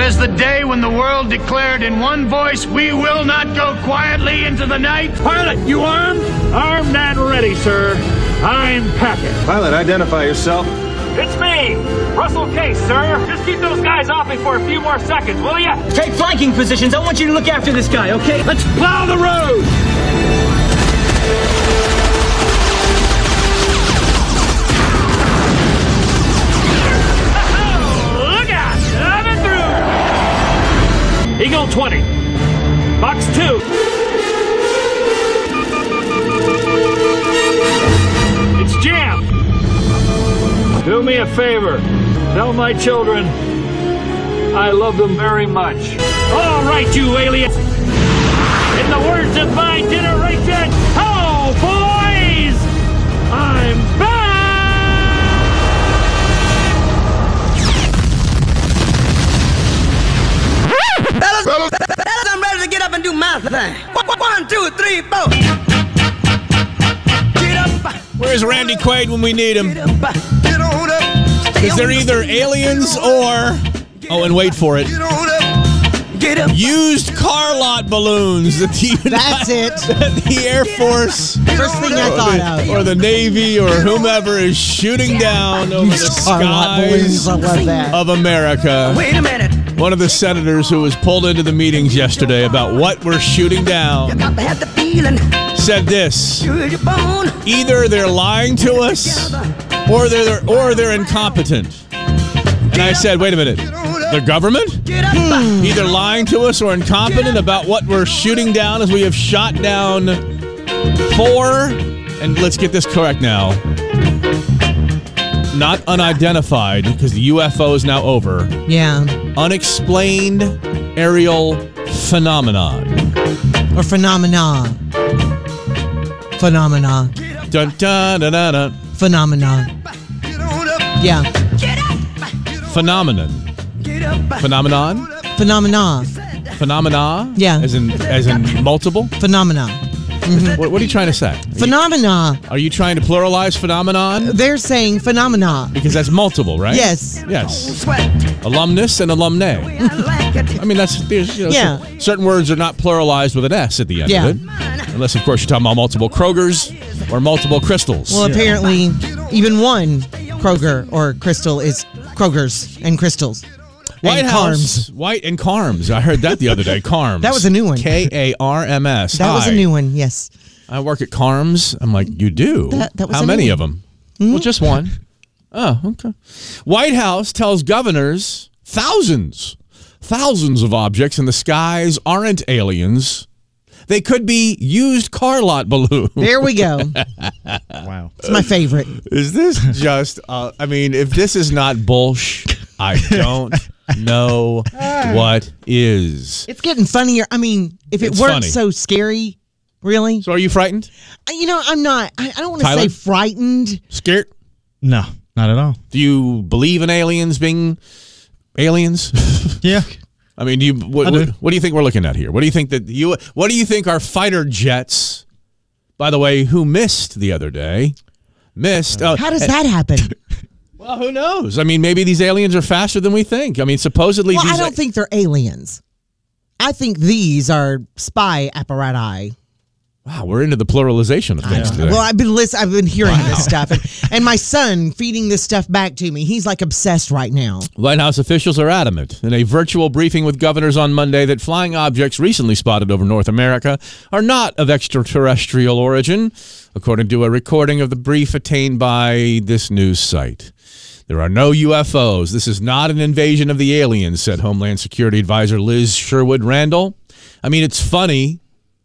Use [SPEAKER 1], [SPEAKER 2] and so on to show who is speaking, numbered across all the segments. [SPEAKER 1] as the day when the world declared in one voice, we will not go quietly into the night.
[SPEAKER 2] Pilot, you armed?
[SPEAKER 3] Armed and ready, sir. I'm Packard.
[SPEAKER 4] Pilot, identify yourself.
[SPEAKER 2] It's me, Russell Case, sir. Just keep those guys off me for a few more seconds, will ya?
[SPEAKER 5] Take flanking positions. I want you to look after this guy, okay?
[SPEAKER 2] Let's plow the road! Look out! Coming through! Eagle 20. Box 2. It's jammed. Do me a favor. Tell my children I love them very much. All right, you aliens. In the words of my generation, oh, boys, I'm back!
[SPEAKER 6] Fellas, fellas, fellas, I'm ready to get up and do my thing. One, one, two, three, four. Get up.
[SPEAKER 7] Where's Randy Quaid when we need him?
[SPEAKER 6] Get up. Get on up. Stay
[SPEAKER 7] Because they're
[SPEAKER 6] on up.
[SPEAKER 7] either aliens or. Oh, and wait for it.
[SPEAKER 6] Get on up. Get up.
[SPEAKER 7] Used car lot balloons that the
[SPEAKER 8] That's it.
[SPEAKER 7] that the Air Force
[SPEAKER 8] First thing I thought of.
[SPEAKER 7] or the Navy or whomever is shooting down over the
[SPEAKER 8] Used car lot balloons.
[SPEAKER 7] skies
[SPEAKER 8] I love that.
[SPEAKER 7] of America.
[SPEAKER 6] Wait a minute.
[SPEAKER 7] One of the senators who was pulled into the meetings yesterday about what we're shooting
[SPEAKER 6] You
[SPEAKER 7] down
[SPEAKER 6] got to have the feeling.
[SPEAKER 7] said this:
[SPEAKER 6] Good your bone.
[SPEAKER 7] either they're lying to us, or they're or they're incompetent. And I said, wait a minute, the government?
[SPEAKER 6] Get up.
[SPEAKER 8] Hmm.
[SPEAKER 7] either lying to us or incompetent about what we're shooting down as we have shot down four and let's get this correct now not unidentified because the UFO is now over
[SPEAKER 8] Yeah.
[SPEAKER 7] unexplained aerial phenomenon
[SPEAKER 8] Or phenomena. Phenomena.
[SPEAKER 7] dun, dun, dun, dun, dun.
[SPEAKER 8] Phenomena.
[SPEAKER 6] Get on up.
[SPEAKER 8] Yeah.
[SPEAKER 6] Get up.
[SPEAKER 7] phenomenon
[SPEAKER 6] Get up.
[SPEAKER 7] phenomenon
[SPEAKER 8] Phenomena.
[SPEAKER 7] phenomena
[SPEAKER 8] Yeah.
[SPEAKER 7] as in as in multiple
[SPEAKER 8] Phenomena.
[SPEAKER 7] what, what are you trying to say Are you-
[SPEAKER 8] Phenomena.
[SPEAKER 7] are you trying to pluralize phenomenon
[SPEAKER 8] They're saying phenomena.
[SPEAKER 7] because that's multiple right
[SPEAKER 8] Yes.
[SPEAKER 7] yes
[SPEAKER 6] Sweat.
[SPEAKER 7] alumnus and alumnae
[SPEAKER 6] I like it.
[SPEAKER 7] I mean, that's there's, you know,
[SPEAKER 8] Yeah.
[SPEAKER 7] cer- certain words are not pluralized with an S at the end
[SPEAKER 8] Yeah.
[SPEAKER 7] of it. Unless, of course, you're talking about multiple Krogers or multiple crystals.
[SPEAKER 8] Well, apparently, even one Kroger or Crystal is Kroger's and Crystal's.
[SPEAKER 7] White
[SPEAKER 8] and Carms.
[SPEAKER 7] House, White and Carms. I heard that the other day. Carms.
[SPEAKER 8] That was a new one.
[SPEAKER 7] K A R M S.
[SPEAKER 8] That was a new one, yes.
[SPEAKER 7] I work at Carms. I'm like, you do?
[SPEAKER 8] That- that was Hmm?
[SPEAKER 7] How
[SPEAKER 8] a
[SPEAKER 7] many
[SPEAKER 8] new
[SPEAKER 7] of them? Well, just one. Oh, okay. White House tells governors thousands, thousands of objects in the skies aren't aliens. They could be used car lot balloons.
[SPEAKER 8] There we go.
[SPEAKER 4] Wow.
[SPEAKER 8] It's my favorite.
[SPEAKER 7] Is this just? Uh, I mean, if this is not bullsh, I don't know what is.
[SPEAKER 8] It's getting funnier. I mean, if it
[SPEAKER 7] It's
[SPEAKER 8] weren't
[SPEAKER 7] funny.
[SPEAKER 8] so scary, really.
[SPEAKER 7] So, are you frightened?
[SPEAKER 8] I- you know, I'm not, I, I don't want to
[SPEAKER 7] Tyler?
[SPEAKER 8] say frightened.
[SPEAKER 7] Scared?
[SPEAKER 4] No, not at all.
[SPEAKER 7] Do you believe in aliens being aliens?
[SPEAKER 4] Yeah.
[SPEAKER 7] I mean, do you what,
[SPEAKER 4] I
[SPEAKER 7] what,
[SPEAKER 4] do.
[SPEAKER 7] what do you think we're looking at here? What do you think that you? What do you think our fighter jets? By the way, who missed the other day? Missed. Oh,
[SPEAKER 8] How does that happen?
[SPEAKER 7] well, who knows? I mean, maybe these aliens are faster than we think. I mean, supposedly
[SPEAKER 8] Well,
[SPEAKER 7] these.
[SPEAKER 8] I don't think they're aliens. I think these are spy apparatus.
[SPEAKER 7] Wow, we're into the pluralization of things today.
[SPEAKER 8] Well, I've been listen, I've been hearing this stuff, and, and my son feeding this stuff back to me. He's like obsessed right now.
[SPEAKER 7] White House officials are adamant in a virtual briefing with governors on Monday that flying objects recently spotted over North America are not of extraterrestrial origin, according to a recording of the brief attained by this news site. There are no UFOs. This is not an invasion of the aliens, said Homeland Security Advisor Liz Sherwood Randall. I mean, it's funny,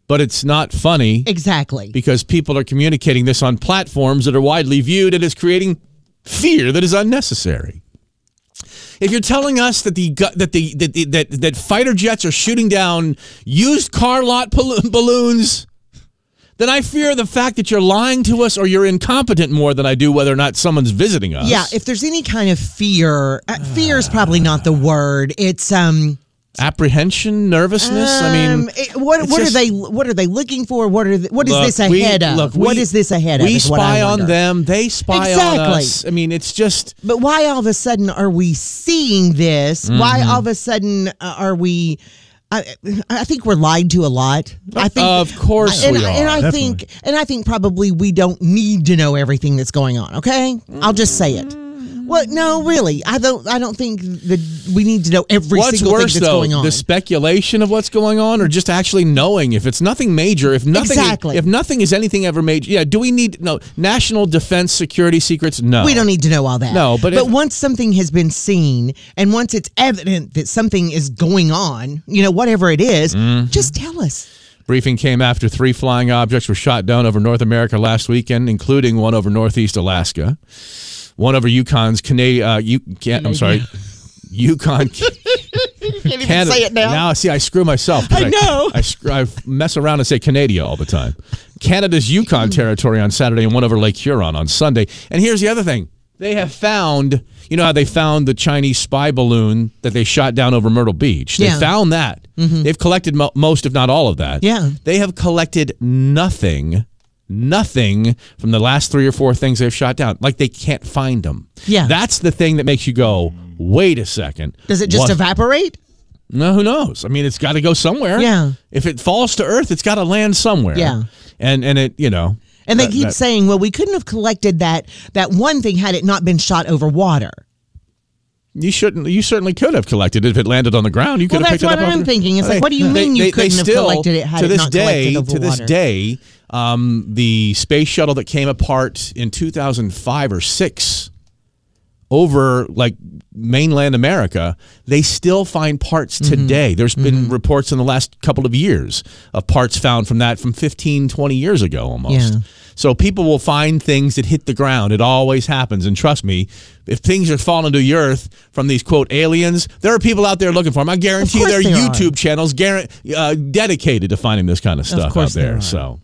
[SPEAKER 7] but it's not funny
[SPEAKER 8] Exactly.
[SPEAKER 7] because people are communicating this on platforms that are widely viewed and is creating fear that is unnecessary. If you're telling us that the gu- that the that the, that, that fighter jets are shooting down used car lot pal- balloons, then I fear the fact that you're lying to us or you're incompetent more than I do whether or not someone's visiting us.
[SPEAKER 8] Yeah, if there's any kind of fear, uh, fear is probably not the word. It's um
[SPEAKER 7] apprehension, nervousness? I mean,
[SPEAKER 8] Um, it- what
[SPEAKER 7] it's
[SPEAKER 8] what
[SPEAKER 7] just-
[SPEAKER 8] are they what are they looking for? What are th- what is
[SPEAKER 7] Look,
[SPEAKER 8] this
[SPEAKER 7] we-
[SPEAKER 8] ahead of?
[SPEAKER 7] look,
[SPEAKER 8] what
[SPEAKER 7] we-
[SPEAKER 8] is this ahead of?
[SPEAKER 7] We
[SPEAKER 8] is what I
[SPEAKER 7] spy on
[SPEAKER 8] wonder.
[SPEAKER 7] them. They spy on
[SPEAKER 8] Exactly.
[SPEAKER 7] us. I mean, it's just
[SPEAKER 8] But why all of a sudden are we seeing this? Why
[SPEAKER 7] Mm-hmm.
[SPEAKER 8] all of a sudden uh, are we? I, I think we're lied to a lot. I think,
[SPEAKER 7] Of course
[SPEAKER 8] and,
[SPEAKER 7] we
[SPEAKER 8] I- and
[SPEAKER 7] are,
[SPEAKER 8] I think, and I think probably we don't need to know everything that's going on. Okay, I'll just say it.
[SPEAKER 7] Mm-hmm.
[SPEAKER 8] Well, no, really, I don't. I don't think that we need to know every
[SPEAKER 7] what's
[SPEAKER 8] single
[SPEAKER 7] worse
[SPEAKER 8] thing that's
[SPEAKER 7] though,
[SPEAKER 8] going on.
[SPEAKER 7] the speculation of what's going on, or just actually knowing if it's nothing major, if nothing,
[SPEAKER 8] Exactly.
[SPEAKER 7] if nothing is anything ever major. Yeah, do we need no national defense security secrets? No,
[SPEAKER 8] We don't need to know all that.
[SPEAKER 7] No, but
[SPEAKER 8] but
[SPEAKER 7] if-
[SPEAKER 8] once something has been seen and once it's evident that something is going on, you know, whatever it is,
[SPEAKER 7] Mm-hmm.
[SPEAKER 8] just tell us.
[SPEAKER 7] Briefing came after three flying objects were shot down over North America last weekend, including one over Northeast Alaska, one over Yukon's Canadian. Uh, you can't. I'm sorry, Yukon.
[SPEAKER 8] Can't even
[SPEAKER 7] Canada. Now, see, I screw myself. 'cause
[SPEAKER 8] I know.
[SPEAKER 7] I, screw, I mess around and say Canada all the time. Canada's Yukon territory on Saturday and one over Lake Huron on Sunday. And here's the other thing. They have found, you know how they found the Chinese spy balloon that they shot down over Myrtle Beach. They
[SPEAKER 8] Yeah. Mm-hmm.
[SPEAKER 7] found that. They've collected mo- most, if not all of that.
[SPEAKER 8] Yeah.
[SPEAKER 7] They have collected nothing, nothing from the last three or four things they've shot down. Like they can't find them.
[SPEAKER 8] Yeah.
[SPEAKER 7] That's the thing that makes you go, wait a second.
[SPEAKER 8] Does it just
[SPEAKER 7] What-
[SPEAKER 8] evaporate?
[SPEAKER 7] no, who knows? I mean, it's got to go somewhere.
[SPEAKER 8] Yeah.
[SPEAKER 7] If it falls to Earth, it's got to land somewhere.
[SPEAKER 8] Yeah.
[SPEAKER 7] And and it, you know,
[SPEAKER 8] And they
[SPEAKER 7] That-
[SPEAKER 8] keep
[SPEAKER 7] that-
[SPEAKER 8] saying, well, we couldn't have collected that that one thing had it not been shot over water.
[SPEAKER 7] you shouldn't. You certainly could have collected it if it landed on the ground. You could
[SPEAKER 8] Well,
[SPEAKER 7] have
[SPEAKER 8] that's
[SPEAKER 7] picked it
[SPEAKER 8] what
[SPEAKER 7] up. off
[SPEAKER 8] I'm
[SPEAKER 7] the-
[SPEAKER 8] thinking. It's
[SPEAKER 7] They-
[SPEAKER 8] like, what do you
[SPEAKER 7] they-
[SPEAKER 8] mean you
[SPEAKER 7] they- they
[SPEAKER 8] couldn't have
[SPEAKER 7] still,
[SPEAKER 8] collected it had
[SPEAKER 7] to
[SPEAKER 8] it
[SPEAKER 7] this
[SPEAKER 8] not
[SPEAKER 7] day,
[SPEAKER 8] collected over
[SPEAKER 7] To this
[SPEAKER 8] water?
[SPEAKER 7] day, um, the space shuttle that came apart in 2005 or six over like mainland America, they still find parts
[SPEAKER 8] Mm-hmm.
[SPEAKER 7] today. There's been reports in the last couple of years of parts found from that from 15, 20 years ago almost.
[SPEAKER 8] Yeah.
[SPEAKER 7] So people will find things that hit the ground. It always happens. And trust me, if things are falling to the earth from these quote aliens, there are people out there looking for them. I guarantee
[SPEAKER 8] course
[SPEAKER 7] there are
[SPEAKER 8] there are.
[SPEAKER 7] YouTube channels guaran- uh, dedicated to finding this kind of stuff
[SPEAKER 8] course
[SPEAKER 7] out there.
[SPEAKER 8] there are.
[SPEAKER 7] So.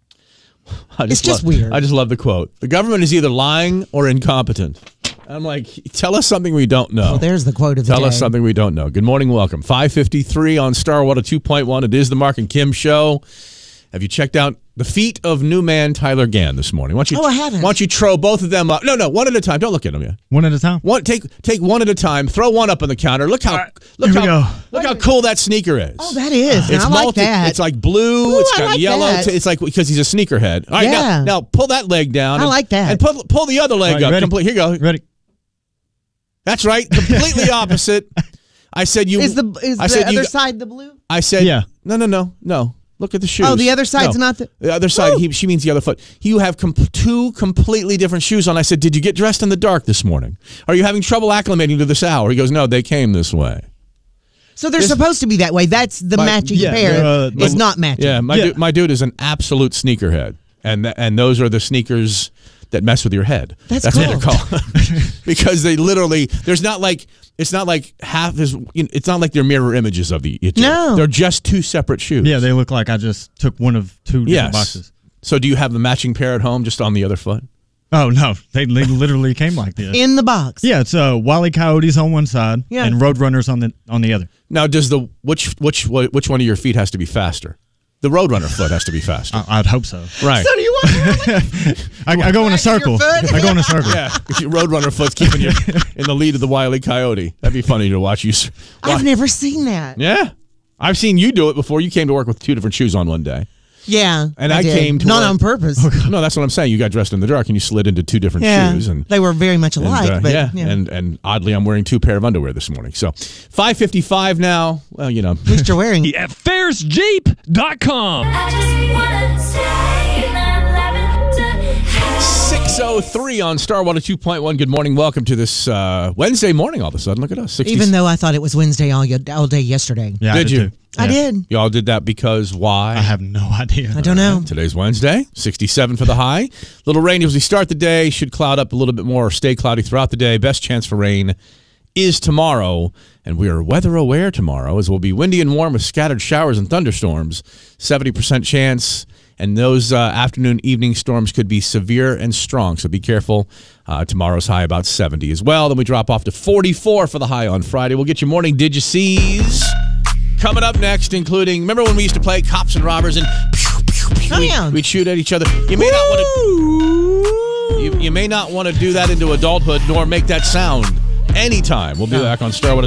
[SPEAKER 7] I
[SPEAKER 8] It's
[SPEAKER 7] love-
[SPEAKER 8] just weird.
[SPEAKER 7] I just love the quote. The government is either lying or incompetent. I'm like, tell us something we don't know.
[SPEAKER 8] Well, there's the quote of the
[SPEAKER 7] Tell
[SPEAKER 8] day.
[SPEAKER 7] us something we don't know. Good morning, welcome. 553 on Starwater 2.1. It is the Mark and Kim show. Have you checked out the feet of new man Tyler Gann this morning? Why don't you,
[SPEAKER 8] Oh, I haven't.
[SPEAKER 7] Why don't you throw both of them up? No, no, one at a time. Don't look at them yet.
[SPEAKER 4] One at a time.
[SPEAKER 7] One, take take one at a time. Throw one up on the counter. Look how look how
[SPEAKER 4] here we go.
[SPEAKER 7] look how cool that sneaker is.
[SPEAKER 8] Oh, that is. and I like that.
[SPEAKER 7] It's like blue.
[SPEAKER 8] Ooh,
[SPEAKER 7] it's
[SPEAKER 8] I
[SPEAKER 7] got
[SPEAKER 8] like
[SPEAKER 7] yellow.
[SPEAKER 8] that.
[SPEAKER 7] t- it's like because he's a sneakerhead. All right, now,
[SPEAKER 8] Yeah.
[SPEAKER 7] now pull that leg down.
[SPEAKER 8] I
[SPEAKER 7] and-
[SPEAKER 8] like that.
[SPEAKER 7] And pull pull the other
[SPEAKER 4] All right,
[SPEAKER 7] leg
[SPEAKER 4] you
[SPEAKER 7] up.
[SPEAKER 4] ready?
[SPEAKER 7] Complete. Here you go.
[SPEAKER 4] Ready?
[SPEAKER 7] That's right. Completely opposite. I said you.
[SPEAKER 8] is the is
[SPEAKER 7] I
[SPEAKER 8] the
[SPEAKER 7] said
[SPEAKER 8] other
[SPEAKER 7] you,
[SPEAKER 8] side the blue?
[SPEAKER 7] I said
[SPEAKER 4] Yeah.
[SPEAKER 7] No, no, no, no. Look at the shoes.
[SPEAKER 8] Oh, the other side's not the-
[SPEAKER 7] other side. He, she means the other foot. You have com- two completely different shoes on. I said, did you get dressed in the dark this morning? Are you having trouble acclimating to this hour? He goes, no, they came this way.
[SPEAKER 8] So they're supposed to be that way. That's the
[SPEAKER 7] My-
[SPEAKER 8] matching
[SPEAKER 4] yeah,
[SPEAKER 8] pair.
[SPEAKER 4] they're, uh,
[SPEAKER 8] it's
[SPEAKER 4] the-
[SPEAKER 8] not matching.
[SPEAKER 7] Yeah, my
[SPEAKER 4] Yeah.
[SPEAKER 7] Dude, my dude is an absolute sneakerhead, and th- and those are the sneakers that mess with your head.
[SPEAKER 8] That's
[SPEAKER 7] what they're
[SPEAKER 8] cool.
[SPEAKER 7] called because they literally there's not like it's not like half is you know, it's not like they're mirror images of the each other.
[SPEAKER 8] No.
[SPEAKER 7] they're just two separate shoes.
[SPEAKER 4] Yeah, they look like I just took one of two different
[SPEAKER 7] yes.
[SPEAKER 4] boxes.
[SPEAKER 7] So do you have the matching pair at home, just on the other foot?
[SPEAKER 4] Oh no, they, they literally came like this.
[SPEAKER 8] In the box.
[SPEAKER 4] yeah, it's uh, Wally Coyotes on one side
[SPEAKER 8] Yeah.
[SPEAKER 4] and Roadrunners on the on the other.
[SPEAKER 7] Now, does the which which which one of your feet has to be faster? The Roadrunner foot has to be faster,
[SPEAKER 8] Uh.
[SPEAKER 4] I, I'd hope so.
[SPEAKER 7] right?
[SPEAKER 8] So do you want
[SPEAKER 4] I, I go in a
[SPEAKER 8] Back of
[SPEAKER 4] circle.
[SPEAKER 8] your foot?
[SPEAKER 4] I go in a circle.
[SPEAKER 7] Yeah, your Roadrunner foot's keeping you in the lead of the Wile E. Coyote. That'd be funny to watch you. s-
[SPEAKER 8] I've never seen that.
[SPEAKER 7] Yeah. I've seen you do it before. You came to work with two different shoes on one day.
[SPEAKER 8] Yeah.
[SPEAKER 7] And I
[SPEAKER 8] did.
[SPEAKER 7] came to
[SPEAKER 8] Not
[SPEAKER 7] work-
[SPEAKER 8] on purpose.
[SPEAKER 7] No, that's what I'm saying. You got dressed in the dark and you slid into two different
[SPEAKER 8] yeah.
[SPEAKER 7] shoes and
[SPEAKER 8] they were very much
[SPEAKER 7] and,
[SPEAKER 8] alike,
[SPEAKER 7] uh,
[SPEAKER 8] but
[SPEAKER 7] yeah, and and oddly I'm wearing two pair of underwear this morning. So 5:55 now. Well, you know.
[SPEAKER 8] at least you're wearing
[SPEAKER 3] at fairsjeep.com.
[SPEAKER 9] I just wanna stay in that lavender
[SPEAKER 7] 603 on Starwater 2.1. Good morning. Welcome to this uh, Wednesday morning all of a sudden. Look at us. 60
[SPEAKER 8] even though I thought it was Wednesday all, y- all day yesterday.
[SPEAKER 4] Yeah, I
[SPEAKER 7] Did you?
[SPEAKER 4] too.
[SPEAKER 8] I
[SPEAKER 4] Yeah.
[SPEAKER 8] did.
[SPEAKER 7] Y'all did that because why?
[SPEAKER 4] I have no idea.
[SPEAKER 8] I don't know.
[SPEAKER 7] Today's Wednesday, 67 for the high. Little rain as we start the day. Should cloud up a little bit more or stay cloudy throughout the day. Best chance for rain is tomorrow. And we are weather aware tomorrow as we'll be windy and warm with scattered showers and thunderstorms. 70% chance. And those uh, afternoon evening storms could be severe and strong, so be careful. Uh, tomorrow's high about 70 as well. Then we drop off to 44 for the high on Friday. We'll get your morning Did You Sees coming up next, including remember when we used to play Cops and Robbers and pew, pew, pew,
[SPEAKER 8] Oh,
[SPEAKER 7] we-
[SPEAKER 8] yeah.
[SPEAKER 7] we'd shoot at each other. You may not want to. You, you may not want to do that into adulthood nor make that sound anytime. We'll be back on Star One.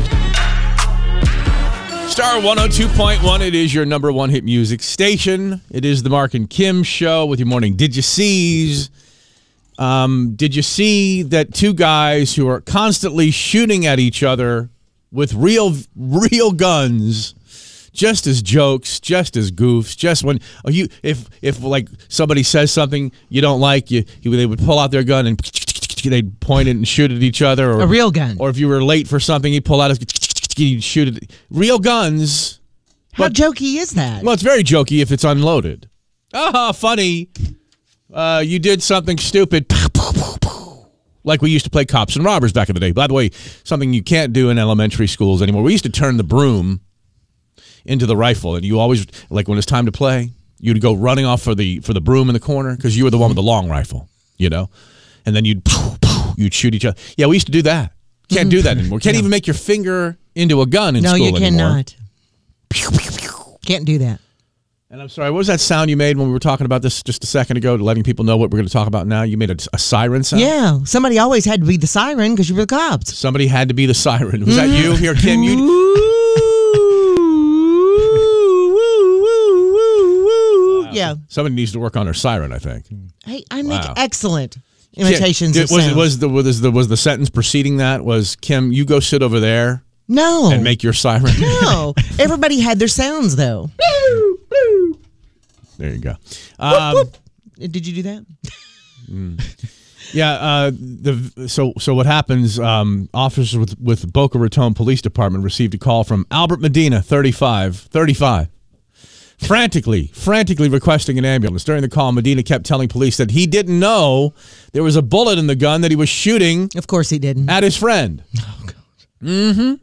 [SPEAKER 7] Star 102.1, it is your number one hit music station. It is the Mark and Kim show with your morning Did You Sees. Um, did you see that two guys who are constantly shooting at each other with real real guns just as jokes, just as goofs, just when oh, you if if like somebody says something you don't like, you, you they would pull out their gun and they'd point it and shoot at each other, or
[SPEAKER 8] A real gun.
[SPEAKER 7] or if you were late for something, you pull out his you shoot it. Real guns.
[SPEAKER 8] How jokey is that?
[SPEAKER 7] Well, it's very jokey if it's unloaded. Ah, funny. Uh, you did something stupid. Like we used to play cops and robbers back in the day. By the way, something you can't do in elementary schools anymore. We used to turn the broom into the rifle, and you always like when it's time to play, you'd go running off for the for the broom in the corner because you were the one with the long rifle, you know. And then you'd you'd shoot each other. Yeah, we used to do that. Can't do that anymore. Can't even make your finger into a gun in
[SPEAKER 8] no,
[SPEAKER 7] school
[SPEAKER 8] you
[SPEAKER 7] anymore.
[SPEAKER 8] cannot. Can't do that.
[SPEAKER 7] And I'm sorry, what was that sound you made when we were talking about this just a second ago, letting people know what we're going to talk about now? You made a, a siren sound?
[SPEAKER 8] Yeah, somebody always had to be the siren because you were the cops.
[SPEAKER 7] Somebody had to be the siren. Was that
[SPEAKER 8] Mm-hmm.
[SPEAKER 7] you here, Kim? You,
[SPEAKER 8] Yeah.
[SPEAKER 7] somebody needs to work on her siren, I think.
[SPEAKER 8] Hey, I make
[SPEAKER 7] Wow.
[SPEAKER 8] excellent imitations
[SPEAKER 7] Yeah,
[SPEAKER 8] of
[SPEAKER 7] was,
[SPEAKER 8] sound.
[SPEAKER 7] Was, the, was, the, was the sentence preceding that was, Kim, you go sit over there
[SPEAKER 8] no.
[SPEAKER 7] and make your siren?
[SPEAKER 8] Oh. no. Everybody had their sounds though.
[SPEAKER 7] there you go. Um,
[SPEAKER 8] Did you do that?
[SPEAKER 7] Yeah, uh, the so so what happens? Um, officers with with Boca Raton Police Department received a call from Albert Medina, 35, 35, frantically, frantically requesting an ambulance. During the call, Medina kept telling police that he didn't know there was a bullet in the gun that he was shooting
[SPEAKER 8] Of course he didn't.
[SPEAKER 7] at his friend. Oh, God. Mm-hmm.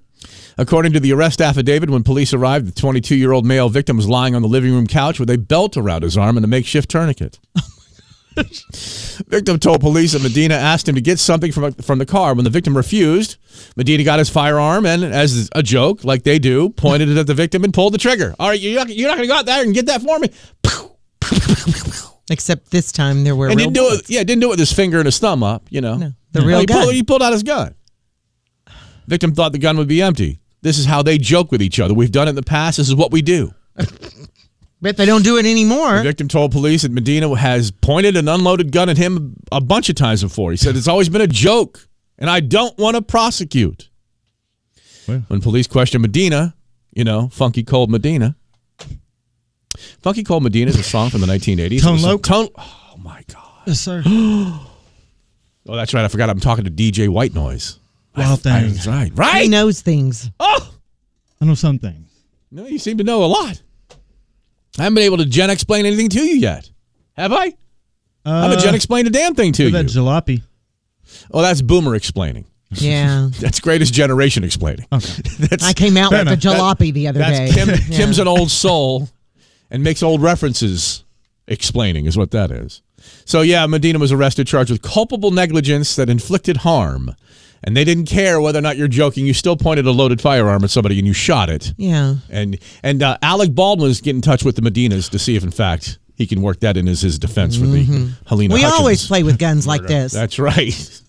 [SPEAKER 7] According to the arrest affidavit, when police arrived, the 22 year old male victim was lying on the living room couch with a belt around his arm and a makeshift tourniquet. Victim told police that Medina asked him to get something from, from the car. When the victim refused, Medina got his firearm and, as a joke, like they do, pointed it at the victim and pulled the trigger. All right, you're not, you're not going to go out there and get that for me. Pew!
[SPEAKER 8] Except this time there were
[SPEAKER 7] And
[SPEAKER 8] real
[SPEAKER 7] didn't do it.
[SPEAKER 8] bullets.
[SPEAKER 7] Yeah, didn't do it with his finger and his thumb up. You know,
[SPEAKER 8] No, the real
[SPEAKER 7] he Pulled,
[SPEAKER 8] gun.
[SPEAKER 7] he pulled out his gun. Victim thought the gun would be empty. This is how they joke with each other. We've done it in the past. This is what we do.
[SPEAKER 8] Bet they don't do it
[SPEAKER 7] The
[SPEAKER 8] anymore.
[SPEAKER 7] victim told police that Medina has pointed an unloaded gun at him a bunch of times before. He said, It's always been a joke, and I don't want to prosecute.
[SPEAKER 4] Well.
[SPEAKER 7] When police questioned Medina, you know, Funky Cold Medina. Funky Cold Medina is a song from the 1980s. It
[SPEAKER 4] Tone
[SPEAKER 7] was a-
[SPEAKER 4] Loc?
[SPEAKER 7] Tone, oh, my God.
[SPEAKER 4] Yes, sir.
[SPEAKER 7] Oh, that's right. I forgot. I'm talking to DJ White Noise.
[SPEAKER 4] Wild thing.
[SPEAKER 7] That's right.
[SPEAKER 8] He
[SPEAKER 7] Right.
[SPEAKER 8] knows things.
[SPEAKER 7] Oh,
[SPEAKER 4] I know something.
[SPEAKER 7] no, you seem to know a lot. I haven't been able to Gen explain anything to you yet, have I? I haven't Gen explained a damn thing to you.
[SPEAKER 4] That jalopy.
[SPEAKER 7] oh, that's Boomer explaining.
[SPEAKER 8] Yeah.
[SPEAKER 7] That's Greatest Generation explaining. that's
[SPEAKER 8] I came out
[SPEAKER 4] Fair
[SPEAKER 8] with a
[SPEAKER 7] enough.
[SPEAKER 8] jalopy the other day.
[SPEAKER 7] that's Kim,
[SPEAKER 8] Yeah.
[SPEAKER 7] Kim's an old soul, and makes old references. Explaining is what that is. So yeah, Medina was arrested, charged with culpable negligence that inflicted harm, and they didn't care whether or not you're joking. You still pointed a loaded firearm at somebody and you shot it.
[SPEAKER 8] Yeah.
[SPEAKER 7] And and uh, Alec Baldwin's get in touch with the Medinas to see if, in fact, he can work that in as his defense for the Helena.
[SPEAKER 8] Mm-hmm. We
[SPEAKER 7] Hutchins.
[SPEAKER 8] always play with guns like this.
[SPEAKER 7] That's right.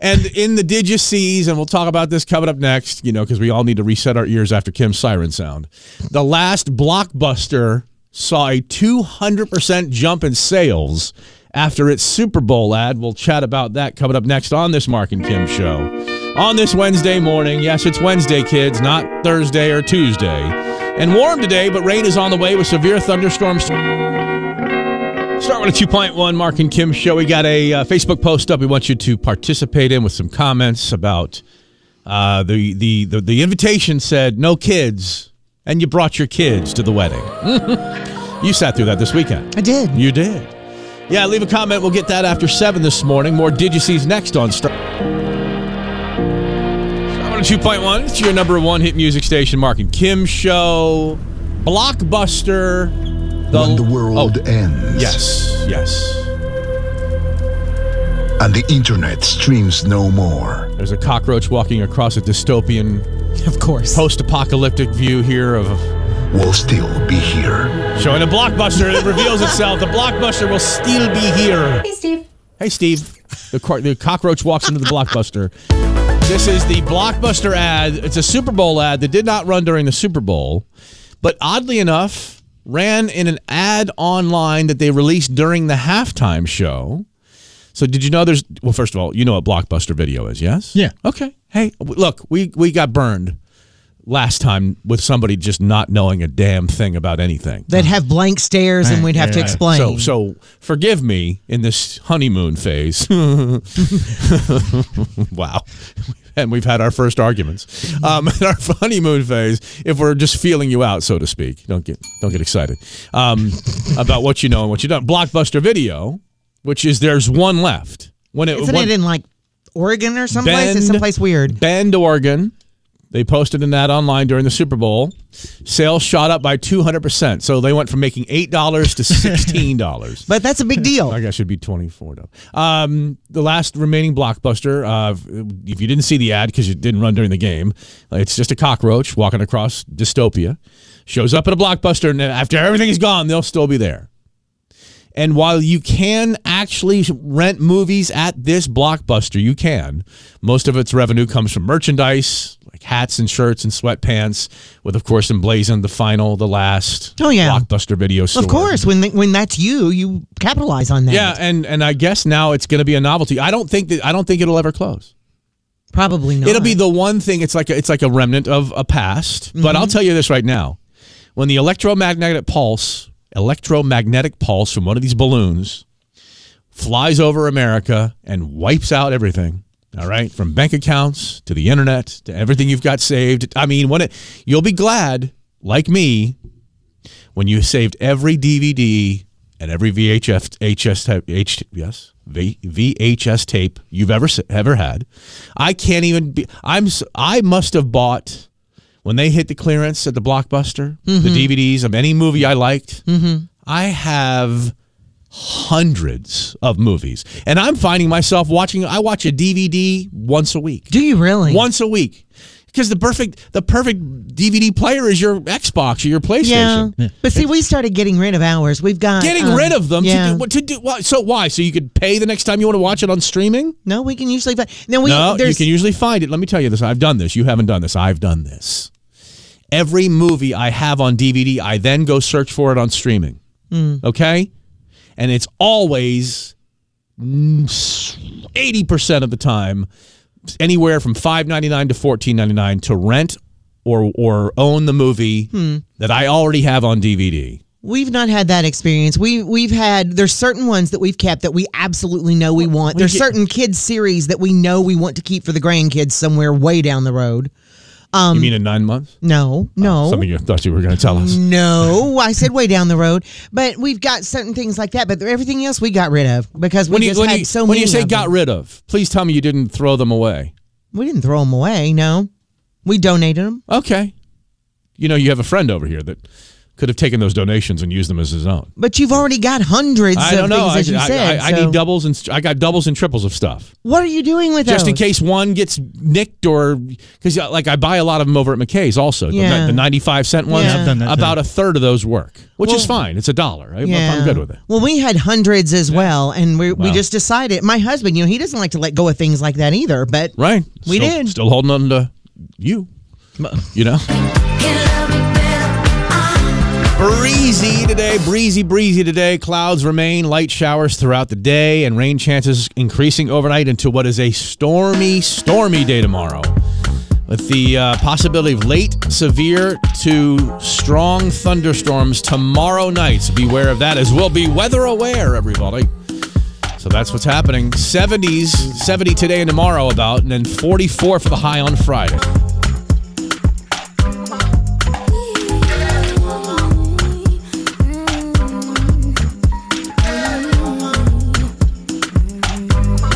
[SPEAKER 7] And in the did you sees, and we'll talk about this coming up next, you know, because we all need to reset our ears after Kim's siren sound. The last blockbuster saw a 200% jump in sales after its Super Bowl ad. We'll chat about that coming up next on this Mark and Kim show. On this Wednesday morning, yes, it's Wednesday, kids, not Thursday or Tuesday. And warm today, but rain is on the way with severe thunderstorms. Start with a 2.1 Mark and Kim show. We got a uh, Facebook post up. We want you to participate in with some comments about uh, the, the the the invitation said no kids, and you brought your kids to the wedding. you sat through that this weekend.
[SPEAKER 8] I did.
[SPEAKER 7] You did. Yeah, leave a comment. We'll get that after 7 this morning. More Did You See's next on Star. Star 2.1. It's your number one hit music station, Mark and Kim Show. Blockbuster. The
[SPEAKER 10] when the world ends
[SPEAKER 7] Yes, yes.
[SPEAKER 10] and the internet streams no more.
[SPEAKER 7] There's a cockroach walking across a dystopian,
[SPEAKER 8] Of course.
[SPEAKER 7] post-apocalyptic view here of
[SPEAKER 10] We'll still be here.
[SPEAKER 7] showing a blockbuster that reveals itself. The blockbuster will still be here.
[SPEAKER 9] Hey, Steve.
[SPEAKER 7] Hey, Steve. The, car- the cockroach walks into the blockbuster. This is the blockbuster ad. It's a Super Bowl ad that did not run during the Super Bowl, but oddly enough, ran in an ad online that they released during the halftime show. So, did you know there's? Well, first of all, you know what blockbuster video is, yes?
[SPEAKER 4] Yeah.
[SPEAKER 7] Okay. Hey, w- look, we we got burned last time with somebody just not knowing a damn thing about anything.
[SPEAKER 8] They'd have blank stares and
[SPEAKER 4] Right,
[SPEAKER 8] we'd have to
[SPEAKER 4] yeah.
[SPEAKER 8] explain.
[SPEAKER 7] So, so forgive me in this honeymoon phase. wow. And we've had our first arguments. Um, in our honeymoon phase, if we're just feeling you out, so to speak, don't get don't get excited um, about what you know and what you don't. Blockbuster Video, which is there's one left. When it,
[SPEAKER 8] Isn't
[SPEAKER 7] when-
[SPEAKER 8] it in like Oregon or someplace?
[SPEAKER 7] Bend-
[SPEAKER 8] it's someplace weird.
[SPEAKER 7] Bend, Oregon. They posted an ad online during the Super Bowl. Sales shot up by 200%. So they went from making $8 to $16.
[SPEAKER 8] But that's a big deal.
[SPEAKER 7] I guess should be 24 though. Um, the last remaining blockbuster, uh, if you didn't see the ad because it didn't run during the game, it's just a cockroach walking across dystopia, shows up at a blockbuster, and then after everything is gone, they'll still be there. And while you can actually rent movies at this blockbuster, you can. Most of its revenue comes from merchandise, like hats and shirts and sweatpants, with of course emblazoned the final, the last
[SPEAKER 8] Oh, yeah.
[SPEAKER 7] blockbuster video store.
[SPEAKER 8] Of course, when th- when that's you, you capitalize on that.
[SPEAKER 7] Yeah, and and I guess now it's going to be a novelty. I don't think that I don't think it'll ever close.
[SPEAKER 8] probably not.
[SPEAKER 7] It'll be the one thing. It's like a, it's like a remnant of a past. But I'll tell you this right now: when the electromagnetic pulse, electromagnetic pulse from one of these balloons, flies over America and wipes out everything. All right, from bank accounts to the internet to everything you've got saved. I mean, when it you'll be glad, like me, when you saved every DVD and every VHF HS tape, H, yes, v, VHS tape you've ever s- ever had. I can't even be. I'm. s- I must have bought when they hit the clearance at the blockbuster the DVDs of any movie I liked. I have hundreds of movies, and I'm finding myself watching. I watch a DVD once a week
[SPEAKER 8] Do you really?
[SPEAKER 7] once a week because the perfect the perfect DVD player is your Xbox or your
[SPEAKER 8] Yeah.
[SPEAKER 7] PlayStation.
[SPEAKER 8] But see, we started getting rid of ours. We've got
[SPEAKER 7] Getting
[SPEAKER 8] um,
[SPEAKER 7] rid of them
[SPEAKER 8] Yeah.
[SPEAKER 7] to do what to do. Why, so why? So you could pay the next time you want to watch it on streaming?
[SPEAKER 8] no, we can usually. But then we
[SPEAKER 7] no, you
[SPEAKER 8] there's
[SPEAKER 7] can usually find it. Let me tell you this. I've done this. You haven't done this. I've done this. Every movie I have on DVD, I then go search for it on streaming.
[SPEAKER 8] Hmm.
[SPEAKER 7] Okay? And it's always eighty percent of the time, anywhere from five ninety nine to fourteen ninety nine to rent or or own the movie
[SPEAKER 8] Hmm.
[SPEAKER 7] that I already have on DVD.
[SPEAKER 8] we've not had that experience. We we've had there's certain ones that we've kept that we absolutely know we want. there's
[SPEAKER 7] get-
[SPEAKER 8] certain kids series that we know we want to keep for the grandkids somewhere way down the road. Um,
[SPEAKER 7] you mean in nine months?
[SPEAKER 8] No, no.
[SPEAKER 7] Uh,
[SPEAKER 8] Mm,
[SPEAKER 7] Some of you thought you were going to tell us.
[SPEAKER 8] no, I said way down the road, but we've got certain things like that. But everything else we got rid of because we
[SPEAKER 7] When you,
[SPEAKER 8] just
[SPEAKER 7] when,
[SPEAKER 8] had
[SPEAKER 7] you,
[SPEAKER 8] so
[SPEAKER 7] when
[SPEAKER 8] many.
[SPEAKER 7] you say
[SPEAKER 8] of
[SPEAKER 7] got
[SPEAKER 8] them.
[SPEAKER 7] rid of, please tell me you didn't throw them away.
[SPEAKER 8] we didn't throw them away. No, we donated them.
[SPEAKER 7] Okay. You know, you have a friend over here that could have taken those donations and used them as his own.
[SPEAKER 8] But you've already got hundreds
[SPEAKER 7] I don't
[SPEAKER 8] of
[SPEAKER 7] know.
[SPEAKER 8] things,
[SPEAKER 7] I,
[SPEAKER 8] as you
[SPEAKER 7] I-
[SPEAKER 8] said.
[SPEAKER 7] I- I
[SPEAKER 8] so
[SPEAKER 7] need doubles and I got doubles and triples of stuff
[SPEAKER 8] What are you doing with
[SPEAKER 7] just in
[SPEAKER 8] those?
[SPEAKER 7] case one gets nicked or because like I buy a lot of them over at McKay's also. The ni-
[SPEAKER 8] Yeah.
[SPEAKER 7] The, ninety-five cent ones.
[SPEAKER 8] Yeah, I've
[SPEAKER 4] done that,
[SPEAKER 7] about
[SPEAKER 4] too.
[SPEAKER 7] a third of those work, which is
[SPEAKER 8] Well-
[SPEAKER 7] fine. It's a dollar. I, I'm good with it.
[SPEAKER 8] Well, we had hundreds as well, and we we
[SPEAKER 7] Wow.
[SPEAKER 8] just decided. My husband, you know, he doesn't like to let go of things like that either. But
[SPEAKER 7] Right.
[SPEAKER 8] We
[SPEAKER 7] Still-
[SPEAKER 8] did.
[SPEAKER 7] Still holding on to you. You know.
[SPEAKER 9] Can love me better.
[SPEAKER 7] Breezy today, breezy, breezy today. Clouds remain, light showers throughout the day, and rain chances increasing overnight into what is a stormy, stormy day tomorrow. With the uh, possibility of late, severe to strong thunderstorms tomorrow night. So beware of that as we'll be weather aware, everybody. So that's what's happening. 70s, 70 today and tomorrow about, and then 44 for the high on Friday.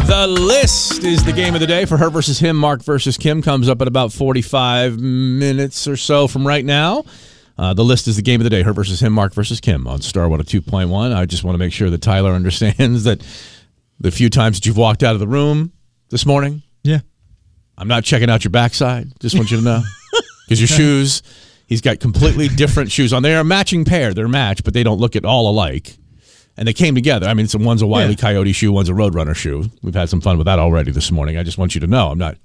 [SPEAKER 7] The list is the game of the day for her versus him. Mark versus Kim comes up in about 45 minutes or so from right now. Uh, the list is the game of the day: her versus him, Mark versus Kim on oh Starwater 2.1. I just want to make sure that Tyler understands that the few times that you've walked out of the room this morning,
[SPEAKER 4] Yeah.
[SPEAKER 7] I'm not checking out your backside. Just want you to know. Because your shoes, he's got completely different shoes on. They are a matching pair. They're matched, but they don't look at all alike. And they came together. I mean, it's, one's a Wiley
[SPEAKER 4] Yeah.
[SPEAKER 7] Coyote shoe, one's a Roadrunner shoe. We've had some fun with that already this morning. I just want you to know I'm not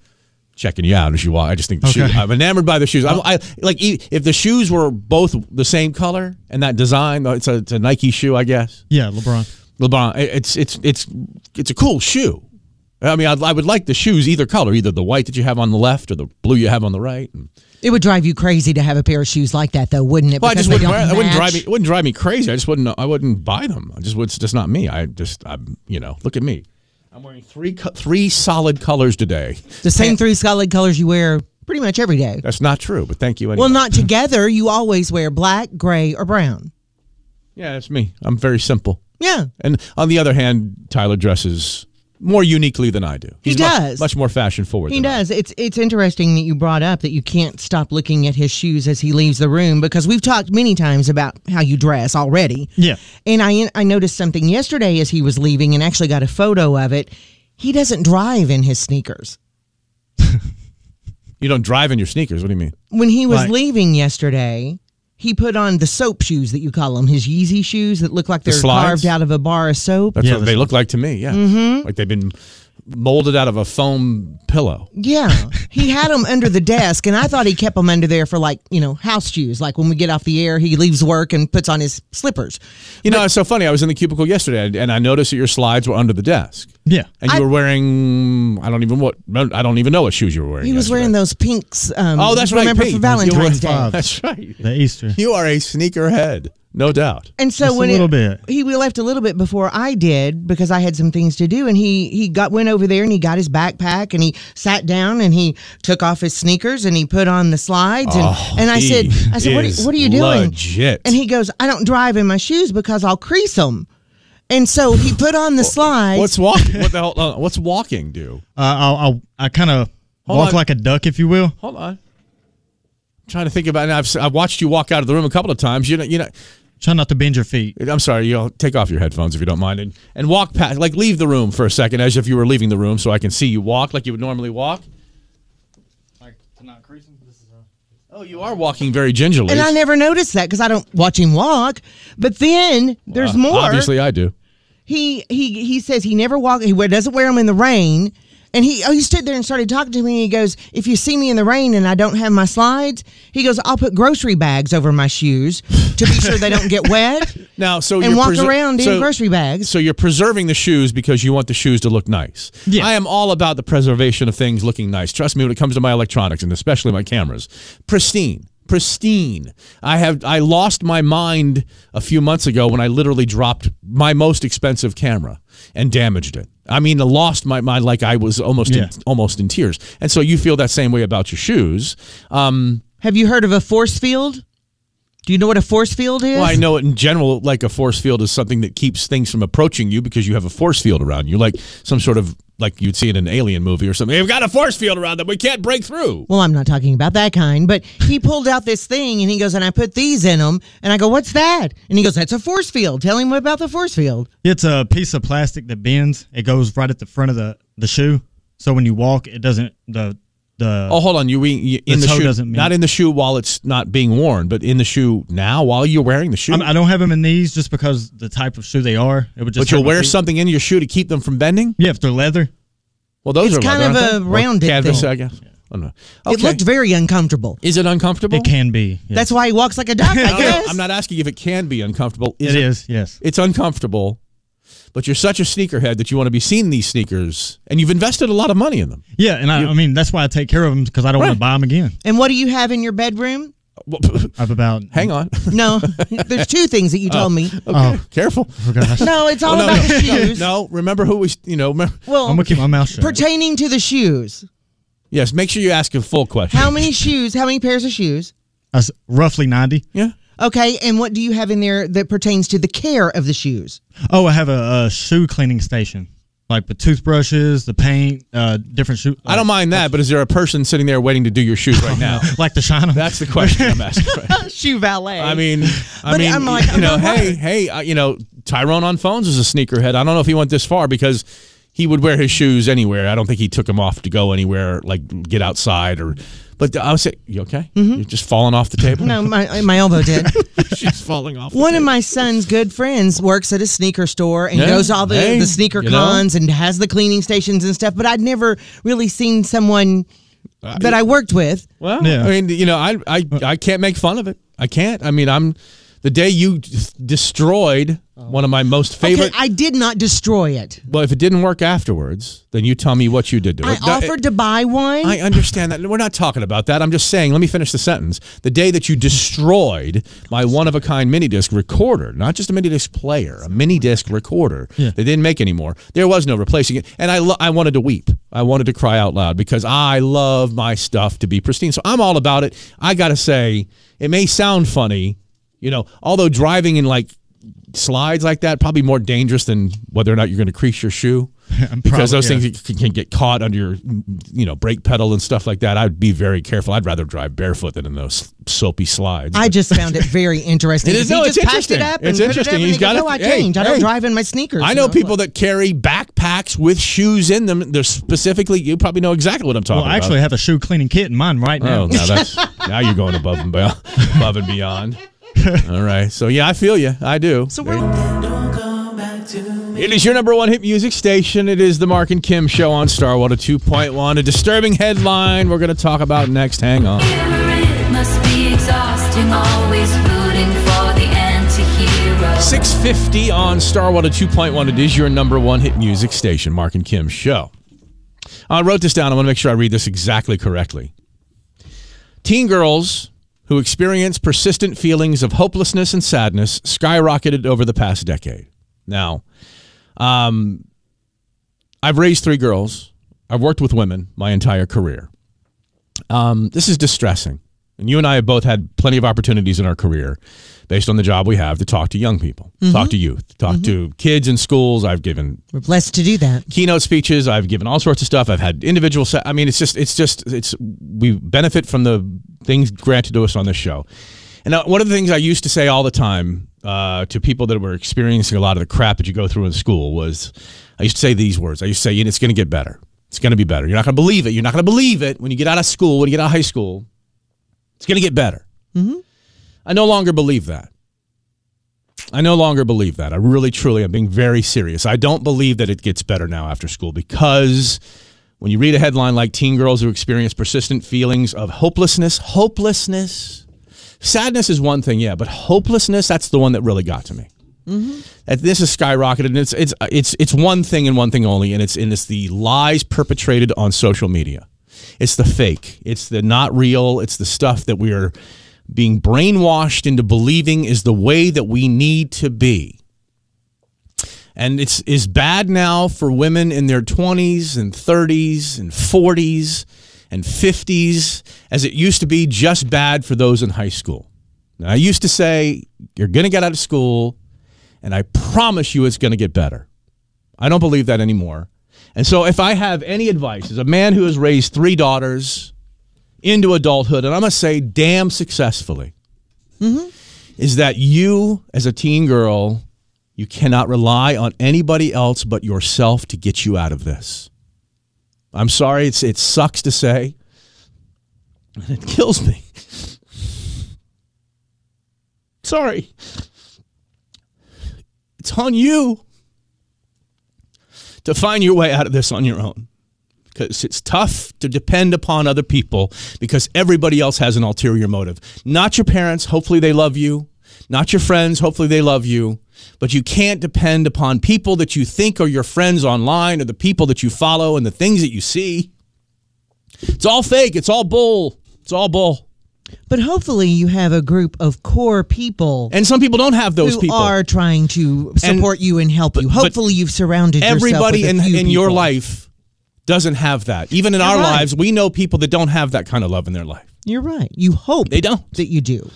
[SPEAKER 7] checking you out as you walk. I just think the
[SPEAKER 4] Okay. Oh.
[SPEAKER 7] shoes, I'm enamored by the shoes. I'm, I like e- if the shoes were both the same color and that design. It's a, it's a Nike shoe, I guess.
[SPEAKER 4] Yeah, LeBron.
[SPEAKER 7] LeBron. it- It's it's it's it's a cool shoe. I mean, I'd, I would like the shoes either color, either the white that you have on the left or the blue you have on the right. And-
[SPEAKER 8] It would drive you crazy to have a pair of shoes like that, though, wouldn't it?
[SPEAKER 7] Well, I
[SPEAKER 8] Because
[SPEAKER 7] just
[SPEAKER 8] they
[SPEAKER 7] wouldn't. Wear, it
[SPEAKER 8] don't
[SPEAKER 7] wouldn't drive me.
[SPEAKER 8] match.
[SPEAKER 7] It wouldn't drive me crazy. I just wouldn't. I wouldn't buy them. I just. It's just not me. I just. I'm. You know. Look at me. I'm wearing three co- three solid colors today.
[SPEAKER 8] The same three solid colors you wear pretty much every day.
[SPEAKER 7] That's not true. But thank you anyway.
[SPEAKER 8] Well, not together. You always wear black, gray, or brown.
[SPEAKER 7] yeah, that's me. I'm very simple.
[SPEAKER 8] Yeah.
[SPEAKER 7] And on the other hand, Tyler dresses more uniquely than I do.
[SPEAKER 8] He
[SPEAKER 7] much-
[SPEAKER 8] does.
[SPEAKER 7] Much, more fashion forward.
[SPEAKER 8] He
[SPEAKER 7] than I am.
[SPEAKER 8] does. It's it's interesting that you brought up that you can't stop looking at his shoes as he leaves the room because we've talked many times about how you dress already.
[SPEAKER 4] Yeah.
[SPEAKER 8] And I I noticed something yesterday as he was leaving and actually got a photo of it. He doesn't drive in his sneakers.
[SPEAKER 7] You don't drive in your sneakers. What do you mean?
[SPEAKER 8] When he was
[SPEAKER 4] Like-
[SPEAKER 8] leaving yesterday, he put on the soap shoes that you call them, his Yeezy shoes that look like they're
[SPEAKER 7] slides? Uh,
[SPEAKER 8] carved out of a bar of soap.
[SPEAKER 7] That's
[SPEAKER 4] Yeah,
[SPEAKER 7] what
[SPEAKER 4] that's-
[SPEAKER 7] they look like to me. Yeah, mm-hmm. like they've been molded out of a foam pillow.
[SPEAKER 8] Yeah, he had them under the desk, and I thought he kept them under there for like you know house shoes. Like when we get off the air, he leaves work and puts on his slippers.
[SPEAKER 7] You know, it's so funny. I was in the cubicle yesterday, and- and I noticed that your slides were under the desk,
[SPEAKER 4] Yeah.
[SPEAKER 7] and you
[SPEAKER 8] I-
[SPEAKER 7] were wearing I don't even what I don't even know what shoes you were wearing.
[SPEAKER 8] He was
[SPEAKER 7] yesterday.
[SPEAKER 8] wearing those pinks. Um,
[SPEAKER 7] Oh, that's right.
[SPEAKER 8] remember
[SPEAKER 7] pink.
[SPEAKER 8] for Valentine's
[SPEAKER 7] You were-
[SPEAKER 8] Day.
[SPEAKER 7] That's right.
[SPEAKER 4] The Easter.
[SPEAKER 7] You are a sneakerhead, no doubt.
[SPEAKER 8] And so
[SPEAKER 4] Just a
[SPEAKER 8] when
[SPEAKER 4] little
[SPEAKER 8] it,
[SPEAKER 4] bit.
[SPEAKER 8] he we left a little bit before I did because I had some things to do, and he he got went over there and he got his backpack and he sat down and he took off his sneakers and he put on the slides and and I
[SPEAKER 7] Oh, he
[SPEAKER 8] said I said what are,
[SPEAKER 7] is
[SPEAKER 8] what are you doing?
[SPEAKER 7] legit.
[SPEAKER 8] And he goes I don't drive in my shoes because I'll crease them, and so he put on the slides.
[SPEAKER 7] What's walking? What the hell? uh, What's walking do?
[SPEAKER 4] Uh, I'll, I'll, I kind of
[SPEAKER 7] Hold
[SPEAKER 4] walk
[SPEAKER 7] on.
[SPEAKER 4] like a duck, if you will.
[SPEAKER 7] Hold on. I'm trying to think about. It. I've s- I've watched you walk out of the room a couple of times. You know. You know.
[SPEAKER 4] Try not to bend your feet.
[SPEAKER 7] I'm sorry, you'll take off your headphones if you don't mind and, and walk past, like leave the room for a second as if you were leaving the room so I can see you walk like you would normally walk. Oh, you are walking very gingerly.
[SPEAKER 8] and I never noticed that because I don't watch him walk. But then there's
[SPEAKER 7] Uh,
[SPEAKER 8] more.
[SPEAKER 7] Obviously, I do.
[SPEAKER 8] he he he says he never walk he wear- doesn't wear them in the rain and he oh he stood there and started talking to me and he goes if you see me in the rain and i don't have my slides he goes i'll put grocery bags over my shoes to be sure they don't get wet
[SPEAKER 7] Now, so
[SPEAKER 8] and
[SPEAKER 7] Oh, you're
[SPEAKER 8] walk
[SPEAKER 7] preser-
[SPEAKER 8] around in
[SPEAKER 7] so-
[SPEAKER 8] grocery bags
[SPEAKER 7] So you're preserving the shoes because you want the shoes to look nice.
[SPEAKER 4] Yeah.
[SPEAKER 7] I am all about the preservation of things looking nice. Trust me when it comes to my electronics and especially my cameras. Pristine. Pristine. I have I lost my mind a few months ago when I literally dropped my most expensive camera and damaged it. I mean, I lost my mind like I was almost
[SPEAKER 4] Yeah.
[SPEAKER 7] in, almost in tears. And so you feel that same way about your shoes. Um,
[SPEAKER 8] have you heard of a force field do you know what a force field is
[SPEAKER 7] Well, I know in general, like a force field is something that keeps things from approaching you because you have a force field around you, like some sort of like you'd see in an alien movie or something. We've got a force field around them; we can't break through.
[SPEAKER 8] well i'm not talking about that kind but he pulled out this thing and he goes and i put these in them and i go what's that and he goes that's a force field tell him about the force field
[SPEAKER 4] It's a piece of plastic that bends. It goes right at the front of the, the shoe. So when you walk, it doesn't, the, the,
[SPEAKER 7] Oh, hold on! You mean you- in
[SPEAKER 4] The
[SPEAKER 7] the,
[SPEAKER 4] toe
[SPEAKER 7] shoe?
[SPEAKER 4] doesn't mean-
[SPEAKER 7] not in the shoe while it's not being worn, but in the shoe now while you're wearing the shoe.
[SPEAKER 4] I'm, I do not have them in these just because the type of shoe they are. It would just
[SPEAKER 7] but you'll
[SPEAKER 4] hurt my
[SPEAKER 7] wear
[SPEAKER 4] feet.
[SPEAKER 7] something in your shoe to keep them from bending.
[SPEAKER 4] Yeah, if they're leather.
[SPEAKER 7] Well, those
[SPEAKER 8] It's
[SPEAKER 7] are
[SPEAKER 8] kind
[SPEAKER 7] leather,
[SPEAKER 8] of
[SPEAKER 7] aren't
[SPEAKER 8] a
[SPEAKER 7] they?
[SPEAKER 8] rounded
[SPEAKER 7] well, canvas,
[SPEAKER 8] thing.
[SPEAKER 7] I guess. I don't know. Okay.
[SPEAKER 8] it looked very uncomfortable
[SPEAKER 7] Is it uncomfortable?
[SPEAKER 4] It can be. yes.
[SPEAKER 8] That's why he walks like a duck, I
[SPEAKER 7] I don't know.
[SPEAKER 8] guess.
[SPEAKER 7] I'm not asking if it can be uncomfortable.
[SPEAKER 4] It is, yes.
[SPEAKER 7] It's uncomfortable, but you're such a sneakerhead that you want to be seen in these sneakers, and you've invested a lot of money in them.
[SPEAKER 4] Yeah, and I, I mean, that's why I take care of them because I don't want
[SPEAKER 7] Right.
[SPEAKER 4] to buy them again.
[SPEAKER 8] And what do you have in your bedroom?
[SPEAKER 7] Well,
[SPEAKER 4] I've about.
[SPEAKER 7] Hang on,
[SPEAKER 8] No, there's two things that you told me.
[SPEAKER 4] Oh,
[SPEAKER 7] careful.
[SPEAKER 4] oh gosh.
[SPEAKER 8] No, it's all
[SPEAKER 7] Uh, no,
[SPEAKER 8] about
[SPEAKER 7] no,
[SPEAKER 8] the shoes.
[SPEAKER 7] no, remember who we, you know, remember,
[SPEAKER 8] Well,
[SPEAKER 4] I'm going to keep my mouth shut.
[SPEAKER 8] pertaining to the shoes,
[SPEAKER 7] yes. Make sure you ask a full question.
[SPEAKER 8] how many shoes? How many pairs of shoes?
[SPEAKER 4] That's roughly 90.
[SPEAKER 7] Yeah.
[SPEAKER 8] Okay, and what do you have in there that pertains to the care of the shoes?
[SPEAKER 4] Oh, I have a, a shoe cleaning station. like the toothbrushes, the paint, uh, different shoe.
[SPEAKER 7] I don't mind that, but is there a person sitting there waiting to do your shoes
[SPEAKER 4] Oh,
[SPEAKER 7] right now?
[SPEAKER 4] like the shine.
[SPEAKER 7] That's the question I'm asking. right?
[SPEAKER 8] Shoe valet.
[SPEAKER 7] I mean, I
[SPEAKER 8] But
[SPEAKER 7] mean,
[SPEAKER 8] I'm like,
[SPEAKER 7] you know,
[SPEAKER 8] I'm not
[SPEAKER 7] hey, hey, uh, you know, Tyrone on phones is a sneakerhead. I don't know if he went this far because he would wear his shoes anywhere. I don't think he took them off to go anywhere, like get outside or. But I would say, you okay? You're just falling off the table.
[SPEAKER 8] Mm-hmm. no, my my elbow did.
[SPEAKER 7] she's falling off. the
[SPEAKER 8] One of
[SPEAKER 7] table.
[SPEAKER 8] my son's good friends works at a sneaker store and
[SPEAKER 7] Yeah,
[SPEAKER 8] goes to all the,
[SPEAKER 7] hey,
[SPEAKER 8] the sneaker
[SPEAKER 7] you know.
[SPEAKER 8] cons and has the cleaning stations and stuff, but I'd never really seen someone that I worked with.
[SPEAKER 7] Uh, Well,
[SPEAKER 4] Yeah.
[SPEAKER 7] I mean, you know, I, I I can't make fun of it. I can't. I mean, I'm the day you d- destroyed one of my most favorite.
[SPEAKER 8] Oh. Okay, I did not destroy it.
[SPEAKER 7] well, if it didn't work afterwards, then you tell me what you did to
[SPEAKER 8] I
[SPEAKER 7] it. No, it-
[SPEAKER 8] offered to buy one.
[SPEAKER 7] I understand that. We're not talking about that. I'm just saying, let me finish the sentence. The day that you destroyed my one of a kind mini disc recorder, not just a mini disc player, a mini disc recorder, they didn't make anymore. There was no replacing it. And I, lo- I wanted to weep. I wanted to cry out loud because I love my stuff to be pristine. So I'm all about it. I got to say, it may sound funny, you know, although driving in like slides like that probably more dangerous than whether or not you're going to crease your shoe because those
[SPEAKER 4] yeah.
[SPEAKER 7] things can, can get caught under your you know brake pedal and stuff like that i'd be very careful i'd rather drive barefoot than in those soapy slides
[SPEAKER 8] I just found it very interesting.
[SPEAKER 7] It is-
[SPEAKER 8] 'cause he
[SPEAKER 7] no, it's
[SPEAKER 8] just packed
[SPEAKER 7] interesting.
[SPEAKER 8] it up and
[SPEAKER 7] It's
[SPEAKER 8] put it
[SPEAKER 7] interesting.
[SPEAKER 8] up and
[SPEAKER 7] He's
[SPEAKER 8] he goes,
[SPEAKER 7] got it.
[SPEAKER 8] "Oh, I
[SPEAKER 7] Hey,
[SPEAKER 8] changed. I don't
[SPEAKER 7] hey.
[SPEAKER 8] drive in my sneakers.
[SPEAKER 7] I know people that carry backpacks with shoes in them. They're specifically, you probably know exactly what I'm talking
[SPEAKER 4] Well, I actually
[SPEAKER 7] about.
[SPEAKER 4] have a shoe cleaning kit in mine right now.
[SPEAKER 7] Oh, now that's now you're going above and beyond. above and beyond. All right, so yeah, I feel you. I do.
[SPEAKER 8] So we're,
[SPEAKER 7] It is your number one hit music station. It is the Mark and Kim show on Starwater 2.1. A disturbing headline we're going to talk about next. Hang on.
[SPEAKER 9] It must be exhausting, always rooting for the anti-hero.
[SPEAKER 7] 650 on Starwater 2.1. It is your number one hit music station, Mark and Kim show. I wrote this down. I want to make sure I read this exactly correctly. Teen girls who experience persistent feelings of hopelessness and sadness skyrocketed over the past decade. Now, um, I've raised three girls. I've worked with women my entire career. Um, this is distressing. And you and I have both had plenty of opportunities in our career based on the job we have to talk to young people, talk to youth, talk to kids in schools. I've given
[SPEAKER 8] we're blessed to do that.
[SPEAKER 7] keynote speeches. I've given all sorts of stuff. I've had individual. Se- I mean, it's just, it's just, it's. We benefit from the things granted to us on this show. And uh, one of the things I used to say all the time uh, to people that were experiencing a lot of the crap that you go through in school was, I used to say these words. I used to say, "It's going to get better. It's going to be better. You're not going to believe it. You're not going to believe it when you get out of school. When you get out of high school, it's going to get better." I no longer believe that. I no longer believe that. I really, truly, I'm being very serious. I don't believe that it gets better now after school because when you read a headline like teen girls who experience persistent feelings of hopelessness, hopelessness, sadness is one thing, yeah, but hopelessness, that's the one that really got to me. That This is skyrocketed, and it's it's it's it's one thing and one thing only, and it's and it's the lies perpetrated on social media. It's the fake. It's the not real. It's the stuff that we are being brainwashed into believing is the way that we need to be. And it's is bad now for women in their 20s and 30s and 40s and 50s as it used to be just bad for those in high school. Now, I used to say you're going to get out of school and I promise you it's going to get better. I don't believe that anymore. And so, if I have any advice as a man who has raised three daughters into adulthood, and I must say, damn successfully, is that you, as a teen girl, you cannot rely on anybody else but yourself to get you out of this. I'm sorry, it's, it sucks to say, and it kills me. Sorry. It's on you to find your way out of this on your own because it's tough to depend upon other people because everybody else has an ulterior motive. Not your parents, hopefully they love you. Not your friends, hopefully they love you. But you can't depend upon people that you think are your friends online or the people that you follow and the things that you see. It's all fake, it's all bull. It's all bull.
[SPEAKER 8] But hopefully you have a group of core people
[SPEAKER 7] And some people don't have those
[SPEAKER 8] who
[SPEAKER 7] people.
[SPEAKER 8] are trying to support you and help you. Hopefully, you've surrounded
[SPEAKER 7] everybody
[SPEAKER 8] yourself
[SPEAKER 7] in,
[SPEAKER 8] with a few
[SPEAKER 7] in your
[SPEAKER 8] people.
[SPEAKER 7] life doesn't have that. Even in our
[SPEAKER 8] right.
[SPEAKER 7] lives, we know people that don't have that kind of love in their life.
[SPEAKER 8] You're right. You hope
[SPEAKER 7] They don't.
[SPEAKER 8] that you do.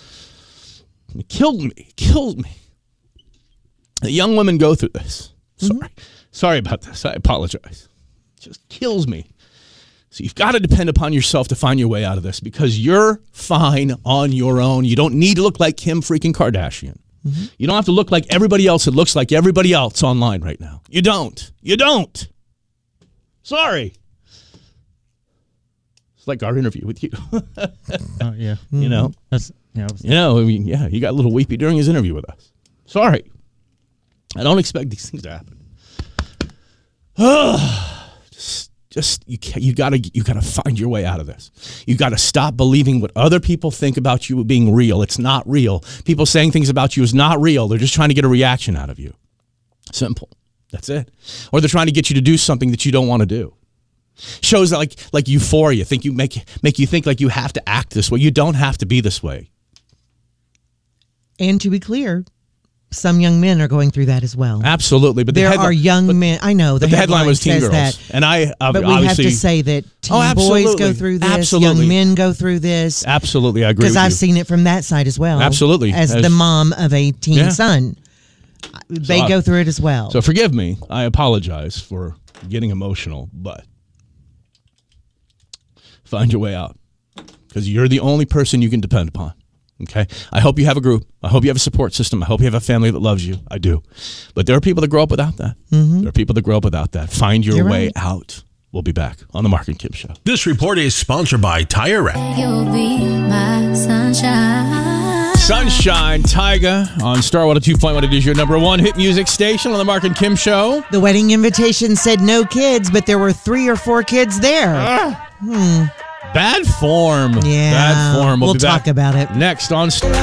[SPEAKER 7] It killed me. It killed me. The young women go through this. Sorry. Sorry about this. I apologize. It just kills me. So you've got to depend upon yourself to find your way out of this because you're fine on your own. You don't need to look like Kim freaking Kardashian. You don't have to look like everybody else that looks like everybody else online right now. You don't. You don't. Sorry. It's like our interview with you.
[SPEAKER 4] Oh, yeah.
[SPEAKER 11] Hmm.
[SPEAKER 7] You know?
[SPEAKER 4] That's yeah. I was-
[SPEAKER 7] You know, I mean, yeah, he got a little weepy during his interview with us. Sorry. I don't expect these things to happen. just, just you ca you gotta you gotta find your way out of this. You gotta stop believing what other people think about you being real. It's not real. People saying things about you is not real. They're just trying to get a reaction out of you. Simple. That's it. Or they're trying to get you to do something that you don't want to do shows like like euphoria think you make make you think like you have to act this way you don't have to be this way
[SPEAKER 8] And to be clear, some young men are going through that as well.
[SPEAKER 7] absolutely but the
[SPEAKER 8] there
[SPEAKER 7] headli-
[SPEAKER 8] are young
[SPEAKER 7] but,
[SPEAKER 8] men. I know the,
[SPEAKER 7] but the headline was teen
[SPEAKER 8] says
[SPEAKER 7] girls
[SPEAKER 8] that,
[SPEAKER 7] and i ob-
[SPEAKER 8] but we have
[SPEAKER 7] obviously
[SPEAKER 8] to say that teen
[SPEAKER 7] Oh,
[SPEAKER 8] boys
[SPEAKER 7] absolutely.
[SPEAKER 8] go through this,
[SPEAKER 7] Absolutely.
[SPEAKER 8] young men go through this.
[SPEAKER 7] absolutely i agree
[SPEAKER 8] Because
[SPEAKER 7] with
[SPEAKER 8] I've
[SPEAKER 7] you.
[SPEAKER 8] seen it from that side as well.
[SPEAKER 7] Absolutely.
[SPEAKER 8] as,
[SPEAKER 7] As-
[SPEAKER 8] the mom of a teen
[SPEAKER 7] Yeah.
[SPEAKER 8] son, they
[SPEAKER 7] So I-
[SPEAKER 8] go through it as well.
[SPEAKER 7] so forgive me i apologize for getting emotional but find your way out because you're the only person you can depend upon okay i hope you have a group i hope you have a support system i hope you have a family that loves you i do but there are people that grow up without that there are people that grow up without that find your
[SPEAKER 8] Mm-hmm. You're
[SPEAKER 7] way
[SPEAKER 8] right.
[SPEAKER 7] out we'll be back on the mark and kim show
[SPEAKER 12] This report is sponsored by Tire Rack.
[SPEAKER 9] You'll be my sunshine.
[SPEAKER 7] sunshine tiger on starwater 2.1 it is your number one hit music station on the mark and kim show
[SPEAKER 8] the wedding invitation said no kids, but there were three or four kids there.
[SPEAKER 7] Ah. bad form
[SPEAKER 8] Yeah.
[SPEAKER 7] bad form we'll,
[SPEAKER 8] We'll
[SPEAKER 7] be back
[SPEAKER 8] talk about it.
[SPEAKER 7] next on St-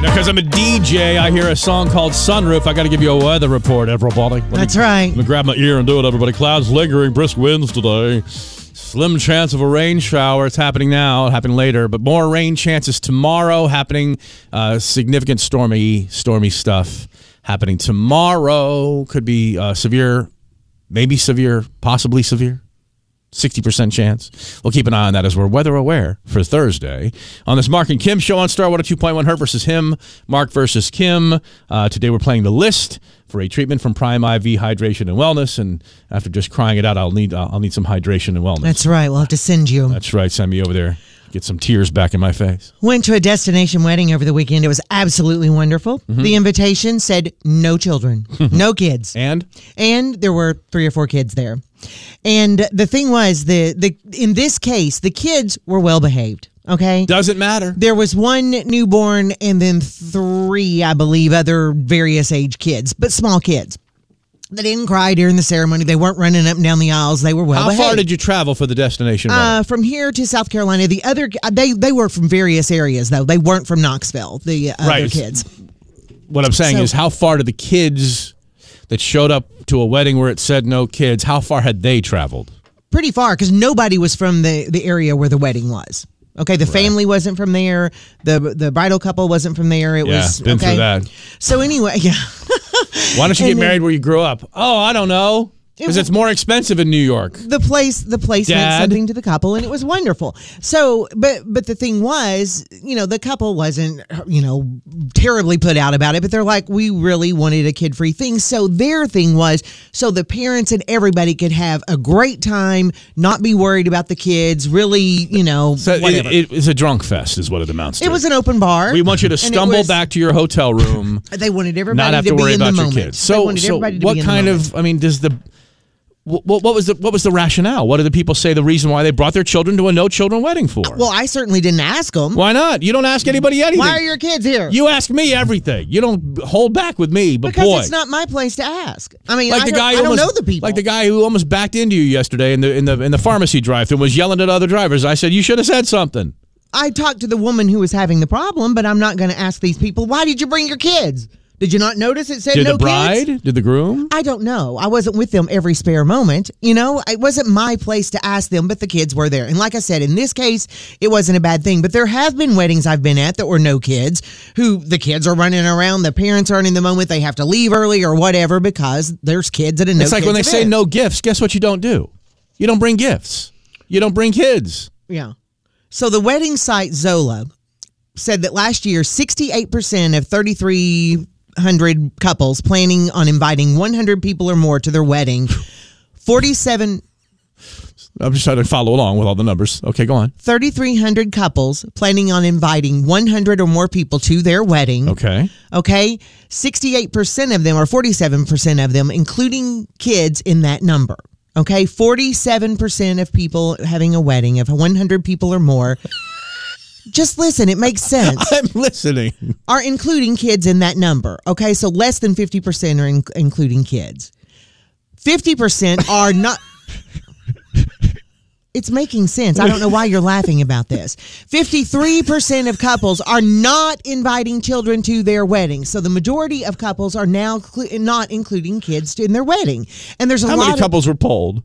[SPEAKER 7] because I'm a DJ, I hear a song called Sunroof. I got to give you a weather report, everybody. Let me-
[SPEAKER 8] That's right.
[SPEAKER 7] Let me grab my ear and do it, everybody. Clouds lingering, brisk winds today. Slim chance of a rain shower. It's happening now. It happened later, but more rain chances tomorrow. Happening, uh, significant stormy, stormy stuff happening tomorrow. Could be uh, severe, maybe severe, possibly severe. 60% chance. We'll keep an eye on that as we're weather aware for Thursday on this Mark and Kim show on Starwater 2.1, her versus him, Mark versus Kim. Uh, today we're playing the list for a treatment from Prime IV Hydration and Wellness. And after just crying it out, I'll need I'll, I'll need some hydration and wellness.
[SPEAKER 8] That's right. We'll have to send you. 'em.
[SPEAKER 7] That's right. Send me over there. Get some tears back in my face.
[SPEAKER 8] Went to a destination wedding over the weekend. It was absolutely wonderful.
[SPEAKER 7] Mm-hmm.
[SPEAKER 8] The invitation said no children, no kids.
[SPEAKER 7] And
[SPEAKER 8] and there were three or four kids there. And the thing was the the in this case, the kids were well behaved, okay?
[SPEAKER 7] doesn't matter.
[SPEAKER 8] There was one newborn and then three, I believe, other various age kids, but small kids. They didn't cry during the ceremony. They weren't running up and down the aisles. They were well
[SPEAKER 7] How
[SPEAKER 8] behaved.
[SPEAKER 7] far did you travel for the destination?
[SPEAKER 8] Uh,
[SPEAKER 7] wedding?
[SPEAKER 8] from here to South Carolina, the other uh, they they were from various areas though. They weren't from Knoxville. The other
[SPEAKER 7] Right.
[SPEAKER 8] kids.
[SPEAKER 7] what I'm saying
[SPEAKER 8] so-
[SPEAKER 7] is, how far did the kids that showed up to a wedding where it said no kids, how far had they traveled?
[SPEAKER 8] pretty far because nobody was from the the area where the wedding was. Okay, the family wasn't from there. the The bridal couple wasn't from there. It
[SPEAKER 7] Yeah,
[SPEAKER 8] was
[SPEAKER 7] been through
[SPEAKER 8] okay.
[SPEAKER 7] that.
[SPEAKER 8] So anyway, yeah,
[SPEAKER 7] Why don't you get
[SPEAKER 8] And then-
[SPEAKER 7] married where you grew up? Oh, I don't know. Because
[SPEAKER 8] It-
[SPEAKER 7] it's more expensive in New York.
[SPEAKER 8] the place the place
[SPEAKER 7] Dad.
[SPEAKER 8] meant something to the couple, and it was wonderful. So, but but the thing was, you know, the couple wasn't you know terribly put out about it, but they're like, we really wanted a kid free thing. So their thing was, so the parents and everybody could have a great time, not be worried about the kids. Really, you know,
[SPEAKER 7] So it,
[SPEAKER 8] whatever.
[SPEAKER 7] it, it's a drunk fest, is what it amounts to.
[SPEAKER 8] It was an open bar.
[SPEAKER 7] we want you to
[SPEAKER 8] and it
[SPEAKER 7] stumble
[SPEAKER 8] was-
[SPEAKER 7] back to your hotel room,
[SPEAKER 8] They wanted everybody
[SPEAKER 7] not have to,
[SPEAKER 8] be
[SPEAKER 7] worry
[SPEAKER 8] in
[SPEAKER 7] about
[SPEAKER 8] the
[SPEAKER 7] your
[SPEAKER 8] moment.
[SPEAKER 7] kids.
[SPEAKER 8] they
[SPEAKER 7] So,
[SPEAKER 8] wanted
[SPEAKER 7] so
[SPEAKER 8] everybody to
[SPEAKER 7] what
[SPEAKER 8] be in the
[SPEAKER 7] kind
[SPEAKER 8] moment.
[SPEAKER 7] of? I mean, does the what, what was the what was the rationale? What do the people say the reason why they brought their children to a no children wedding for?
[SPEAKER 8] Well, I certainly didn't ask them.
[SPEAKER 7] why not? You don't ask anybody anything.
[SPEAKER 8] Why are your kids here?
[SPEAKER 7] You ask me everything. You don't hold back with me, but
[SPEAKER 8] because
[SPEAKER 7] boy,
[SPEAKER 8] it's not my place to ask. I mean,
[SPEAKER 7] like
[SPEAKER 8] I
[SPEAKER 7] the
[SPEAKER 8] don't-
[SPEAKER 7] guy
[SPEAKER 8] I
[SPEAKER 7] who
[SPEAKER 8] don't
[SPEAKER 7] almost,
[SPEAKER 8] know the people.
[SPEAKER 7] Like the guy who almost backed into you yesterday in the in the in the pharmacy drive-through and was yelling at other drivers. I said you should have said something.
[SPEAKER 8] I talked to the woman who was having the problem, but I'm not going to ask these people. Why did you bring your kids? Did you not notice it said
[SPEAKER 7] Did
[SPEAKER 8] no
[SPEAKER 7] the bride?
[SPEAKER 8] kids?
[SPEAKER 7] Did the groom?
[SPEAKER 8] I don't know. I wasn't with them every spare moment. You know, it wasn't my place to ask them, but the kids were there. And like I said, in this case, it wasn't a bad thing. But there have been weddings I've been at that were no kids, who the kids are running around, the parents aren't in the moment, they have to leave early or whatever because there's kids at a no.
[SPEAKER 7] it's like when they
[SPEAKER 8] kids
[SPEAKER 7] say
[SPEAKER 8] event.
[SPEAKER 7] no gifts. Guess what you don't do? You don't bring gifts. You don't bring kids.
[SPEAKER 8] Yeah. So the wedding site Zola said that last year, 68% of 33 500 couples planning on inviting 100 people or more to their wedding. 47
[SPEAKER 7] I'm just trying to follow along with all the numbers. Okay, go on.
[SPEAKER 8] 3,300 couples planning on inviting 100 or more people to their wedding.
[SPEAKER 7] Okay.
[SPEAKER 8] Okay. 68% of them, or 47% of them, including kids in that number. Okay. 47% of people having a wedding of 100 people or more. Just listen, it makes sense.
[SPEAKER 7] I'm listening.
[SPEAKER 8] Are including kids in that number. Okay. So less than 50% are in- including kids. 50% are not. It's making sense. I don't know why you're laughing about this. 53% of couples are not inviting children to their wedding. So the majority of couples are now cl- not including kids in their wedding. And there's a
[SPEAKER 7] How
[SPEAKER 8] lot
[SPEAKER 7] many
[SPEAKER 8] of
[SPEAKER 7] couples were polled?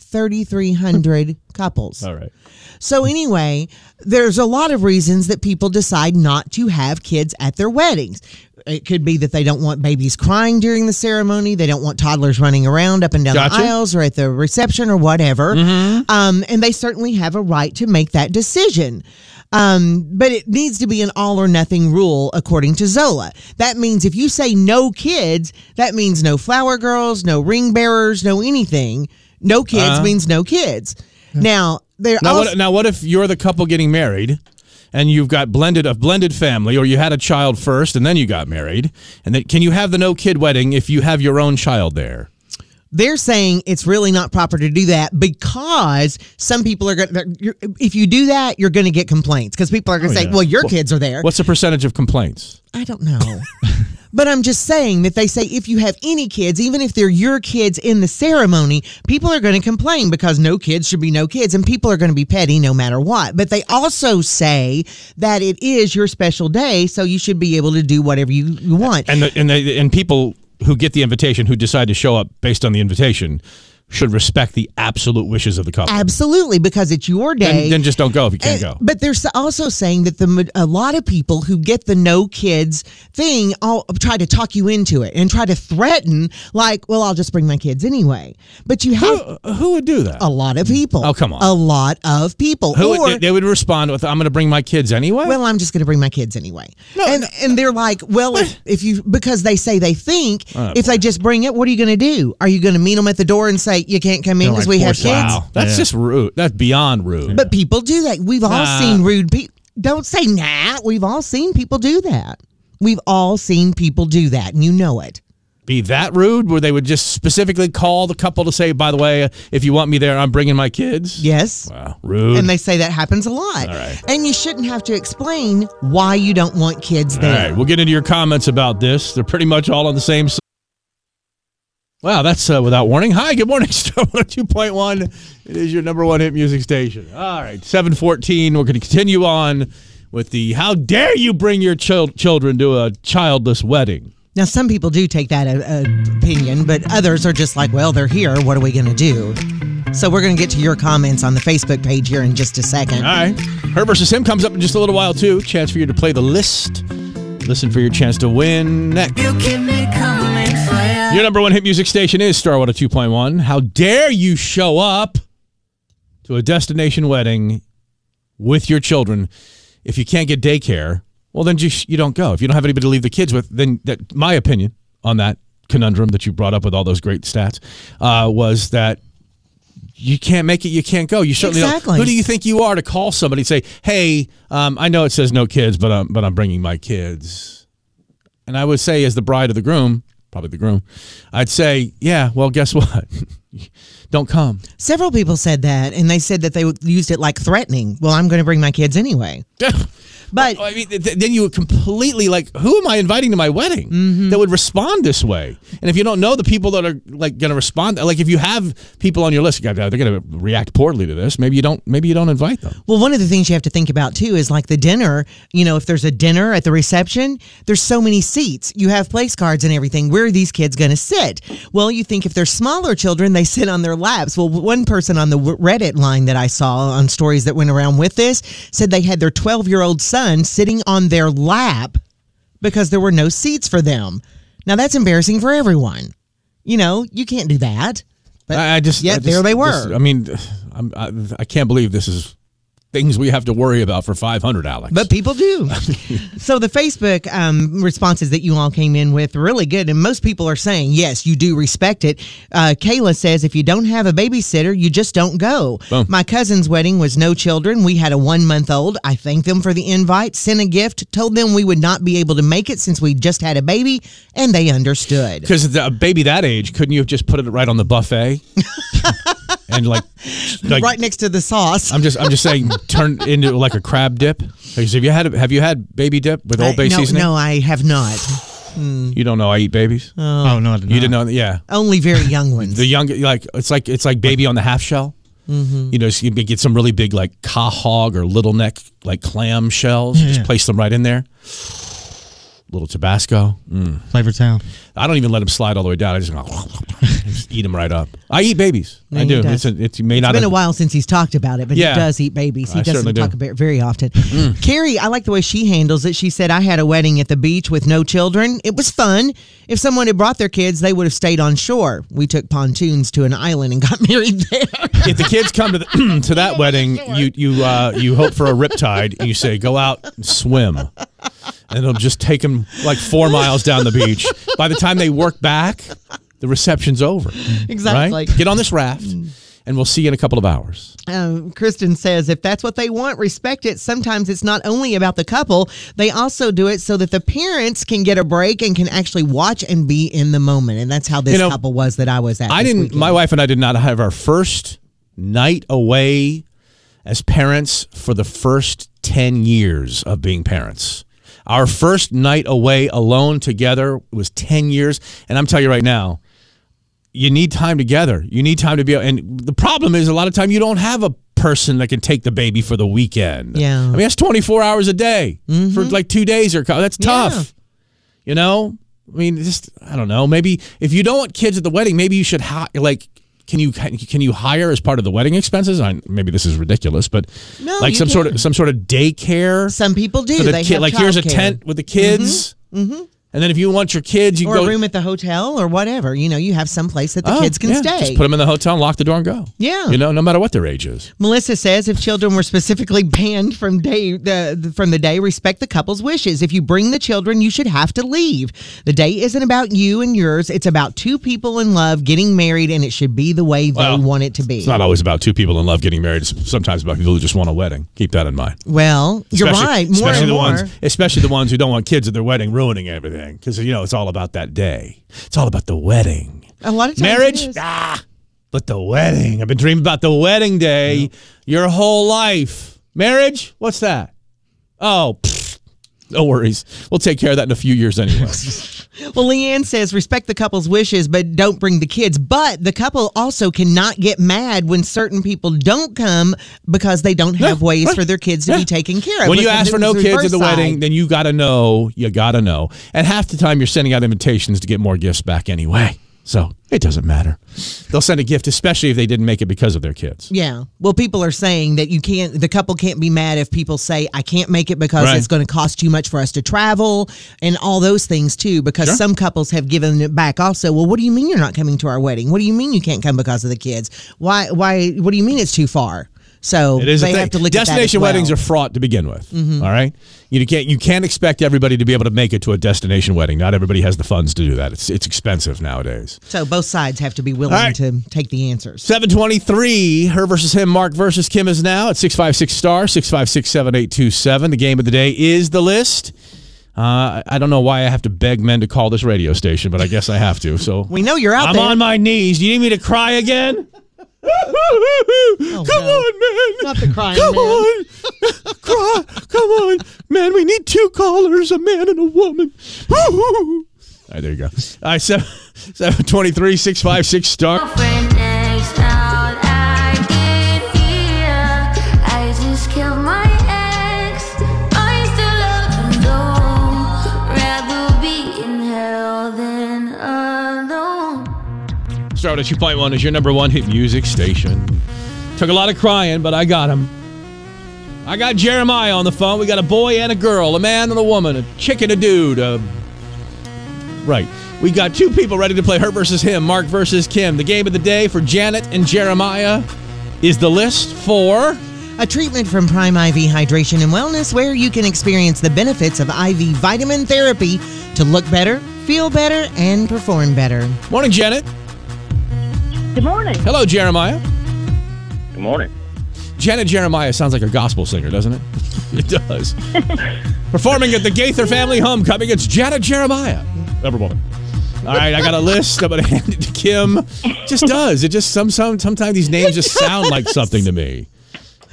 [SPEAKER 8] 3,300 couples.
[SPEAKER 7] All right.
[SPEAKER 8] So anyway, there's a lot of reasons that people decide not to have kids at their weddings. It could be that they don't want babies crying during the ceremony. They don't want toddlers running around up and down
[SPEAKER 7] Gotcha. Mm-hmm.
[SPEAKER 8] the aisles or at the reception or whatever. Um, and they certainly have a right to make that decision. Um, but it needs to be an all or nothing rule, according to Zola. That means if you say no kids, that means no flower girls, no ring bearers, no anything. No kids
[SPEAKER 7] Uh.
[SPEAKER 8] means no kids. Now, there
[SPEAKER 7] Now,
[SPEAKER 8] also,
[SPEAKER 7] what, now, what if you're the couple getting married, and you've got blended a blended family, or you had a child first and then you got married, and then can you have the no kid wedding if you have your own child there?
[SPEAKER 8] they're saying it's really not proper to do that because some people are going to, if you do that, you're going to get complaints because people are going to say,
[SPEAKER 7] Oh, yeah.
[SPEAKER 8] well, your
[SPEAKER 7] Well,
[SPEAKER 8] kids are there.
[SPEAKER 7] What's the percentage of complaints?
[SPEAKER 8] I don't know. but I'm just saying that they say if you have any kids, even if they're your kids in the ceremony, people are going to complain because no kids should be no kids and people are going to be petty no matter what. But they also say that it is your special day, so you should be able to do whatever you, you want.
[SPEAKER 7] And the, and the, and people who get the invitation, who decide to show up based on the invitation, should respect the absolute wishes of the couple.
[SPEAKER 8] Absolutely, because it's your day.
[SPEAKER 7] Then, then just don't go if you can't go.
[SPEAKER 8] And- Eh, But they're s- also saying that the ma- a lot of people who get the no kids thing all try to talk you into it and try to threaten, like, well, I'll just bring my kids anyway. But you have
[SPEAKER 7] Who, who would do that?
[SPEAKER 8] a lot of people.
[SPEAKER 7] Oh, come on.
[SPEAKER 8] a lot of people.
[SPEAKER 7] Who would,
[SPEAKER 8] or,
[SPEAKER 7] they, they would respond with, "I'm going to bring my kids anyway."
[SPEAKER 8] well, I'm just going to bring my kids anyway. and and they're like, well, if, if you because they say they think
[SPEAKER 7] Oh,
[SPEAKER 8] if they just bring it, what are you going to do? Are you going to meet them at the door and say you can't come in
[SPEAKER 4] They're
[SPEAKER 8] because
[SPEAKER 4] like
[SPEAKER 8] we have
[SPEAKER 4] forced
[SPEAKER 8] kids?
[SPEAKER 4] to-
[SPEAKER 7] wow, that's
[SPEAKER 4] Yeah.
[SPEAKER 7] just rude. That's beyond rude.
[SPEAKER 8] But people do that. We've all
[SPEAKER 7] Nah.
[SPEAKER 8] seen rude people. Don't say nah. We've all seen people do that. We've all seen people do that, and you know it.
[SPEAKER 7] be that rude where they would just specifically call the couple to say, by the way, if you want me there, I'm bringing my kids?
[SPEAKER 8] Yes.
[SPEAKER 7] Wow, rude.
[SPEAKER 8] And they say that happens a lot.
[SPEAKER 7] right.
[SPEAKER 8] And you shouldn't have to explain why you don't want kids
[SPEAKER 7] all
[SPEAKER 8] there.
[SPEAKER 7] right, we'll get into your comments about this. They're pretty much all on the same s Wow, that's uh, without warning. Hi, good morning, Star oh 2.1. It is your number one hit music station. All right, 714. We're going to continue on with the how dare you bring your chil- children to a childless wedding.
[SPEAKER 8] Now, some people do take that uh, uh, opinion, but others are just like, well, they're here. What are we going to do? So we're going to get to your comments on the Facebook page here in just a second.
[SPEAKER 7] All right. Her versus him comes up in just a little while, too. Chance for you to play the list. Listen for your chance to win next. Your number one hit music station is Starwater 2.1. How dare you show up to a destination wedding with your children if you can't get daycare? Well, then you, sh- you don't go. If you don't have anybody to leave the kids with, then that my opinion on that conundrum that you brought up with all those great stats uh, was that you can't make it, you can't go. You certainly
[SPEAKER 8] Exactly.
[SPEAKER 7] don't. Who do you think you are to call somebody and say, "Hey, um, I know it says no kids, but I'm but I'm bringing my kids." And I would say, as the bride of the groom, probably the groom, I'd say, "Yeah, well, guess what? don't come."
[SPEAKER 8] Several people said that, and they said that they used it like threatening. Well, I'm going to bring my kids anyway. But
[SPEAKER 7] Oh, I mean, th- th- then you would completely like, who am I inviting to my wedding
[SPEAKER 8] Mm-hmm.
[SPEAKER 7] that would respond this way? And if you don't know the people that are like going to respond, like if you have people on your list, God, they're going to react poorly to this. Maybe you don't. Maybe you don't invite them.
[SPEAKER 8] Well, one of the things you have to think about too is like the dinner. You know, if there's a dinner at the reception, there's so many seats. You have place cards and everything. Where are these kids going to sit? Well, you think if they're smaller children, they sit on their laps. Well, one person on the w- Reddit line that I saw on stories that went around with this said they had their 12 year old son sitting on their lap because there were no seats for them. Now, that's embarrassing for everyone. You know, you can't do that. But
[SPEAKER 7] I, I just
[SPEAKER 8] yet
[SPEAKER 7] I just-
[SPEAKER 8] there they were.
[SPEAKER 7] this- I mean, I'm, I, I can't believe this is. things we have to worry about for 500, Alex.
[SPEAKER 8] But people do. so the Facebook um, responses that you all came in with really good, and most people are saying yes, you do respect it. Uh, Kayla says if you don't have a babysitter, you just don't go.
[SPEAKER 7] Boom.
[SPEAKER 8] My cousin's wedding was no children. We had a one month old. I thanked them for the invite, sent a gift, told them we would not be able to make it since we just had a baby, and they understood.
[SPEAKER 7] Because a baby that age, couldn't you have just put it right on the buffet? and like, like-
[SPEAKER 8] right next to the sauce.
[SPEAKER 7] I'm just I'm just saying turn into like a crab dip. Like, have you had have you had baby dip with Old Bay
[SPEAKER 8] I, no,
[SPEAKER 7] seasoning?
[SPEAKER 8] No, I have not.
[SPEAKER 7] You don't know I eat babies.
[SPEAKER 4] Oh, no, I did
[SPEAKER 7] you didn't
[SPEAKER 4] not.
[SPEAKER 8] Uh.
[SPEAKER 7] know? Yeah,
[SPEAKER 8] Only very young ones.
[SPEAKER 7] the young like it's like it's like baby on the half shell.
[SPEAKER 8] Mhm.
[SPEAKER 7] You know, so you get some really big like ca hog or little neck like clam shells.
[SPEAKER 4] Yeah,
[SPEAKER 7] just
[SPEAKER 4] yeah.
[SPEAKER 7] place them right in there. Little Tabasco. Mm.
[SPEAKER 4] Flavor Town.
[SPEAKER 7] I don't even let them slide all the way down. I just, just eat them right up. I eat babies.
[SPEAKER 8] No,
[SPEAKER 7] I
[SPEAKER 8] he
[SPEAKER 7] do. It's
[SPEAKER 8] does.
[SPEAKER 7] a, it's you may
[SPEAKER 8] It's
[SPEAKER 7] not
[SPEAKER 8] been a
[SPEAKER 7] have-
[SPEAKER 8] while since he's talked about it, but
[SPEAKER 7] Yeah.
[SPEAKER 8] he does eat babies. He
[SPEAKER 7] I certainly
[SPEAKER 8] doesn't
[SPEAKER 7] do. Mm.
[SPEAKER 8] talk about it very often. Carrie, I like the way she handles it. She said, I had a wedding at the beach with no children. It was fun. If someone had brought their kids, they would have stayed on shore. We took pontoons to an island and got married there.
[SPEAKER 7] if the kids come to the, to that wedding, you you uh, you hope for a riptide. and You say go out and swim, and it'll just take them like four miles down the beach. By the time they work back, the reception's over.
[SPEAKER 8] Exactly.
[SPEAKER 7] Right? Get on this raft, and we'll see you in a couple of hours.
[SPEAKER 8] Um, Kristen says, if that's what they want, respect it. Sometimes it's not only about the couple, they also do it so that the parents can get a break and can actually watch and be in the moment. And that's how this
[SPEAKER 7] You know,
[SPEAKER 8] couple was that I was at.
[SPEAKER 7] I
[SPEAKER 8] this
[SPEAKER 7] didn't.
[SPEAKER 8] weekend.
[SPEAKER 7] My wife and I did not have our first night away as parents for the first ten years of being parents. Our first night away alone together was ten years, and I'm telling you right now, you need time together. You need time to be. And the problem is, a lot of time you don't have a person that can take the baby for the weekend.
[SPEAKER 8] Yeah. Mm-hmm.
[SPEAKER 7] I mean that's 24 hours a day for like two days or co- that's tough. You know, I mean, just I don't know. Maybe if you don't want kids at the wedding, maybe you should hi- like. Can you can you hire as part of the wedding expenses? I, maybe this is ridiculous, but
[SPEAKER 8] No,
[SPEAKER 7] like
[SPEAKER 8] you
[SPEAKER 7] some sort
[SPEAKER 8] can.
[SPEAKER 7] of some sort of daycare
[SPEAKER 8] Some people do.
[SPEAKER 7] for the
[SPEAKER 8] they
[SPEAKER 7] kid.
[SPEAKER 8] have
[SPEAKER 7] Like here's a
[SPEAKER 8] childcare. Mm-hmm.
[SPEAKER 7] tent with the kids, and then if you want your kids, you
[SPEAKER 8] or
[SPEAKER 7] go
[SPEAKER 8] a room at the hotel or whatever. You know, you have some place that the
[SPEAKER 7] Oh,
[SPEAKER 8] kids can
[SPEAKER 7] yeah,
[SPEAKER 8] stay.
[SPEAKER 7] Just put them in the hotel, and lock the door, and go.
[SPEAKER 8] Yeah.
[SPEAKER 7] you know, no matter what their age is.
[SPEAKER 8] Melissa says if children were specifically banned from day the, the- from the day, respect the couple's wishes. If you bring the children, you should have to leave. The day isn't about you and yours. It's about two people in love getting married, and it should be the way they
[SPEAKER 7] Well,
[SPEAKER 8] want it to be.
[SPEAKER 7] It's not always about two people in love getting married. It's sometimes about people who just want a wedding. Keep that in mind.
[SPEAKER 8] well, you're
[SPEAKER 7] Especially-
[SPEAKER 8] right. More
[SPEAKER 7] especially
[SPEAKER 8] and
[SPEAKER 7] the
[SPEAKER 8] more.
[SPEAKER 7] ones, especially the ones who don't want kids at their wedding ruining everything, because you know it's all about that day. It's all about the wedding,
[SPEAKER 8] a lot of times it
[SPEAKER 7] marriage.
[SPEAKER 8] is.
[SPEAKER 7] Ah, but the wedding. I've been dreaming about the wedding day your whole life. Marriage? What's that? Oh, pfft, no worries. We'll take care of that in a few years anyway.
[SPEAKER 8] Well, Leanne says respect the couple's wishes, but don't bring the kids. But the couple also cannot get mad when certain people don't come because they don't have
[SPEAKER 7] Yeah,
[SPEAKER 8] ways
[SPEAKER 7] right.
[SPEAKER 8] for their kids to
[SPEAKER 7] Yeah.
[SPEAKER 8] be taken care of.
[SPEAKER 7] When you
[SPEAKER 8] Look,
[SPEAKER 7] ask
[SPEAKER 8] it
[SPEAKER 7] for no
[SPEAKER 8] was the
[SPEAKER 7] kids at
[SPEAKER 8] reverse
[SPEAKER 7] the wedding,
[SPEAKER 8] side.
[SPEAKER 7] then you got to know. You got to know. And half the time you're sending out invitations to get more gifts back anyway. So it doesn't matter. They'll send a gift, especially if they didn't make it because of their kids.
[SPEAKER 8] Yeah. Well, people are saying that you can't, the couple can't be mad if people say, I can't make it because
[SPEAKER 7] Right.
[SPEAKER 8] it's going to cost too much for us to travel and all those things too, because some couples have given it back also. Well, what do you mean you're not coming to our wedding? What do you mean you can't come because of the kids? Why, why, what do you mean it's too far? So
[SPEAKER 7] It is
[SPEAKER 8] they
[SPEAKER 7] a thing.
[SPEAKER 8] have to look at that as
[SPEAKER 7] destination
[SPEAKER 8] well. Mm-hmm.
[SPEAKER 7] weddings are fraught to begin with. all right, you can't you can't expect everybody to be able to make it to a destination wedding. Not everybody has the funds to do that. It's it's expensive nowadays.
[SPEAKER 8] So both sides have to be willing
[SPEAKER 7] All right.
[SPEAKER 8] to take the answers.
[SPEAKER 7] 723, her versus him, Mark versus Kim is now at 656 star, 656 7827. The game of the day is the list. Uh, I- I don't know why I have to beg men to call this radio station, but I guess I have to. So
[SPEAKER 8] We know you're out
[SPEAKER 7] I'm
[SPEAKER 8] there.
[SPEAKER 7] on my knees. Do you need me to cry again? come
[SPEAKER 8] Oh, no.
[SPEAKER 7] on, man.
[SPEAKER 8] Not the crying
[SPEAKER 7] Come
[SPEAKER 8] man.
[SPEAKER 7] on. Cry. Come on. Man, we need two callers, a man and a woman. All right, there you go. All right, 7, 723 656 star.
[SPEAKER 9] friend next out, I can hear. I just killed my ex. I still love him though. Rather be in hell than alone.
[SPEAKER 7] Start at 2.1 is your number one hit music station. Took a lot of crying, but I got him. I got Jeremiah on the phone. We got a boy and a girl, a man and a woman, a chick and a dude. A... Right. We got two people ready to play her versus him, Mark versus Kim. The game of the day for Janet and Jeremiah is the list for
[SPEAKER 8] a treatment from Prime IV Hydration and Wellness where you can experience the benefits of IV vitamin therapy to look better, feel better, and perform better.
[SPEAKER 7] Morning, Janet.
[SPEAKER 13] Good morning.
[SPEAKER 7] Hello, Jeremiah.
[SPEAKER 11] Good morning.
[SPEAKER 7] Janet Jeremiah sounds like a gospel singer, doesn't it? it does. Performing at the Gaither Family Homecoming, it's Janet Jeremiah. Every woman. All right, I got a list. I'm gonna hand it to Kim. Just does it? Just some, some sometimes these names just sound like something to me.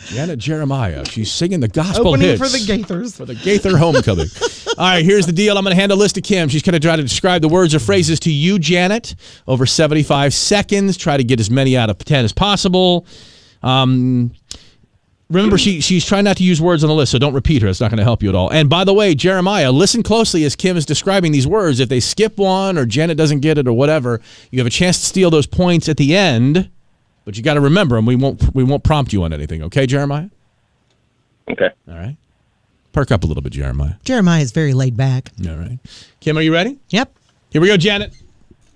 [SPEAKER 7] Janet Jeremiah. She's singing the gospel
[SPEAKER 8] Opening
[SPEAKER 7] hits
[SPEAKER 8] for the Gaithers.
[SPEAKER 7] for the Gaither Homecoming. All right, here's the deal. I'm going to hand a list to Kim. She's going to try to describe the words or phrases to you, Janet, over 75 seconds. Try to get as many out of 10 as possible. Um, remember, she she's trying not to use words on the list, so don't repeat her. It's not going to help you at all. And by the way, Jeremiah, listen closely as Kim is describing these words. If they skip one or Janet doesn't get it or whatever, you have a chance to steal those points at the end. But you got to remember them. We won't we won't prompt you on anything, okay, Jeremiah?
[SPEAKER 11] Okay.
[SPEAKER 7] All right. Perk up a little bit, Jeremiah.
[SPEAKER 8] Jeremiah is very laid back.
[SPEAKER 7] All right. Kim, are you ready?
[SPEAKER 8] Yep.
[SPEAKER 7] Here we go, Janet.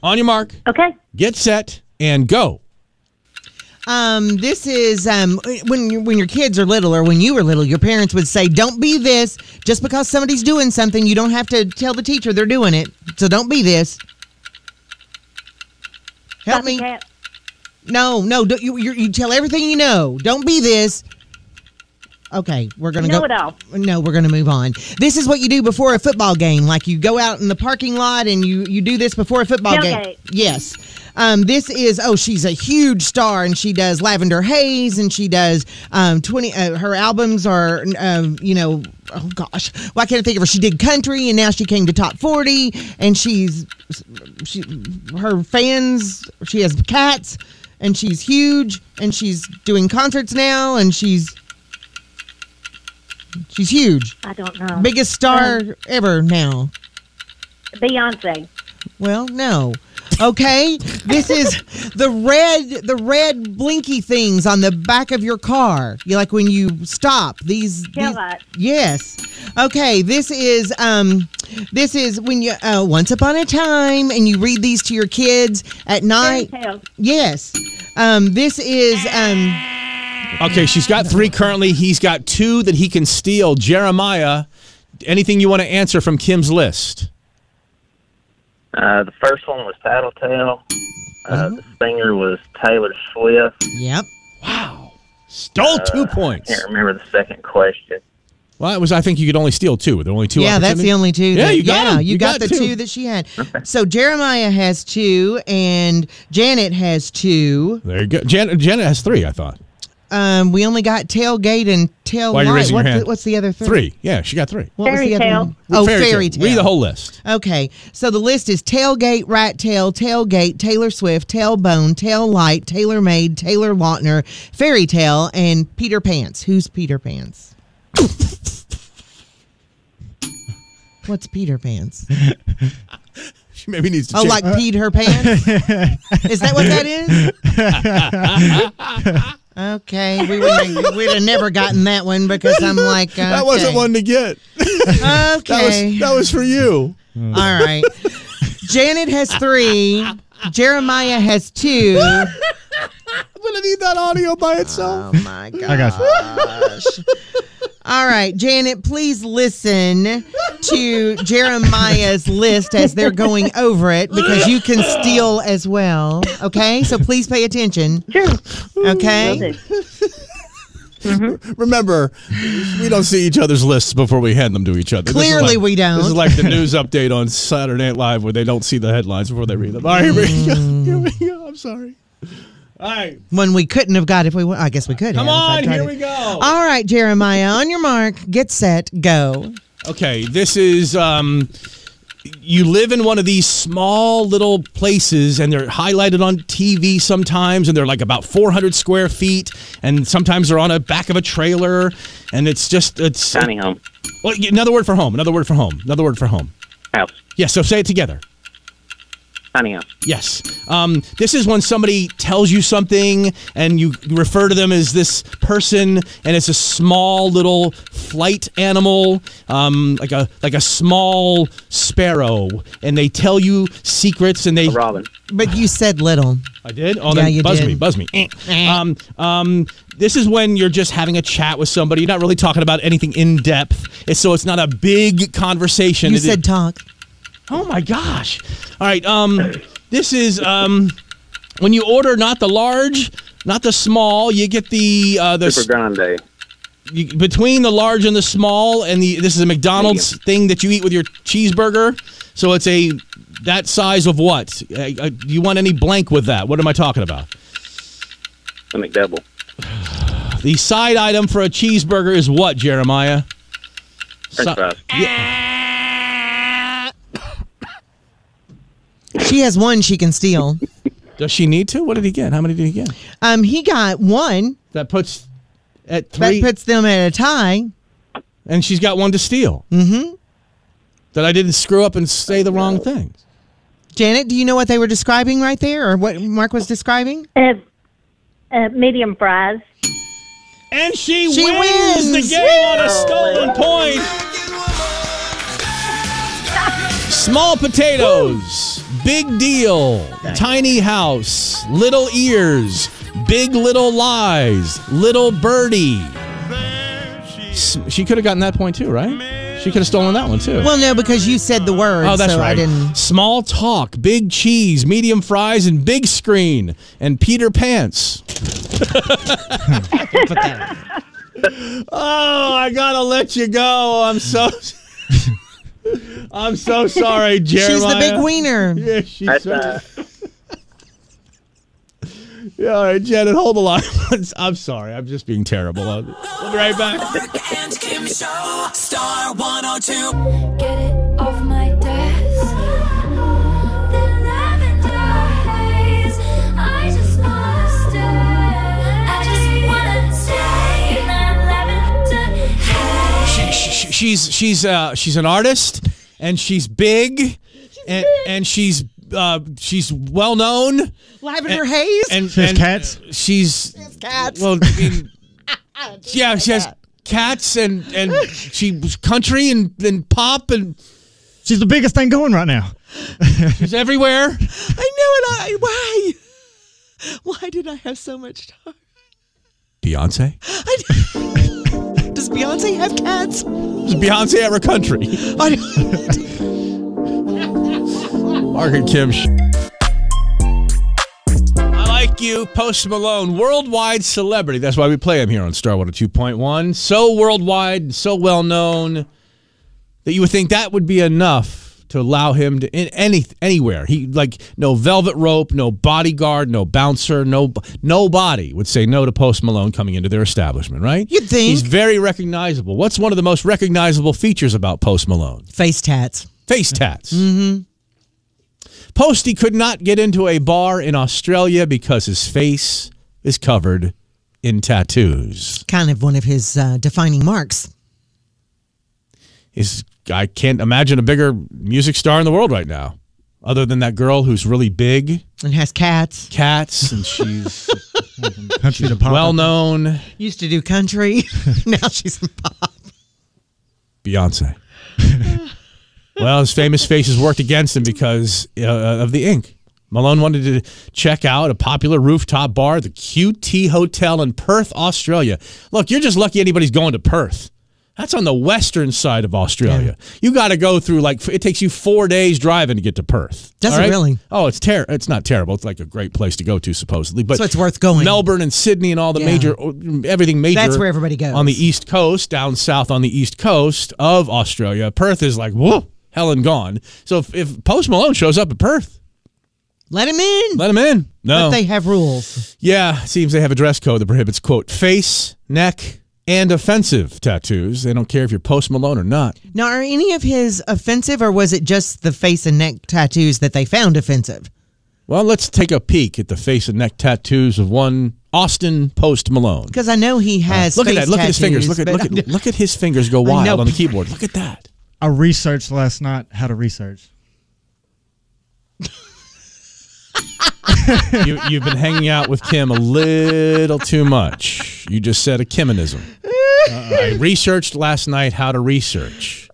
[SPEAKER 7] On your mark.
[SPEAKER 13] Okay.
[SPEAKER 7] Get set and go.
[SPEAKER 8] Um, this is um, when you, when your kids are little, or when you were little, your parents would say, "Don't be this." Just because somebody's doing something, you don't have to tell the teacher they're doing it. So don't be this. Help me.
[SPEAKER 13] Copycat.
[SPEAKER 8] No, no. Don't, you, you you tell everything you know. Don't be this. Okay, we're gonna go.
[SPEAKER 13] Know-it-all.
[SPEAKER 8] No, we're gonna move on. This is what you do before a football game. Like you go out in the parking lot and you you do this before a football game.
[SPEAKER 13] Tailgate.
[SPEAKER 8] Yes. Um, this is oh she's a huge star and she does Lavender Haze and she does um, twenty uh, her albums are um, you know oh gosh why can't I think of her she did country and now she came to top forty and she's she her fans she has cats and she's huge and she's doing concerts now and she's she's huge
[SPEAKER 13] I don't know.
[SPEAKER 8] biggest star
[SPEAKER 13] Um,
[SPEAKER 8] ever now
[SPEAKER 13] Beyonce.
[SPEAKER 8] well, no. Okay, this is the red the red blinky things on the back of your car. You like when you stop these.
[SPEAKER 13] Tail
[SPEAKER 8] these-
[SPEAKER 13] light.
[SPEAKER 8] yes. Okay, this is um, this is when you uh, once upon a time and you read these to your kids at night.
[SPEAKER 13] Tails.
[SPEAKER 8] Yes. Um, this is um,
[SPEAKER 7] Okay, she's got three currently. He's got two that he can steal. Jeremiah, anything you want to answer from Kim's list?
[SPEAKER 11] Uh, the first one was Tattletale. Uh,
[SPEAKER 4] Oh.
[SPEAKER 11] the singer was Taylor Swift.
[SPEAKER 8] yep.
[SPEAKER 7] Stole two points.
[SPEAKER 11] Can't remember the second question.
[SPEAKER 7] Well, it was. I think you could only steal two. There were only two.
[SPEAKER 8] Yeah, that's the
[SPEAKER 7] opportunities.
[SPEAKER 8] only two.
[SPEAKER 7] Yeah,
[SPEAKER 8] that-
[SPEAKER 7] you got
[SPEAKER 8] yeah,
[SPEAKER 7] 'em.
[SPEAKER 8] You, got, the two. that she had. So Jeremiah has two, and Janet has two.
[SPEAKER 7] There you go. Janet, Janet has three. I thought.
[SPEAKER 8] Um, we only got tailgate and tail
[SPEAKER 7] Why are
[SPEAKER 8] light.
[SPEAKER 7] you raising your
[SPEAKER 8] What's
[SPEAKER 7] hand?
[SPEAKER 8] The, what's the other three?
[SPEAKER 7] Three. Yeah, she got three.
[SPEAKER 8] What was
[SPEAKER 13] Fairy
[SPEAKER 8] the other
[SPEAKER 13] tale.
[SPEAKER 8] one? Oh, fairy, tale.
[SPEAKER 7] Read the whole list.
[SPEAKER 8] Okay, so the list is tailgate, rat tail, tailgate, Taylor Swift, tailbone, tail light, Taylor Made, Taylor Lautner, fairy tale, and Peter Pants. Who's Peter Pants? What's Peter Pants?
[SPEAKER 7] She maybe needs to.
[SPEAKER 8] Oh,
[SPEAKER 7] change-
[SPEAKER 8] like peed her pants? is that what that is? Okay, we would we'd have never gotten that one because I'm like okay.
[SPEAKER 7] that wasn't one to get. That
[SPEAKER 8] Okay,
[SPEAKER 7] was that was for you.
[SPEAKER 8] all right. Janet has three. Jeremiah has two.
[SPEAKER 7] I'm gonna need that audio by itself.
[SPEAKER 8] Oh my gosh.
[SPEAKER 4] I got you.
[SPEAKER 8] All right, Janet, please listen to Jeremiah's list as they're going over it because you can steal as well. Okay, so please pay attention.
[SPEAKER 13] Sure. Will
[SPEAKER 8] Okay,
[SPEAKER 13] do.
[SPEAKER 7] Remember, we don't see each other's lists before we hand them to each other. This is
[SPEAKER 8] Clearly
[SPEAKER 7] like-
[SPEAKER 8] we don't.
[SPEAKER 7] This is like the news update on Saturday Night Live where they don't see the headlines before they read them. All right, here we go.
[SPEAKER 8] Mm.
[SPEAKER 7] Here we go. I'm sorry. All right,
[SPEAKER 8] when we couldn't have got if we wa- I guess we could.
[SPEAKER 7] come
[SPEAKER 8] have
[SPEAKER 7] on.
[SPEAKER 8] if I tried
[SPEAKER 7] Here
[SPEAKER 8] it.
[SPEAKER 7] we go.
[SPEAKER 8] All right, Jeremiah, on your mark, get set, go.
[SPEAKER 7] Okay, this is um you live in one of these small little places and they're highlighted on TV sometimes and they're like about 400 square feet and sometimes they're on a back of a trailer and it's just it's
[SPEAKER 11] Tiny home.
[SPEAKER 7] well, another word for home, another word for home, another word for home.
[SPEAKER 11] House.
[SPEAKER 7] Yeah, so say it together.
[SPEAKER 11] Cunningham.
[SPEAKER 7] Yes. Um, this is when somebody tells you something and you refer to them as this person, and it's a small little flight animal, um, like a like a small sparrow, and they tell you secrets and they
[SPEAKER 11] robin.
[SPEAKER 8] But you said little.
[SPEAKER 7] I did. Oh,
[SPEAKER 8] Yeah,
[SPEAKER 7] then
[SPEAKER 8] you
[SPEAKER 7] buzz
[SPEAKER 8] did.
[SPEAKER 7] me, buzz me. Eh. um, um, this is when you're just having a chat with somebody. You're not really talking about anything in depth, It's- so it's not a big conversation.
[SPEAKER 8] You
[SPEAKER 7] It-
[SPEAKER 8] said talk.
[SPEAKER 7] Oh my gosh. All right. Um, this is um, when you order not the large, not the small. You get the uh, the
[SPEAKER 11] Super Grande.
[SPEAKER 7] you, between the large and the small, and the this is a McDonald's thing that you eat with your cheeseburger. So it's a that size of what? Uh, uh, do you want any blank with that? What am I talking about?
[SPEAKER 11] The McDouble.
[SPEAKER 7] The side item for a cheeseburger is what, Jeremiah?
[SPEAKER 11] French
[SPEAKER 7] So-
[SPEAKER 11] fries.
[SPEAKER 8] She has one she can steal.
[SPEAKER 7] Does she need to? What did he get? How many did he get?
[SPEAKER 8] Um, he got one.
[SPEAKER 7] That puts at
[SPEAKER 8] That
[SPEAKER 7] three,
[SPEAKER 8] puts them at a tie.
[SPEAKER 7] and she's got one to steal.
[SPEAKER 8] Mm-hmm.
[SPEAKER 7] That I didn't screw up and say the wrong thing.
[SPEAKER 8] Janet, do you know what they were describing right there, or what Mark was describing?
[SPEAKER 13] Uh, uh, medium fries.
[SPEAKER 7] And she,
[SPEAKER 13] She
[SPEAKER 7] wins, the
[SPEAKER 13] wins.
[SPEAKER 7] game on a stolen point. Small potatoes, big deal, tiny house, little ears, big little lies, little birdie. S- She could have gotten that point too, right? She could have stolen that one too.
[SPEAKER 8] Well, no, because you said the word.
[SPEAKER 7] Oh, that's
[SPEAKER 8] so
[SPEAKER 7] right.
[SPEAKER 8] I didn't.
[SPEAKER 7] Small talk, big cheese, medium fries, and big screen, and Peter Pants. oh, I gotta let you go. I'm so. I'm so sorry, Jeremiah.
[SPEAKER 8] She's the big wiener.
[SPEAKER 7] Yeah, she's
[SPEAKER 11] That's,
[SPEAKER 7] so-
[SPEAKER 11] uh,
[SPEAKER 7] Yeah, all right, Janet, hold the line. I'm sorry. I'm just being terrible. We'll be right back.
[SPEAKER 9] and Kim Show, Star 102. Get it off my desk. The lavender haze, I just wanna stay. I just wanna stay in that lavender haze.
[SPEAKER 7] she, she, she's she's uh, she's an artist and she's big and and she's uh, she's well known.
[SPEAKER 8] Lavender Haze?
[SPEAKER 7] and
[SPEAKER 4] She has
[SPEAKER 7] and
[SPEAKER 4] cats?
[SPEAKER 7] She's
[SPEAKER 8] cats.
[SPEAKER 7] Well, I mean, yeah, she has cats and and she was country and and pop and
[SPEAKER 4] She's the biggest thing going right now.
[SPEAKER 7] she's everywhere.
[SPEAKER 8] I knew it. I why? Why did I have so much time?
[SPEAKER 7] Beyonce.
[SPEAKER 8] I, does Beyonce have cats?
[SPEAKER 7] Is Beyonce ever country? Mark and Kim. Sh- I like you, Post Malone, worldwide celebrity. That's why we play him here on Star oh Water 2.1. So worldwide, and so well known that you would think that would be enough to allow him to in any anywhere. He like no velvet rope, no bodyguard, no bouncer, no nobody would say no to Post Malone coming into their establishment, right?
[SPEAKER 8] You'd think.
[SPEAKER 7] He's very recognizable. What's one of the most recognizable features about Post Malone?
[SPEAKER 8] Face tats.
[SPEAKER 7] Face tats. Mm-hmm. Posty could not get into a bar in Australia because his face is covered in tattoos.
[SPEAKER 8] Kind of one of his uh, defining marks.
[SPEAKER 7] Is I can't imagine a bigger music star in the world right now, other than that girl who's really big,
[SPEAKER 8] And has cats.
[SPEAKER 7] cats, and she's
[SPEAKER 4] Country to pop.
[SPEAKER 7] well known.
[SPEAKER 8] Used to do country. now she's in pop.
[SPEAKER 7] Beyonce. well, his famous face has worked against him because uh, of the ink. Malone wanted to check out a popular rooftop bar, the QT Hotel in Perth, Australia. Look, you're just lucky anybody's going to Perth. That's on the western side of Australia. You got to go through like it takes you four days driving to get to Perth.
[SPEAKER 8] Does
[SPEAKER 7] all
[SPEAKER 8] it really?
[SPEAKER 7] Oh, it's ter- It's not terrible. It's like a great place to go to supposedly, but
[SPEAKER 8] So it's worth going.
[SPEAKER 7] Melbourne and Sydney and all the
[SPEAKER 8] Yeah.
[SPEAKER 7] major, everything major.
[SPEAKER 8] That's where everybody goes.
[SPEAKER 7] on the east coast, down south on the east coast of Australia. Perth is like, whoa, hell and gone. So if, if Post Malone shows up at Perth,
[SPEAKER 8] Let him in.
[SPEAKER 7] let him in. No.
[SPEAKER 8] But they have rules.
[SPEAKER 7] yeah, seems they have a dress code that prohibits, quote, face, neck, and offensive tattoos. They don't care if you're Post Malone or not.
[SPEAKER 8] Now, are any of his offensive, or was it just the face and neck tattoos that they found offensive?
[SPEAKER 7] Well, let's take a peek at the face and neck tattoos of one Austin Post Malone.
[SPEAKER 8] Because I know he has.
[SPEAKER 7] Uh, Look at
[SPEAKER 8] face
[SPEAKER 7] that. Look at his fingers. Look
[SPEAKER 8] tattoos,
[SPEAKER 7] at,
[SPEAKER 8] but
[SPEAKER 7] look, at, look at his fingers go
[SPEAKER 8] I know.
[SPEAKER 7] wild on the keyboard. Look at that.
[SPEAKER 4] I researched last night how to research.
[SPEAKER 7] you, you've been hanging out with Kim a little too much. You just said a Kiminism. I researched last night how to research.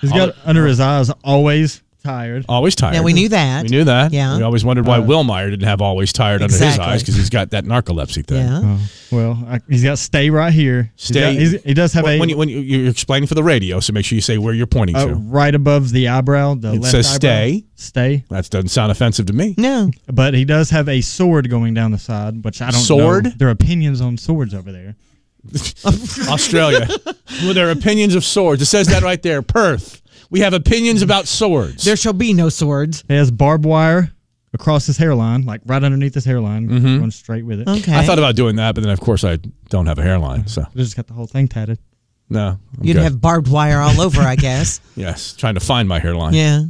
[SPEAKER 4] He's got under his eyes always tired.
[SPEAKER 7] Always tired.
[SPEAKER 8] Yeah, we knew that.
[SPEAKER 7] We knew that.
[SPEAKER 8] Yeah.
[SPEAKER 7] We always wondered
[SPEAKER 4] Uh,
[SPEAKER 7] why Wilmeyer didn't have always tired under his
[SPEAKER 4] Exactly.
[SPEAKER 7] eyes because he's got that narcolepsy thing.
[SPEAKER 4] Yeah. Oh, well, I, he's got stay right here. He's
[SPEAKER 7] Stay.
[SPEAKER 4] got- he's- he does have
[SPEAKER 7] when,
[SPEAKER 4] a
[SPEAKER 7] When, you, when you, you're explaining for the radio, so make sure you say where you're pointing
[SPEAKER 4] uh,
[SPEAKER 7] to.
[SPEAKER 4] right above the eyebrow. The
[SPEAKER 7] It
[SPEAKER 4] left
[SPEAKER 7] says
[SPEAKER 4] eyebrow.
[SPEAKER 7] stay.
[SPEAKER 4] Stay.
[SPEAKER 7] That doesn't sound offensive to me.
[SPEAKER 8] No.
[SPEAKER 4] But he does have a sword going down the side, which I don't know
[SPEAKER 7] Sword?
[SPEAKER 4] their opinions on swords over there.
[SPEAKER 7] Australia, with their opinions of swords. It says that right there. Perth, we have opinions about swords.
[SPEAKER 8] There shall be no swords.
[SPEAKER 4] He has barbed wire across his hairline, like right underneath his hairline,
[SPEAKER 7] Mm-hmm.
[SPEAKER 4] going straight with it.
[SPEAKER 7] I thought about doing that, but then of course I don't have a hairline, so
[SPEAKER 4] I just got the whole thing tatted.
[SPEAKER 7] no. I'm
[SPEAKER 8] You'd
[SPEAKER 7] good.
[SPEAKER 8] have barbed wire all over, I guess.
[SPEAKER 7] yes, trying to find my hairline.
[SPEAKER 8] Yeah.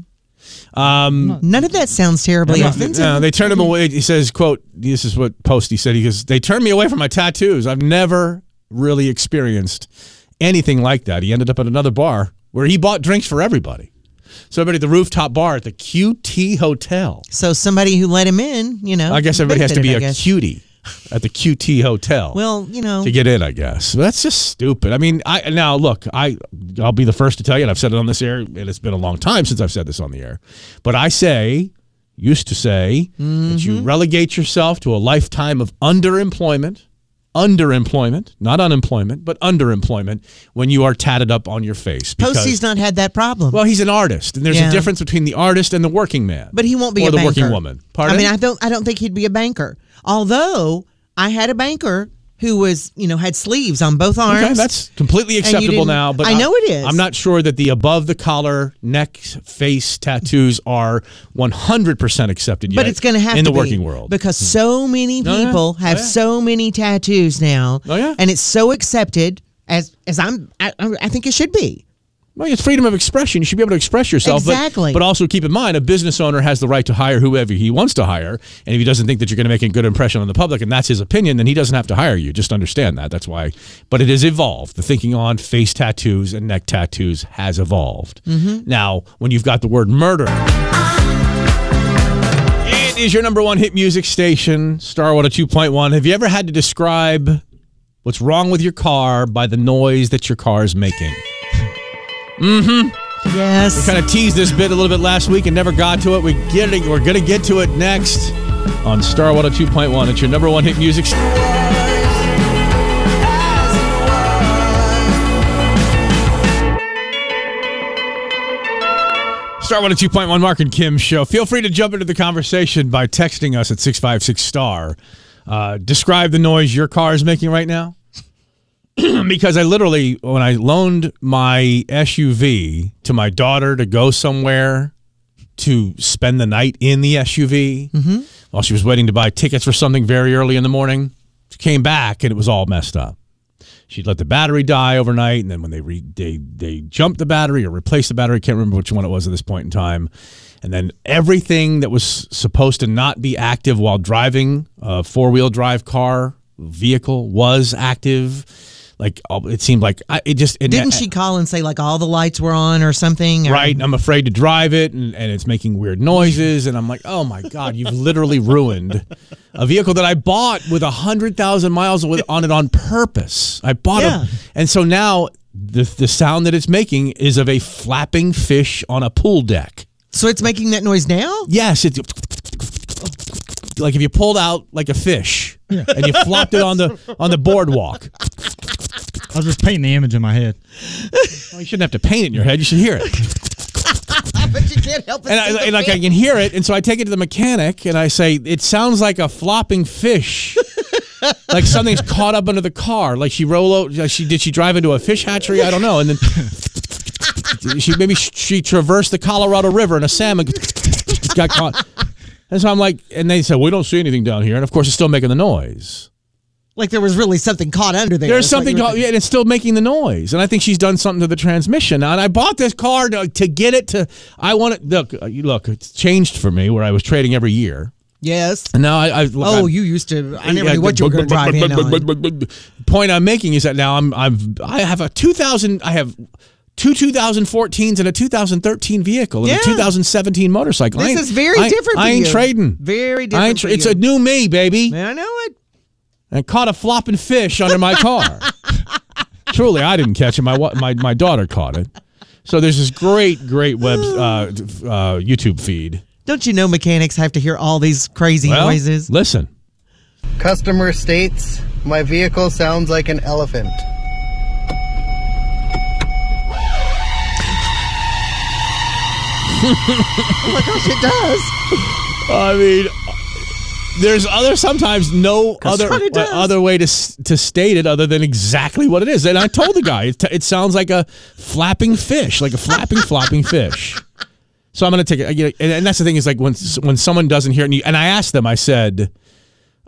[SPEAKER 7] Um,
[SPEAKER 8] None of that sounds terribly
[SPEAKER 7] no,
[SPEAKER 8] offensive.
[SPEAKER 7] no, they turned him away. He says, "quote This is what Posty said. He goes, they turned me away from my tattoos. I've never really experienced anything like that." He ended up at another bar where he bought drinks for everybody. So everybody at the rooftop bar at the QT Hotel.
[SPEAKER 8] So somebody who let him in, you know.
[SPEAKER 7] I guess everybody has to be
[SPEAKER 8] benefited, I
[SPEAKER 7] a
[SPEAKER 8] guess.
[SPEAKER 7] cutie at the QT Hotel.
[SPEAKER 8] Well, you know.
[SPEAKER 7] to get in, I guess. But that's just stupid. I mean, I now look, I I'll be the first to tell you, and I've said it on this air, and it's been a long time since I've said this on the air. But I say, used to say, that
[SPEAKER 8] Mm-hmm.
[SPEAKER 7] you relegate yourself to a lifetime of underemployment, underemployment, not unemployment, but underemployment when you are tatted up on your face.
[SPEAKER 8] Posty's not had that problem.
[SPEAKER 7] well, he's an artist, and there's
[SPEAKER 8] Yeah.
[SPEAKER 7] a difference between the artist and the working man.
[SPEAKER 8] But he won't be
[SPEAKER 7] or
[SPEAKER 8] a
[SPEAKER 7] the
[SPEAKER 8] banker.
[SPEAKER 7] working woman. Pardon?
[SPEAKER 8] I mean, I don't. I don't think he'd be a banker. Although I had a banker who was, you know, had sleeves on both arms.
[SPEAKER 7] Okay, that's completely
[SPEAKER 8] And you
[SPEAKER 7] acceptable
[SPEAKER 8] didn't-
[SPEAKER 7] now. But
[SPEAKER 8] I know it is.
[SPEAKER 7] I'm not sure that the above the collar, neck, face tattoos are 100 percent accepted yet.
[SPEAKER 8] But it's going to have
[SPEAKER 7] in
[SPEAKER 8] to
[SPEAKER 7] the
[SPEAKER 8] be,
[SPEAKER 7] working world. Hmm.
[SPEAKER 8] because so many
[SPEAKER 7] Oh, yeah.
[SPEAKER 8] people have
[SPEAKER 7] Oh, yeah.
[SPEAKER 8] so many tattoos now.
[SPEAKER 7] Oh, yeah.
[SPEAKER 8] and it's so accepted as as I'm. I, I I think it should be.
[SPEAKER 7] Well, it's freedom of expression. You should be able to express yourself. but-
[SPEAKER 8] Exactly.
[SPEAKER 7] But, also keep in mind, a business owner has the right to hire whoever he wants to hire. And if he doesn't think that you're going to make a good impression on the public, and that's his opinion, then he doesn't have to hire you. Just understand that. That's why. But it has evolved. The thinking on face tattoos and neck tattoos has evolved. Now, when you've got the word murder. It is your number one hit music station, Star oh Starwater 2.1. Have you ever had to describe what's wrong with your car by the noise that your car is making? We
[SPEAKER 8] Yes.
[SPEAKER 7] kind of teased this bit a little bit last week and never got to it. We get it. We're gonna get to it next on Star 2.1. It's your number one hit music. st- Star oh 2.1. Mark and Kim show. Feel free to jump into the conversation by texting us at six five six star. Uh, describe the noise your car is making right now. because I literally, when I loaned my SUV to my daughter to go somewhere to spend the night in the SUV
[SPEAKER 8] Mm-hmm.
[SPEAKER 7] while she was waiting to buy tickets for something very early in the morning, she came back and it was all messed up. She'd let the battery die overnight, and then when they re- they they jumped the battery or replaced the battery, I can't remember which one it was at this point in time. And then everything that was supposed to not be active while driving a four wheel drive car vehicle was active. Like all- it seemed like I, it just and-
[SPEAKER 8] Didn't she call and say like all the lights were on or something? or-
[SPEAKER 7] Right, I'm afraid to drive it, and, and it's making weird noises, and I'm like, oh my god, you've literally ruined a vehicle that I bought with a hundred thousand miles with, on it on purpose. I bought
[SPEAKER 8] Yeah.
[SPEAKER 7] it, and so now the the sound that it's making is of a flapping fish on a pool deck.
[SPEAKER 8] So it's making that noise now.
[SPEAKER 7] Yes, it's like if you pulled out like a fish and you flopped it on the on the boardwalk.
[SPEAKER 4] I was just painting the image in my head.
[SPEAKER 7] Well, you shouldn't have to paint it in your head; you should hear it.
[SPEAKER 8] but you can't help it.
[SPEAKER 7] and, I, and like I can hear it, and so I take it to the mechanic, and I say, "It sounds like a flopping fish, like something's caught up under the car. Like she roll out, she did she drive into a fish hatchery? I don't know." And then she maybe she traversed the Colorado River, and a salmon got caught. And so I'm like, and they said, "We don't see anything down here," and of course, it's still making the noise.
[SPEAKER 8] Like there was really something caught under there.
[SPEAKER 7] There's
[SPEAKER 8] It's like
[SPEAKER 7] something,
[SPEAKER 8] you were
[SPEAKER 7] called, yeah, and it's still making the noise. And I think she's done something to the transmission. And I bought this car to, to get it to. I want it. Look, uh, you- look, it's changed for me where I was trading every year.
[SPEAKER 8] thinking- Yes.
[SPEAKER 7] And now I. I
[SPEAKER 8] Oh,
[SPEAKER 7] I-
[SPEAKER 8] you used to. I never
[SPEAKER 7] yeah,
[SPEAKER 8] knew what you were going to drive in on.
[SPEAKER 7] Point I'm making is that now I'm I'm I have a 2000. I have two 2014s and a 2013 vehicle and
[SPEAKER 8] Yeah.
[SPEAKER 7] a 2017 motorcycle. I
[SPEAKER 8] This
[SPEAKER 7] ain't-
[SPEAKER 8] is very
[SPEAKER 7] I ain't-
[SPEAKER 8] different.
[SPEAKER 7] I
[SPEAKER 8] for
[SPEAKER 7] ain't
[SPEAKER 8] you.
[SPEAKER 7] trading.
[SPEAKER 8] Very
[SPEAKER 7] I
[SPEAKER 8] different.
[SPEAKER 7] ain't tra-
[SPEAKER 8] for
[SPEAKER 7] it's
[SPEAKER 8] you.
[SPEAKER 7] a new me, baby.
[SPEAKER 8] I know it.
[SPEAKER 7] And caught a flopping fish under my car. Truly, I didn't catch it. My wa- my my daughter caught it. So there's this great great web uh, d- uh, YouTube feed.
[SPEAKER 8] Don't you know mechanics have to hear all these crazy
[SPEAKER 7] Well,
[SPEAKER 8] noises?
[SPEAKER 7] Listen.
[SPEAKER 14] Customer states, my vehicle sounds like an elephant.
[SPEAKER 8] oh my gosh, it does.
[SPEAKER 7] I mean, there's other sometimes no
[SPEAKER 8] That's
[SPEAKER 7] other uh,
[SPEAKER 8] what it does.
[SPEAKER 7] other way to s- to state it other than exactly what it is. And I told the guy it, t- it sounds like a flapping fish, like a flapping flopping fish. So I'm gonna take it. You know, and, and that's the thing is like when s- when someone doesn't hear it, and, you, and I asked them, I said.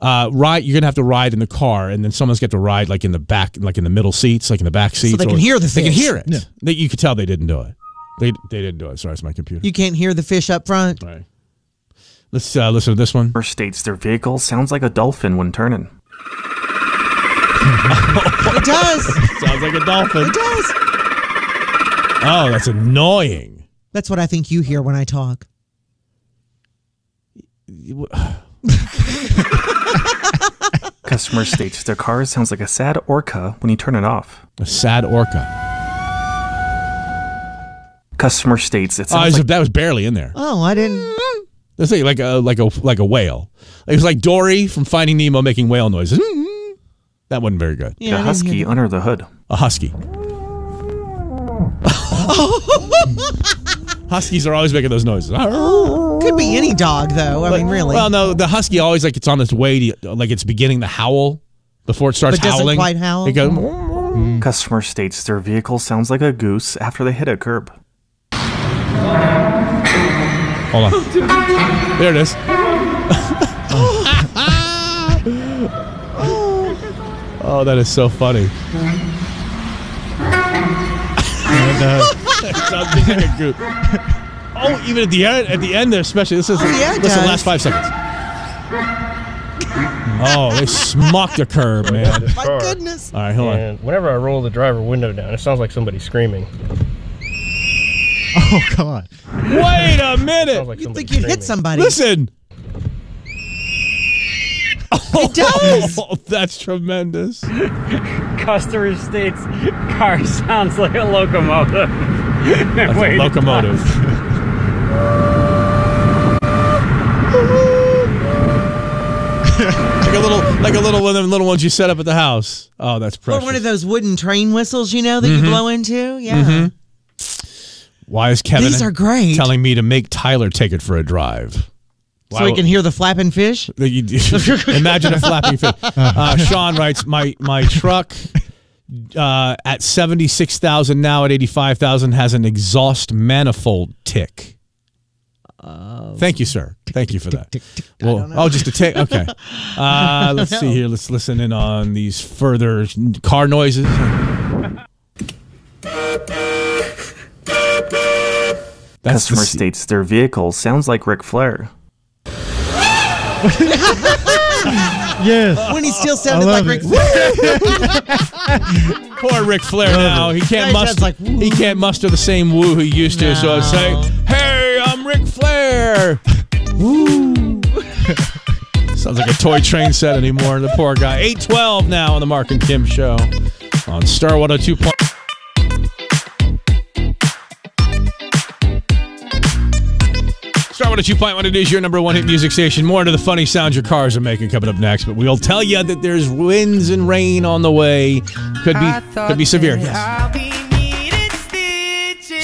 [SPEAKER 7] Uh, ride. You're gonna have to ride in the car, and then someone's got to ride like in the back, like in the middle seats, like in the back seats.
[SPEAKER 8] they
[SPEAKER 7] or-
[SPEAKER 8] can hear the
[SPEAKER 7] They can
[SPEAKER 8] fish.
[SPEAKER 7] hear it.
[SPEAKER 8] Yeah.
[SPEAKER 7] They- you could tell they didn't do it. They they didn't do it. Sorry, it's my computer.
[SPEAKER 8] You can't hear the fish up front.
[SPEAKER 7] Right. Let's uh, listen to this one.
[SPEAKER 15] First states their vehicle sounds like a dolphin when turning.
[SPEAKER 8] It does.
[SPEAKER 7] Sounds like a dolphin. It
[SPEAKER 8] does.
[SPEAKER 7] Oh, that's annoying.
[SPEAKER 8] That's what I think you hear when I talk.
[SPEAKER 15] Customer states their car sounds like a sad orca when you turn it off.
[SPEAKER 7] A sad orca.
[SPEAKER 15] Customer states it
[SPEAKER 7] Oh,
[SPEAKER 15] sounds
[SPEAKER 7] it's-
[SPEAKER 15] like
[SPEAKER 7] that was barely in there.
[SPEAKER 8] Oh, I didn't.
[SPEAKER 7] That's like, like a like a like a whale. It was like Dory from Finding Nemo making whale noises. Mm-hmm. That wasn't very good.
[SPEAKER 8] Yeah, I didn't hear
[SPEAKER 15] under the hood.
[SPEAKER 7] A husky. Huskies are always making those noises.
[SPEAKER 8] Could be any dog, though. I mean, really.
[SPEAKER 7] Well, no, the husky always like it's on its way to like it's beginning to howl before it starts
[SPEAKER 8] But doesn't
[SPEAKER 7] howling.
[SPEAKER 8] quite howl.
[SPEAKER 7] It goes,
[SPEAKER 15] Customer states their vehicle sounds like a goose after they hit a curb.
[SPEAKER 7] Hold on. There it is. Oh, that is so funny. uh, Sounds just like a goose. Oh, even at the end, at the end there, especially. This is
[SPEAKER 8] yeah, it
[SPEAKER 7] listen. Last
[SPEAKER 8] does.
[SPEAKER 7] five seconds. Oh, they smocked a curb, man.
[SPEAKER 8] goodness.
[SPEAKER 7] All right, hold on.
[SPEAKER 16] And whenever I roll the driver window down, it sounds like somebody screaming.
[SPEAKER 4] Oh God!
[SPEAKER 7] Wait a minute.
[SPEAKER 8] You'd think you'd hit somebody.
[SPEAKER 7] Listen.
[SPEAKER 8] It does.
[SPEAKER 7] Oh, that's tremendous.
[SPEAKER 17] Customer states car sounds like a locomotive.
[SPEAKER 7] That's a
[SPEAKER 17] Wait,
[SPEAKER 7] locomotive. like a little, like a little one of them little ones you set up at the house. Oh, that's
[SPEAKER 8] Or
[SPEAKER 7] precious.
[SPEAKER 8] one of those wooden train whistles, you know, that
[SPEAKER 7] Mhm.
[SPEAKER 8] you blow into. Yeah.
[SPEAKER 7] Mhm. Why is Kevin
[SPEAKER 8] These are great.
[SPEAKER 7] telling me to make Tyler take it for a drive?
[SPEAKER 8] So we can hear the flapping fish.
[SPEAKER 7] Imagine a flapping fish. Uh, Sean writes, my my truck uh, at seventy six thousand now at eighty five thousand has an exhaust manifold tick. Thank you, sir. Thank you for that. Well, oh, just a tick. Okay. Uh, let's see here. Let's listen in on these further car noises.
[SPEAKER 15] Customer states their vehicle sounds like Ric Flair.
[SPEAKER 4] yes. Uh,
[SPEAKER 8] When he still sounded like Rick
[SPEAKER 7] Poor Ric Flair now. He can't
[SPEAKER 8] Guy sounds
[SPEAKER 7] muster. he can't muster the same woo he used to. So I'd say, "Hey, I'm Ric Flair." Woo. Sounds like a toy train set anymore. The poor guy. Eight twelve now on the Mark and Kim show on Star One Hundred Two Point. Star 102.1, it is your number one hit music station. More into the funny sounds your cars are making coming up next, but we'll tell you that there's winds and rain on the way. Could be could be severe. Yes.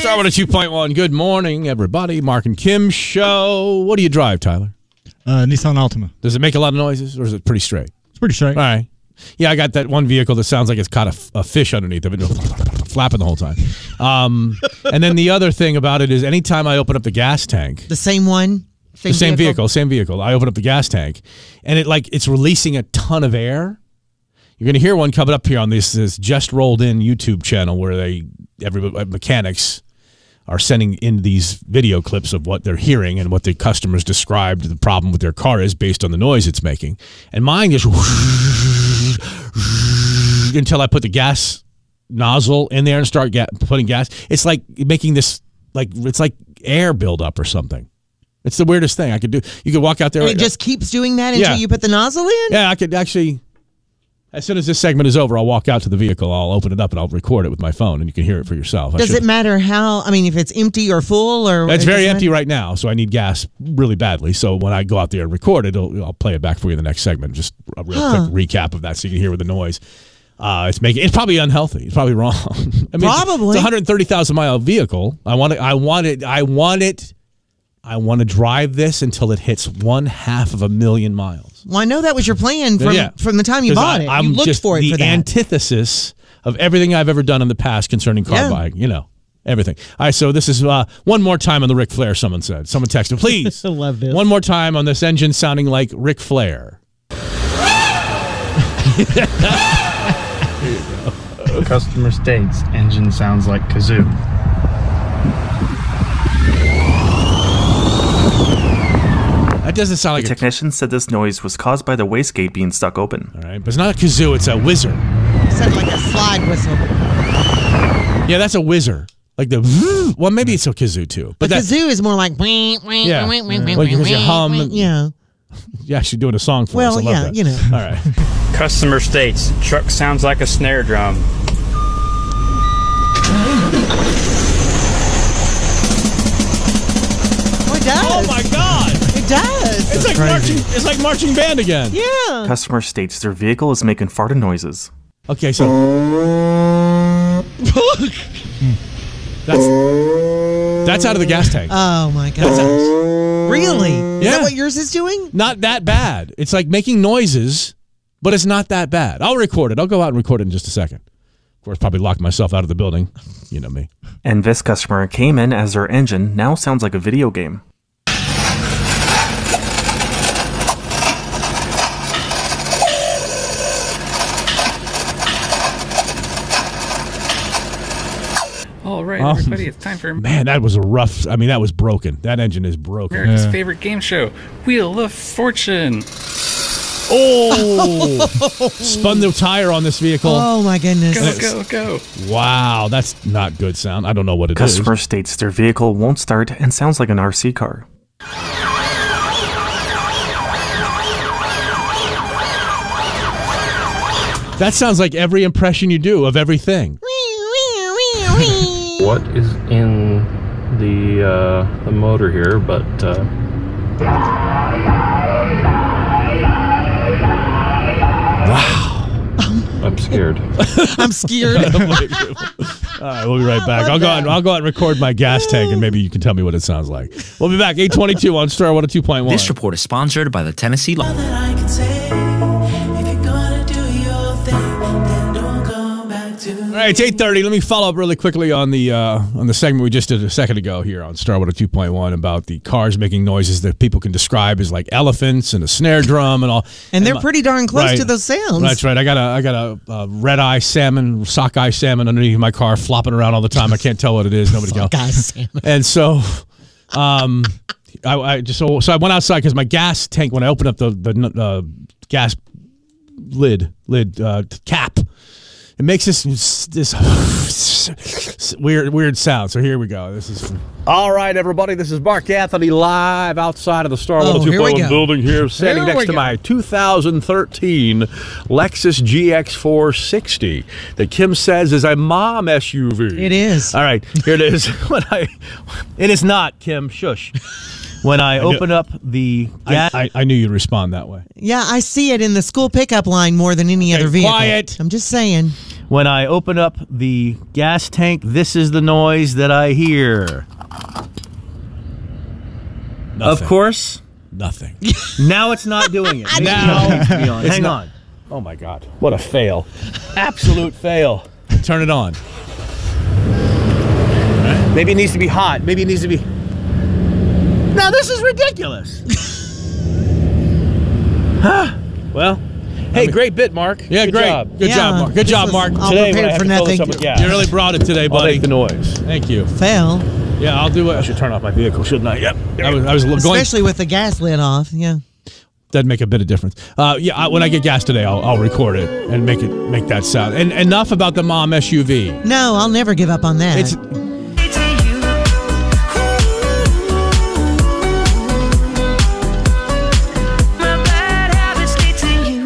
[SPEAKER 7] Star 102.1, good morning, everybody. Mark and Kim show. What do you drive, Tyler?
[SPEAKER 4] Uh, Nissan Altima.
[SPEAKER 7] Does it make a lot of noises or is it pretty straight?
[SPEAKER 4] It's pretty straight.
[SPEAKER 7] All right. Yeah, I got that one vehicle that sounds like it's caught a, f- a fish underneath of it, flapping the whole time. Um, and then the other thing about it is anytime I open up the gas tank,
[SPEAKER 8] The same one.
[SPEAKER 7] the same vehicle. same vehicle. I open up the gas tank, and it like it's releasing a ton of air. You're gonna hear one coming up here on this this just rolled in YouTube channel where they everybody mechanics are sending in these video clips of what they're hearing and what the customers described the problem with their car is based on the noise it's making. And mine just until I put the gas nozzle in there and start ga- putting gas. It's like making this like it's like air buildup or something. It's the weirdest thing I could do. You could walk out there.
[SPEAKER 8] And
[SPEAKER 7] right
[SPEAKER 8] it
[SPEAKER 7] now-
[SPEAKER 8] just keeps doing that until
[SPEAKER 7] Yeah.
[SPEAKER 8] you put the nozzle in?
[SPEAKER 7] yeah, I could actually. As soon as this segment is over, I'll walk out to the vehicle. I'll open it up and I'll record it with my phone, and you can hear it for yourself. I
[SPEAKER 8] Does
[SPEAKER 7] should-
[SPEAKER 8] it matter how? I mean, if it's empty or full or
[SPEAKER 7] That's
[SPEAKER 8] it
[SPEAKER 7] very
[SPEAKER 8] doesn't
[SPEAKER 7] empty
[SPEAKER 8] matter?
[SPEAKER 7] right now, so I need gas really badly. So when I go out there and record it, it'll, I'll play it back for you in the next segment. Just a real
[SPEAKER 8] Huh.
[SPEAKER 7] quick recap of that, so you can hear with the noise. Uh, it's making it's probably unhealthy. It's probably wrong. I mean, it's-
[SPEAKER 8] Probably.
[SPEAKER 7] it's a 130,000 mile vehicle. I want it. I want it. I want it. I want to drive this until it hits one half of a million miles.
[SPEAKER 8] Well, I know that was your plan from
[SPEAKER 7] Yeah.
[SPEAKER 8] from the time you
[SPEAKER 7] 'Cause
[SPEAKER 8] bought
[SPEAKER 7] I-
[SPEAKER 8] it.
[SPEAKER 7] I'm
[SPEAKER 8] you looked
[SPEAKER 7] just
[SPEAKER 8] for it
[SPEAKER 7] the
[SPEAKER 8] for that.
[SPEAKER 7] antithesis of everything I've ever done in the past concerning car
[SPEAKER 8] Yeah.
[SPEAKER 7] buying. You know, everything. All right, so this is uh, one more time on the Ric Flair. Someone said. Someone texted, please.
[SPEAKER 8] I love this.
[SPEAKER 7] One more time on this engine sounding like Ric Flair.
[SPEAKER 3] Customer states engine sounds like kazoo.
[SPEAKER 7] That doesn't sound like
[SPEAKER 15] the technician said this noise was caused by the wastegate being stuck open. All
[SPEAKER 7] right, but it's not a kazoo; it's a whizzer.
[SPEAKER 8] Sounded like a slide whistle.
[SPEAKER 7] Yeah, that's a whizzer. Like the well, maybe it's a kazoo too. But
[SPEAKER 8] But the
[SPEAKER 7] that,
[SPEAKER 8] kazoo is more like
[SPEAKER 7] Yeah. Well, because you hum and-
[SPEAKER 8] Yeah.
[SPEAKER 7] you're actually doing a song for us.
[SPEAKER 17] Well,
[SPEAKER 7] I love
[SPEAKER 17] yeah,
[SPEAKER 7] that.
[SPEAKER 17] you know.
[SPEAKER 7] All right.
[SPEAKER 17] Customer states truck sounds like a snare drum.
[SPEAKER 8] Oh, it does. Oh
[SPEAKER 7] my god.
[SPEAKER 8] It does.
[SPEAKER 7] It's like marching. It's like marching band again.
[SPEAKER 8] Yeah.
[SPEAKER 15] Customer states their vehicle is making farting noises.
[SPEAKER 7] Okay, so that's that's out of the gas tank.
[SPEAKER 8] Oh my
[SPEAKER 7] That's
[SPEAKER 8] god. Really? Is
[SPEAKER 7] Yeah.
[SPEAKER 8] that what yours is doing?
[SPEAKER 7] not that bad. It's like making noises, but it's not that bad. I'll record it. I'll go out and record it in just a second. Of course, probably lock myself out of the building. You know me.
[SPEAKER 15] And this customer came in as their engine now sounds like a video game.
[SPEAKER 18] All right,
[SPEAKER 7] Oh,
[SPEAKER 18] everybody, it's time for
[SPEAKER 7] Man, that was a rough. I mean, that was broken. That engine is broken.
[SPEAKER 18] America's favorite game show, Wheel of Fortune.
[SPEAKER 7] Oh, spun the tire on this vehicle.
[SPEAKER 8] Oh my goodness.
[SPEAKER 18] Go, go, go.
[SPEAKER 7] Wow, that's not good sound. I don't know what it is.
[SPEAKER 15] Customer states their vehicle won't start and sounds like an RC car.
[SPEAKER 7] That sounds like every impression you do of everything.
[SPEAKER 19] what is in the uh, the motor here, but uh, wow, I'm scared.
[SPEAKER 8] I'm scared.
[SPEAKER 7] All right, we'll be right back. I'll go out, I'll go out and record my gas tank, and maybe you can tell me what it sounds like. We'll be back 822 on Star 102.1. This report is sponsored by the Tennessee Law.
[SPEAKER 20] I can say if you're gonna do your thing, then don't come back to
[SPEAKER 7] All right, it's 830. Let me follow up really quickly on the uh, on the segment we just did a second ago here on Star 102.1 about the cars making noises that people can describe as like elephants and a snare drum and all.
[SPEAKER 8] And they're
[SPEAKER 7] my-
[SPEAKER 8] pretty darn close
[SPEAKER 7] Right.
[SPEAKER 8] to those sounds.
[SPEAKER 7] That's right. I got a I got a, uh red eye salmon, sockeye salmon underneath my car, flopping around all the time. I can't tell what it is. Nobody can.
[SPEAKER 8] Sockeye salmon.
[SPEAKER 7] And so, um, I, I just so, so I went outside because my gas tank when I opened up the the uh, gas lid lid uh, cap, it makes this this weird weird sound. So here we go. This is. All right, everybody. This is Mark Anthony live outside of the Star
[SPEAKER 21] Oh, here we
[SPEAKER 7] 102.1
[SPEAKER 21] go.
[SPEAKER 7] building here, standing
[SPEAKER 21] Here we
[SPEAKER 7] next to
[SPEAKER 21] go.
[SPEAKER 7] my 2013 Lexus GX460 that Kim says is a mom SUV. It
[SPEAKER 8] is.
[SPEAKER 7] All right, here it is. when I, it is not Kim. Shush. When I,
[SPEAKER 21] knew-
[SPEAKER 7] open up the, I, I, I knew you'd respond that way.
[SPEAKER 8] Yeah, I see it in the school pickup line more than any other vehicle.
[SPEAKER 21] quiet.
[SPEAKER 8] I'm just saying.
[SPEAKER 21] When I open up the gas tank, this is the noise that I hear. Of course.
[SPEAKER 7] Nothing.
[SPEAKER 21] Now it's not doing it.
[SPEAKER 7] Now-
[SPEAKER 21] Hang on.
[SPEAKER 7] It's
[SPEAKER 21] Hang
[SPEAKER 7] not-
[SPEAKER 21] on.
[SPEAKER 7] Oh my God! What a fail! Absolute fail. Turn it on.
[SPEAKER 21] Maybe it needs to be hot. Maybe it needs to be. Now this is ridiculous. Huh.
[SPEAKER 7] Well,
[SPEAKER 21] hey, great bit, Mark.
[SPEAKER 7] Yeah,
[SPEAKER 21] Good
[SPEAKER 7] great.
[SPEAKER 21] job.
[SPEAKER 7] Good job,
[SPEAKER 21] Yeah,
[SPEAKER 7] Mark. Good
[SPEAKER 21] this
[SPEAKER 7] job,
[SPEAKER 21] was
[SPEAKER 7] Mark.
[SPEAKER 21] all Today, when prepared I have for to fill this nothing. up with gas.
[SPEAKER 7] You really brought it today,
[SPEAKER 21] I'll
[SPEAKER 7] buddy.
[SPEAKER 21] make
[SPEAKER 7] the noise. Thank you.
[SPEAKER 8] Fail.
[SPEAKER 7] Yeah, I'll do it. I should turn off my vehicle, shouldn't I? Yep. I was, I was going.
[SPEAKER 8] Especially with the gas lid off. Yeah.
[SPEAKER 7] That'd make a bit of difference. Uh, yeah, I, when I get gas today, I'll, I'll record it and make it make that sound. And enough about the mom SUV.
[SPEAKER 8] No, I'll never give up on that.
[SPEAKER 7] It's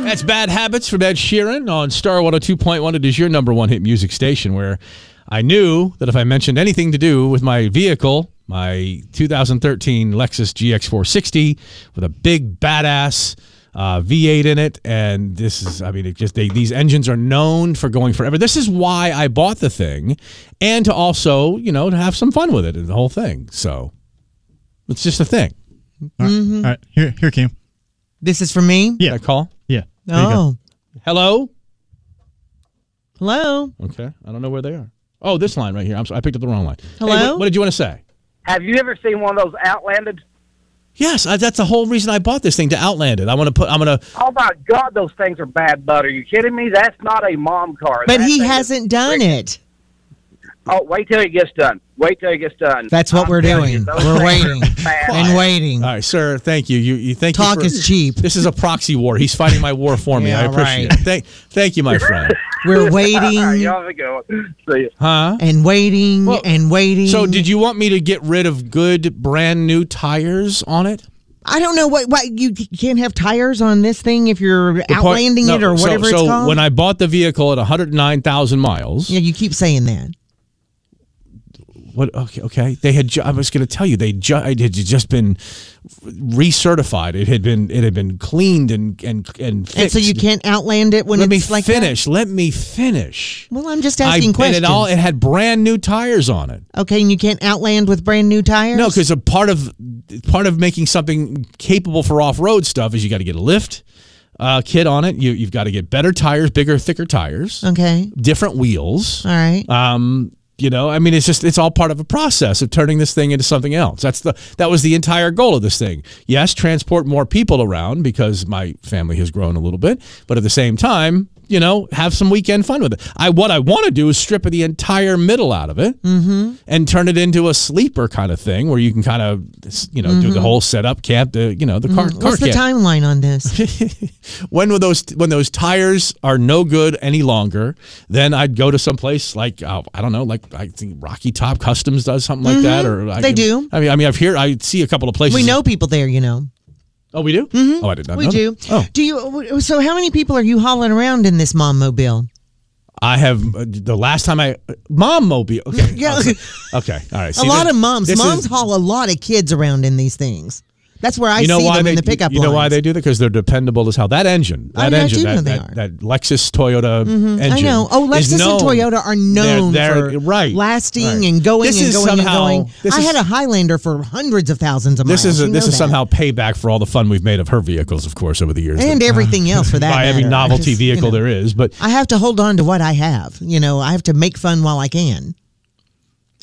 [SPEAKER 7] That's Bad Habits from Ed Sheeran on Star 102.1. It is your number one hit music station where I knew that if I mentioned anything to do with my vehicle, my 2013 Lexus GX460 with a big badass uh, V8 in it, and this is, I mean, it just they, these engines are known for going forever. This is why I bought the thing, and to also, you know, to have some fun with it and the whole thing. So it's just a thing.
[SPEAKER 4] All right,
[SPEAKER 8] Mm-hmm.
[SPEAKER 4] all right. here, here, Kim.
[SPEAKER 8] This is for me?
[SPEAKER 4] Yeah.
[SPEAKER 7] That call?
[SPEAKER 4] Yeah. There you go.
[SPEAKER 8] Oh,
[SPEAKER 7] Hello.
[SPEAKER 8] hello.
[SPEAKER 7] Okay, I don't know where they are. Oh, this line right here. I'm sorry, I picked up the wrong line. Hey,
[SPEAKER 8] Hello?
[SPEAKER 7] what, what did you want to say?
[SPEAKER 1] Have you ever seen one of those outlanded?
[SPEAKER 7] Yes, I, that's the whole reason I bought this thing to outland it. I want to put. I'm gonna.
[SPEAKER 1] Oh my God, those things are bad butter. Are you kidding me? That's not a mom car.
[SPEAKER 8] But
[SPEAKER 1] That
[SPEAKER 8] he
[SPEAKER 1] thing is-
[SPEAKER 8] hasn't done it.
[SPEAKER 1] Oh, wait till he gets done. Wait till he gets done.
[SPEAKER 8] That's what
[SPEAKER 1] I'm
[SPEAKER 8] we're
[SPEAKER 1] telling
[SPEAKER 8] doing.
[SPEAKER 1] you, those
[SPEAKER 8] We're
[SPEAKER 1] things are
[SPEAKER 8] waiting
[SPEAKER 1] bad.
[SPEAKER 8] and waiting.
[SPEAKER 7] All right, sir. Thank you. You, you thank
[SPEAKER 8] Talk
[SPEAKER 7] you for-
[SPEAKER 8] is cheap.
[SPEAKER 7] This is a proxy war. He's fighting my war for me.
[SPEAKER 8] Yeah,
[SPEAKER 7] I appreciate
[SPEAKER 8] right.
[SPEAKER 7] it. Thank, thank you, my friend.
[SPEAKER 8] We're
[SPEAKER 1] All right,
[SPEAKER 8] waiting
[SPEAKER 1] y'all have a good one. See ya.
[SPEAKER 7] Huh?
[SPEAKER 8] and waiting and waiting.
[SPEAKER 7] So, did you want me to get rid of good brand new tires on it?
[SPEAKER 8] I don't know what what you can't have tires on this thing if you're
[SPEAKER 7] The part-
[SPEAKER 8] outlanding it
[SPEAKER 7] no,
[SPEAKER 8] or
[SPEAKER 7] so-
[SPEAKER 8] whatever
[SPEAKER 7] so
[SPEAKER 8] it's called.
[SPEAKER 7] when I bought the vehicle at 109,000 miles,
[SPEAKER 8] yeah, you keep saying that.
[SPEAKER 7] What? Okay, okay. They had. Ju- I was going to tell you they ju- it had just been recertified. It had been it had been cleaned and and and fixed.
[SPEAKER 8] And so you can't outland it when
[SPEAKER 7] Let me
[SPEAKER 8] it's like that?
[SPEAKER 7] finish. Let me finish.
[SPEAKER 8] Well, I'm just
[SPEAKER 7] I-
[SPEAKER 8] asking
[SPEAKER 7] And
[SPEAKER 8] questions.
[SPEAKER 7] it all it had brand new tires on it.
[SPEAKER 8] okay, and you can't outland with brand new tires.
[SPEAKER 7] No, because a part of part of making something capable for off road stuff is you got to get a lift uh, kit on it. You you've got to get better tires, bigger, thicker tires,
[SPEAKER 8] okay,
[SPEAKER 7] different wheels.
[SPEAKER 8] all right.
[SPEAKER 7] Um, you know, I mean, it's just it's all part of a process of turning this thing into something else. That's the that was the entire goal of this thing. Yes, transport more people around because my family has grown a little bit, but at the same time, you know, have some weekend fun with it. I what I want to do is strip the entire middle out of it
[SPEAKER 8] Mm-hmm.
[SPEAKER 7] and turn it into a sleeper kind of thing where you can kind of you know do the whole setup camp, the you know the car car
[SPEAKER 8] Mm-hmm. What's the
[SPEAKER 7] camp.
[SPEAKER 8] timeline on this?
[SPEAKER 7] when would those when those tires are no good any longer, then I'd go to someplace like uh, I don't know, like I think Rocky Top Customs does something like that, or I
[SPEAKER 8] Mm-hmm. They
[SPEAKER 7] can-
[SPEAKER 8] do.
[SPEAKER 7] I mean, I mean, I've here I see a couple of places.
[SPEAKER 8] we know people there, you know.
[SPEAKER 7] Oh, we do. Mm-hmm. Oh, I did not.
[SPEAKER 8] We
[SPEAKER 7] know that.
[SPEAKER 8] do.
[SPEAKER 7] Oh,
[SPEAKER 8] Do you? So, how many people are you hauling around in this mom mobile?
[SPEAKER 7] I have uh, the last time I mom mobile. Okay.
[SPEAKER 8] Yeah.
[SPEAKER 7] Okay. Okay. All right.
[SPEAKER 8] a
[SPEAKER 7] See,
[SPEAKER 8] lot
[SPEAKER 7] this-
[SPEAKER 8] of moms.
[SPEAKER 7] this is-
[SPEAKER 8] Moms haul a lot of kids around in these things. That's where I see them
[SPEAKER 7] they,
[SPEAKER 8] in the pickup.
[SPEAKER 7] You know why
[SPEAKER 8] lines.
[SPEAKER 7] they do that? Because they're dependable as hell. That engine,
[SPEAKER 8] I-
[SPEAKER 7] that
[SPEAKER 8] I do
[SPEAKER 7] engine,
[SPEAKER 8] know
[SPEAKER 7] that,
[SPEAKER 8] they
[SPEAKER 7] that, that Lexus Toyota
[SPEAKER 8] Mhm,
[SPEAKER 7] engine.
[SPEAKER 8] I know. Oh,
[SPEAKER 7] is
[SPEAKER 8] Lexus
[SPEAKER 7] known.
[SPEAKER 8] and Toyota are known
[SPEAKER 7] they're-
[SPEAKER 8] for
[SPEAKER 7] right,
[SPEAKER 8] lasting
[SPEAKER 7] right.
[SPEAKER 8] and going
[SPEAKER 7] This
[SPEAKER 8] and
[SPEAKER 7] is
[SPEAKER 8] going
[SPEAKER 7] somehow-
[SPEAKER 8] and going.
[SPEAKER 7] this
[SPEAKER 8] I
[SPEAKER 7] is-
[SPEAKER 8] had a Highlander for hundreds of thousands of miles.
[SPEAKER 7] This is a,
[SPEAKER 8] Oh, You
[SPEAKER 7] this
[SPEAKER 8] know
[SPEAKER 7] is
[SPEAKER 8] that.
[SPEAKER 7] somehow payback for all the fun we've made of her vehicles, of course, over the years.
[SPEAKER 8] and
[SPEAKER 7] That-
[SPEAKER 8] everything else for that.
[SPEAKER 7] Uh, by every
[SPEAKER 8] matter. I
[SPEAKER 7] novelty
[SPEAKER 8] just, you
[SPEAKER 7] vehicle
[SPEAKER 8] know,
[SPEAKER 7] there is. But
[SPEAKER 8] I have to hold on to what I have. You know, I have to make fun while I can.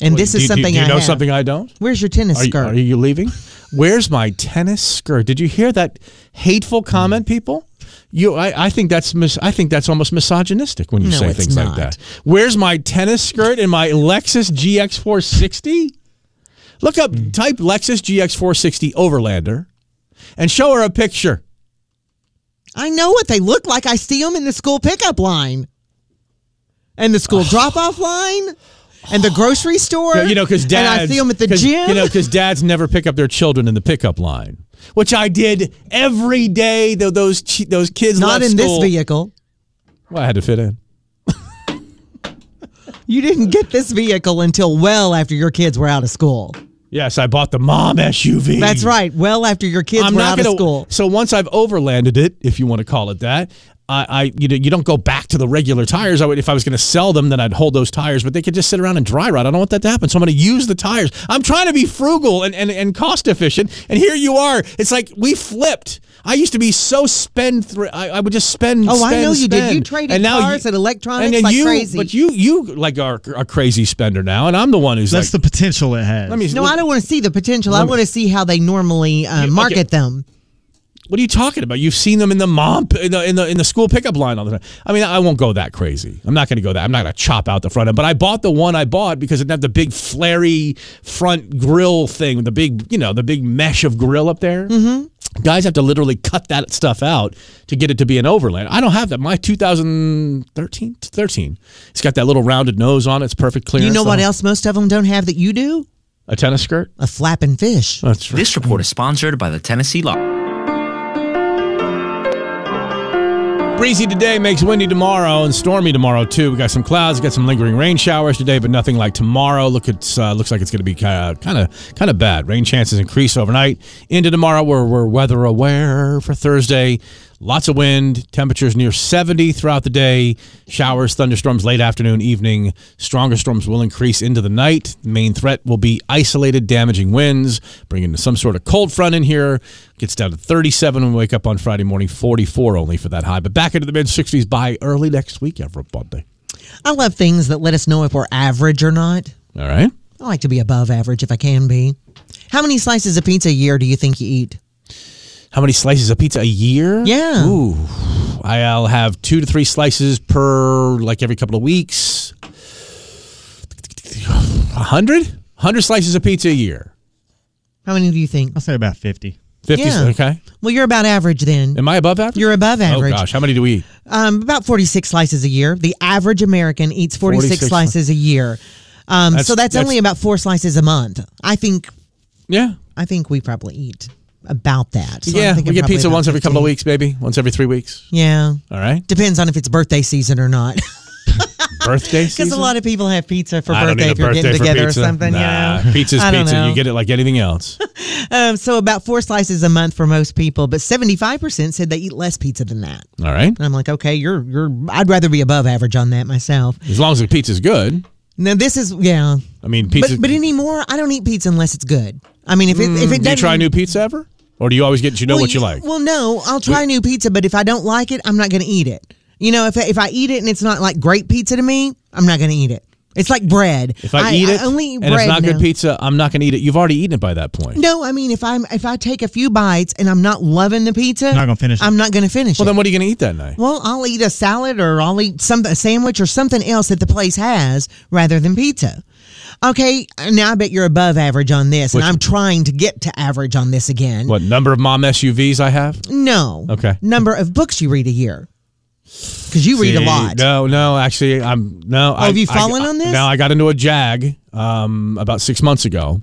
[SPEAKER 8] And this
[SPEAKER 7] do
[SPEAKER 8] is
[SPEAKER 7] you- do you-
[SPEAKER 8] something
[SPEAKER 7] do you
[SPEAKER 8] I
[SPEAKER 7] know
[SPEAKER 8] have.
[SPEAKER 7] something I don't.
[SPEAKER 8] Where's your tennis
[SPEAKER 7] Are you,
[SPEAKER 8] skirt?
[SPEAKER 7] are you leaving? Where's my tennis skirt? Did you hear that hateful
[SPEAKER 8] Hmm.
[SPEAKER 7] comment, people? You, I, I think that's mis- I think that's almost misogynistic when you
[SPEAKER 8] No,
[SPEAKER 7] say
[SPEAKER 8] it's
[SPEAKER 7] things like
[SPEAKER 8] not.
[SPEAKER 7] that. Where's my tennis skirt and my Lexus GX460? Look up,
[SPEAKER 8] Hmm.
[SPEAKER 7] type Lexus GX460 Overlander, and show her a picture.
[SPEAKER 8] I know what they look like. I see them in the school pickup line, and the school drop-off line, and the grocery store.
[SPEAKER 7] Yeah, you know, because
[SPEAKER 8] and
[SPEAKER 7] dads.
[SPEAKER 8] I see them at the
[SPEAKER 7] 'cause,
[SPEAKER 8] gym.
[SPEAKER 7] You know, because dads never pick up their children in the pickup line, which I did every day. Though those chi- those kids
[SPEAKER 8] not
[SPEAKER 7] left
[SPEAKER 8] in
[SPEAKER 7] school.
[SPEAKER 8] this vehicle.
[SPEAKER 7] Well, I had to fit in.
[SPEAKER 8] You didn't get this vehicle until well after your kids were out of school.
[SPEAKER 7] Yes, I bought the mom SUV.
[SPEAKER 8] That's right. Well after your kids
[SPEAKER 7] I'm
[SPEAKER 8] were
[SPEAKER 7] not
[SPEAKER 8] out
[SPEAKER 7] gonna,
[SPEAKER 8] of school.
[SPEAKER 7] So once I've overlanded it, if you want to call it that, I, I you know you don't go back to the regular tires. I would if I was going to sell them, then I'd hold those tires, but they could just sit around and dry rot. I don't want that to happen. So I'm going to use the tires. I'm trying to be frugal and, and and cost efficient. And here you are. It's like we flipped. I used to be so spend. I, I would just spend.
[SPEAKER 8] Oh, I
[SPEAKER 7] spend,
[SPEAKER 8] know you did. You
[SPEAKER 7] spend.
[SPEAKER 8] traded cars and electronics
[SPEAKER 7] and then
[SPEAKER 8] like
[SPEAKER 7] you,
[SPEAKER 8] crazy.
[SPEAKER 7] But you you like are a crazy spender now, and I'm the one who's
[SPEAKER 4] That's
[SPEAKER 7] like.
[SPEAKER 4] the potential it has.
[SPEAKER 7] let me.
[SPEAKER 8] no, I don't want to see the potential. I
[SPEAKER 7] Let me-
[SPEAKER 8] want to see how they normally uh,
[SPEAKER 7] okay.
[SPEAKER 8] market them.
[SPEAKER 7] What are you talking about? You've seen them in the mom in the in the, in the school pickup line all the time. I mean, I won't go that crazy. I'm not going to go that. I'm not going to chop out the front end. But I bought the one I bought because it didn't have the big flary front grill thing with the big you know the big mesh of grill up there. Mm-hmm. Guys have to literally cut that stuff out to get it to be an overland. I don't have that. My 2013, 13, it's got that little rounded nose on it. It's perfect clearance.
[SPEAKER 8] You know what
[SPEAKER 7] on it.
[SPEAKER 8] else most of them don't have that you do?
[SPEAKER 7] A tennis skirt?
[SPEAKER 8] A flapping fish.
[SPEAKER 7] That's right.
[SPEAKER 5] This report is sponsored by the Tennessee Law.
[SPEAKER 7] Breezy today makes windy tomorrow and stormy tomorrow too. We got some clouds, we got some lingering rain showers today, but nothing like tomorrow. Look, it's uh, looks like it's going to be kind of kind of bad. Rain chances increase overnight into tomorrow. Where we're weather aware for Thursday. Lots of wind, temperatures near 70 throughout the day. Showers, thunderstorms late afternoon, evening. Stronger storms will increase into the night. The main threat will be isolated, damaging winds, bringing some sort of cold front in here. Gets down to 37 when we wake up on Friday morning, 44 only for that high, but back into the mid 60s by early next week, everybody.
[SPEAKER 8] I love things that let us know if we're average or not.
[SPEAKER 7] All right.
[SPEAKER 8] I like to be above average if I can be. How many slices of pizza a year do you think you eat?
[SPEAKER 7] How many slices of pizza a year?
[SPEAKER 8] Yeah.
[SPEAKER 7] Ooh. I'll have two to three slices per, like every couple of weeks. 100? 100 slices of pizza a year.
[SPEAKER 8] How many do you think?
[SPEAKER 4] I'll say about 50.
[SPEAKER 7] 50, okay.
[SPEAKER 8] Well, you're about average then.
[SPEAKER 7] Am I above average?
[SPEAKER 8] You're above average.
[SPEAKER 7] Oh, gosh. How many do we eat?
[SPEAKER 8] Um, about 46 slices a year. The average American eats 46,
[SPEAKER 7] 46
[SPEAKER 8] slices a year. Um,
[SPEAKER 7] That's-
[SPEAKER 8] so that's,
[SPEAKER 7] that's-
[SPEAKER 8] only about four slices a month. I think.
[SPEAKER 7] Yeah.
[SPEAKER 8] I think we probably eat about that. So I'm
[SPEAKER 7] yeah.
[SPEAKER 8] thinking
[SPEAKER 7] We get
[SPEAKER 8] probably
[SPEAKER 7] pizza
[SPEAKER 8] about
[SPEAKER 7] once every couple of
[SPEAKER 8] 15.
[SPEAKER 7] weeks, maybe. Once every three weeks.
[SPEAKER 8] Yeah.
[SPEAKER 7] All right.
[SPEAKER 8] Depends on if it's birthday season or not.
[SPEAKER 7] Birthday
[SPEAKER 8] Because a
[SPEAKER 7] season?
[SPEAKER 8] lot of people have pizza for
[SPEAKER 7] I don't
[SPEAKER 8] birthday
[SPEAKER 7] need a
[SPEAKER 8] if you're
[SPEAKER 7] birthday
[SPEAKER 8] getting
[SPEAKER 7] for
[SPEAKER 8] together
[SPEAKER 7] pizza.
[SPEAKER 8] or something.
[SPEAKER 7] Nah,
[SPEAKER 8] you know?
[SPEAKER 7] pizza's
[SPEAKER 8] I don't
[SPEAKER 7] pizza.
[SPEAKER 8] know.
[SPEAKER 7] You get it like anything else.
[SPEAKER 8] Um, so about four slices a month for most people, but seventy five percent said they eat less pizza than that.
[SPEAKER 7] All right.
[SPEAKER 8] And I'm like, okay, you're you're. I'd rather be above average on that myself.
[SPEAKER 7] As long as the pizza's good.
[SPEAKER 8] Now this is yeah,
[SPEAKER 7] I mean, pizza.
[SPEAKER 8] but but anymore, I don't eat pizza unless it's good. I mean, if it if it
[SPEAKER 7] do you
[SPEAKER 8] doesn't,
[SPEAKER 7] try new pizza ever, or do you always get you know
[SPEAKER 8] Well,
[SPEAKER 7] what you like?
[SPEAKER 8] Well, no, I'll try new pizza, but if I don't like it, I'm not going to eat it. You know, if if I eat it and it's not like great pizza to me, I'm not going to eat it. It's like bread.
[SPEAKER 7] If I, eat it
[SPEAKER 8] only eat
[SPEAKER 7] and
[SPEAKER 8] bread
[SPEAKER 7] it's not
[SPEAKER 8] now.
[SPEAKER 7] good pizza, I'm not going to eat it. You've already eaten it by that point.
[SPEAKER 8] No, I mean if I'm if I take a few bites and I'm not loving the pizza,
[SPEAKER 7] Not gonna finish it.
[SPEAKER 8] I'm not going to finish
[SPEAKER 7] Well,
[SPEAKER 8] it.
[SPEAKER 7] then what are you going to eat that night?
[SPEAKER 8] Well, I'll eat a salad or I'll eat some a sandwich or something else that the place has rather than pizza. Okay, now I bet you're above average on this,
[SPEAKER 7] Which-
[SPEAKER 8] and I'm trying to get to average on this again.
[SPEAKER 7] What number of mom SUVs I have?
[SPEAKER 8] No.
[SPEAKER 7] Okay.
[SPEAKER 8] Number of books you read a year. Because you read
[SPEAKER 7] See,
[SPEAKER 8] a lot. Oh,
[SPEAKER 7] No, no, actually, I'm no. I,
[SPEAKER 8] have you
[SPEAKER 7] I-
[SPEAKER 8] fallen
[SPEAKER 7] I-
[SPEAKER 8] on this?
[SPEAKER 7] No, I got into a jag um, about six months ago,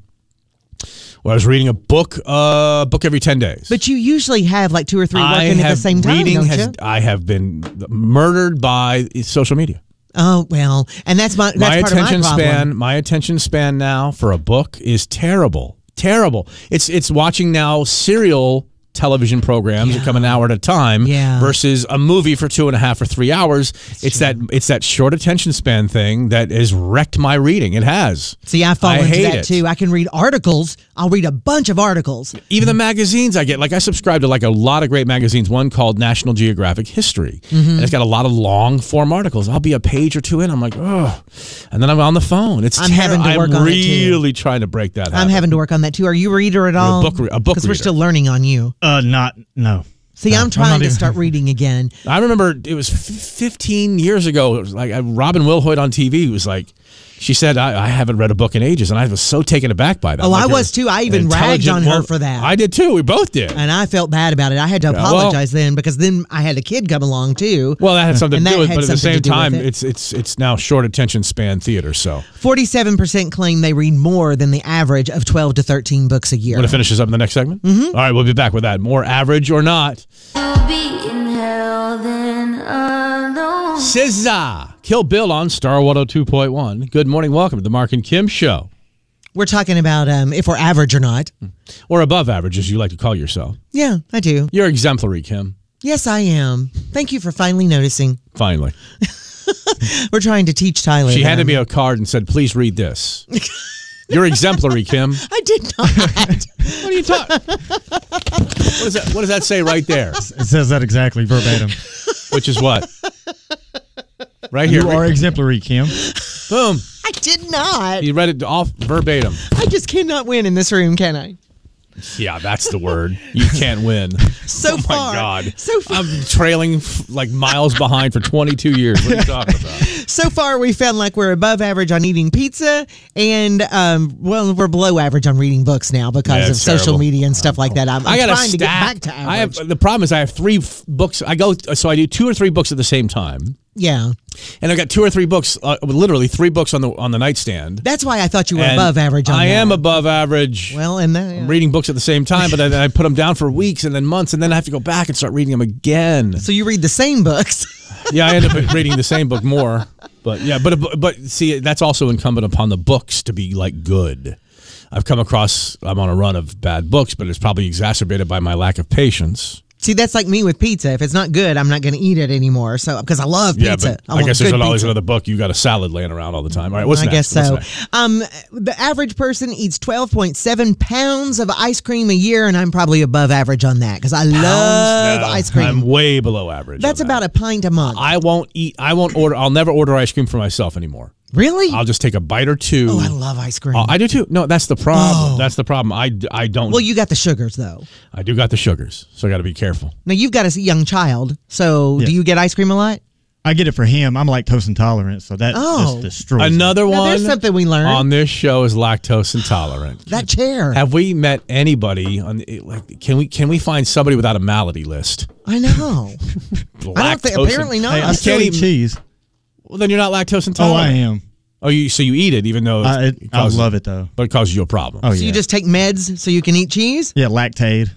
[SPEAKER 7] where I was reading a book, uh, book every ten days.
[SPEAKER 8] But you usually have like two or three
[SPEAKER 7] I
[SPEAKER 8] working at the
[SPEAKER 7] have-
[SPEAKER 8] same time,
[SPEAKER 7] reading
[SPEAKER 8] don't
[SPEAKER 7] has,
[SPEAKER 8] you?
[SPEAKER 7] I have been murdered by social media.
[SPEAKER 8] Oh well, and that's my that's
[SPEAKER 7] my
[SPEAKER 8] part
[SPEAKER 7] attention
[SPEAKER 8] of my problem.
[SPEAKER 7] span my attention span now for a book is terrible terrible it's it's watching now serial television programs that come an hour at a time
[SPEAKER 8] Yeah.
[SPEAKER 7] versus a movie for two and a half or three hours it's that it's that short attention span thing that has wrecked my reading it has
[SPEAKER 8] See, I fall
[SPEAKER 7] I
[SPEAKER 8] into
[SPEAKER 7] hate
[SPEAKER 8] that
[SPEAKER 7] it.
[SPEAKER 8] too. I can read articles. I'll read a bunch of articles.
[SPEAKER 7] even the magazines I get, like I subscribe to like a lot of great magazines. One called National Geographic History,
[SPEAKER 8] Mm-hmm.
[SPEAKER 7] and it's got a lot of long form articles. I'll be a page or two in, I'm like, oh, and then I'm on the phone. It's
[SPEAKER 8] I'm
[SPEAKER 7] terri-
[SPEAKER 8] having to work
[SPEAKER 7] I'm
[SPEAKER 8] on it, too.
[SPEAKER 7] really trying to break that.
[SPEAKER 8] I'm
[SPEAKER 7] habit.
[SPEAKER 8] having to work on that too. Are you a reader at all?
[SPEAKER 7] book re- a book
[SPEAKER 8] Because we're
[SPEAKER 7] reader.
[SPEAKER 8] still learning on you.
[SPEAKER 4] Uh, not no.
[SPEAKER 8] See,
[SPEAKER 4] No,
[SPEAKER 8] I'm
[SPEAKER 4] not
[SPEAKER 8] trying to
[SPEAKER 4] even-
[SPEAKER 8] start reading again.
[SPEAKER 7] I remember it was f- 15 years ago. It was like uh, Robin Wilhoit on TV was like, she said, I, I haven't read a book in ages. And I was so taken aback by that.
[SPEAKER 8] Oh,
[SPEAKER 7] Like,
[SPEAKER 8] I
[SPEAKER 7] a-
[SPEAKER 8] was too. I
[SPEAKER 7] an
[SPEAKER 8] even ragged
[SPEAKER 7] intelligent
[SPEAKER 8] on her
[SPEAKER 7] woman-
[SPEAKER 8] for that. Uh,
[SPEAKER 7] I did too. We both did.
[SPEAKER 8] and I felt bad about it. I had to
[SPEAKER 7] well-
[SPEAKER 8] apologize then because then I had a kid come along too.
[SPEAKER 7] Well, that had something
[SPEAKER 8] And
[SPEAKER 7] to
[SPEAKER 8] that
[SPEAKER 7] do with it,
[SPEAKER 8] had
[SPEAKER 7] but at the
[SPEAKER 8] something
[SPEAKER 7] same
[SPEAKER 8] to do with
[SPEAKER 7] time,
[SPEAKER 8] it.
[SPEAKER 7] it's it's it's now short attention span theater. So
[SPEAKER 8] 47% claim they read more than the average of 12 to 13 books a year.
[SPEAKER 7] want to finish this up in the next segment? Mm-hmm. right, we'll be back with that. More average or not?
[SPEAKER 9] You'll be in hell then alone.
[SPEAKER 7] SZA, Kill Bill on Star 102.1. Good morning, welcome to the Mark and Kim Show,
[SPEAKER 8] We're talking about um, if we're average or not.
[SPEAKER 7] Hmm. or above average, as you like to call yourself.
[SPEAKER 8] Yeah, I do.
[SPEAKER 7] You're exemplary, Kim.
[SPEAKER 8] Yes, I am. Thank you for finally noticing.
[SPEAKER 7] Finally,
[SPEAKER 8] We're trying to teach Tyler.
[SPEAKER 7] she
[SPEAKER 8] that
[SPEAKER 7] handed me
[SPEAKER 8] I'm-
[SPEAKER 7] a card and said, "Please read this." You're exemplary, Kim. What
[SPEAKER 8] I did not.
[SPEAKER 7] are you talking? What, is that, what does that say right there?
[SPEAKER 4] It says that exactly verbatim.
[SPEAKER 7] Which is what? Right here.
[SPEAKER 4] you are exemplary, Kim.
[SPEAKER 7] Boom.
[SPEAKER 8] I did not.
[SPEAKER 7] You read it off verbatim.
[SPEAKER 8] I just cannot win in this room, can I?
[SPEAKER 7] Yeah, that's the word. You can't win.
[SPEAKER 8] So
[SPEAKER 7] oh my
[SPEAKER 8] far.
[SPEAKER 7] God. Um,
[SPEAKER 8] So far.
[SPEAKER 7] I'm trailing f- like miles behind for 22 years. What are you talking about?
[SPEAKER 8] so far, we found like we're above average on eating pizza, and um, well, we're below average on reading books now because
[SPEAKER 7] Yeah,
[SPEAKER 8] of
[SPEAKER 7] it's
[SPEAKER 8] social
[SPEAKER 7] terrible.
[SPEAKER 8] media and stuff like that. I'm, I'm
[SPEAKER 7] I got a
[SPEAKER 8] trying to get
[SPEAKER 7] stack.
[SPEAKER 8] back to average.
[SPEAKER 7] I have the problem is I have three f- books. I go so I do two or three books at the same time,
[SPEAKER 8] yeah,
[SPEAKER 7] and I've got two or three books, uh, literally three books on the on the nightstand.
[SPEAKER 8] that's why I thought you were
[SPEAKER 7] And
[SPEAKER 8] above average. on
[SPEAKER 7] I
[SPEAKER 8] that.
[SPEAKER 7] am above average.
[SPEAKER 8] Well, and that,
[SPEAKER 7] I'm reading books at the same time, but I, I put them down for weeks and then months, and then I have to go back and start reading them again.
[SPEAKER 8] So you read the same books.
[SPEAKER 7] yeah, I end up reading the same book more. But yeah, but but see, that's also incumbent upon the books to be like good. I've come across I'm on a run of bad books, but it's probably exacerbated by my lack of patience.
[SPEAKER 8] See, that's like me with pizza. If it's not good, I'm not going to eat it anymore. So because I love
[SPEAKER 7] Yeah,
[SPEAKER 8] pizza,
[SPEAKER 7] but I,
[SPEAKER 8] want
[SPEAKER 7] guess there's
[SPEAKER 8] good
[SPEAKER 7] not always
[SPEAKER 8] pizza.
[SPEAKER 7] another book. You got a salad laying around all the time. All right, what's
[SPEAKER 8] I guess
[SPEAKER 7] next?
[SPEAKER 8] so.
[SPEAKER 7] What's next?
[SPEAKER 8] Um, the average person eats 12.7 pounds of ice cream a year, and I'm probably above average on that because I love
[SPEAKER 7] No,
[SPEAKER 8] ice cream.
[SPEAKER 7] I'm way below average.
[SPEAKER 8] That's about a pint a month.
[SPEAKER 7] I won't eat. I won't order. I'll never order ice cream for myself anymore.
[SPEAKER 8] Really?
[SPEAKER 7] I'll just take a bite or two.
[SPEAKER 8] Oh, I love ice cream.
[SPEAKER 7] Uh, I do too. No, that's the problem. That's the problem. I, d- I don't.
[SPEAKER 8] well, you got the sugars though.
[SPEAKER 7] I do got the sugars, so I got to be careful.
[SPEAKER 8] Now you've got a s- young child, so do you get ice cream a lot?
[SPEAKER 4] I get it for him. I'm lactose intolerant, so that
[SPEAKER 8] Oh.
[SPEAKER 4] just destroys. it.
[SPEAKER 7] Another
[SPEAKER 8] Now,
[SPEAKER 7] one.
[SPEAKER 8] there's something we learned.
[SPEAKER 7] on this show is lactose intolerant.
[SPEAKER 8] That chair.
[SPEAKER 7] Have we met anybody on the- like? Can we can we find somebody without a malady list?
[SPEAKER 8] I know.
[SPEAKER 7] Oh,
[SPEAKER 8] I don't think.
[SPEAKER 7] Lactose-
[SPEAKER 8] Apparently not.
[SPEAKER 4] Hey, I still eat cheese.
[SPEAKER 7] Well, then you're not lactose
[SPEAKER 4] Oh, I
[SPEAKER 7] intolerant.
[SPEAKER 4] am.
[SPEAKER 7] Oh, you so you eat it even though
[SPEAKER 4] I- it- I
[SPEAKER 7] causes-
[SPEAKER 4] love it, though.
[SPEAKER 7] but it causes you a problem.
[SPEAKER 4] Oh
[SPEAKER 8] so
[SPEAKER 4] yeah.
[SPEAKER 8] you just take meds so you can eat cheese,
[SPEAKER 4] yeah, lactaid.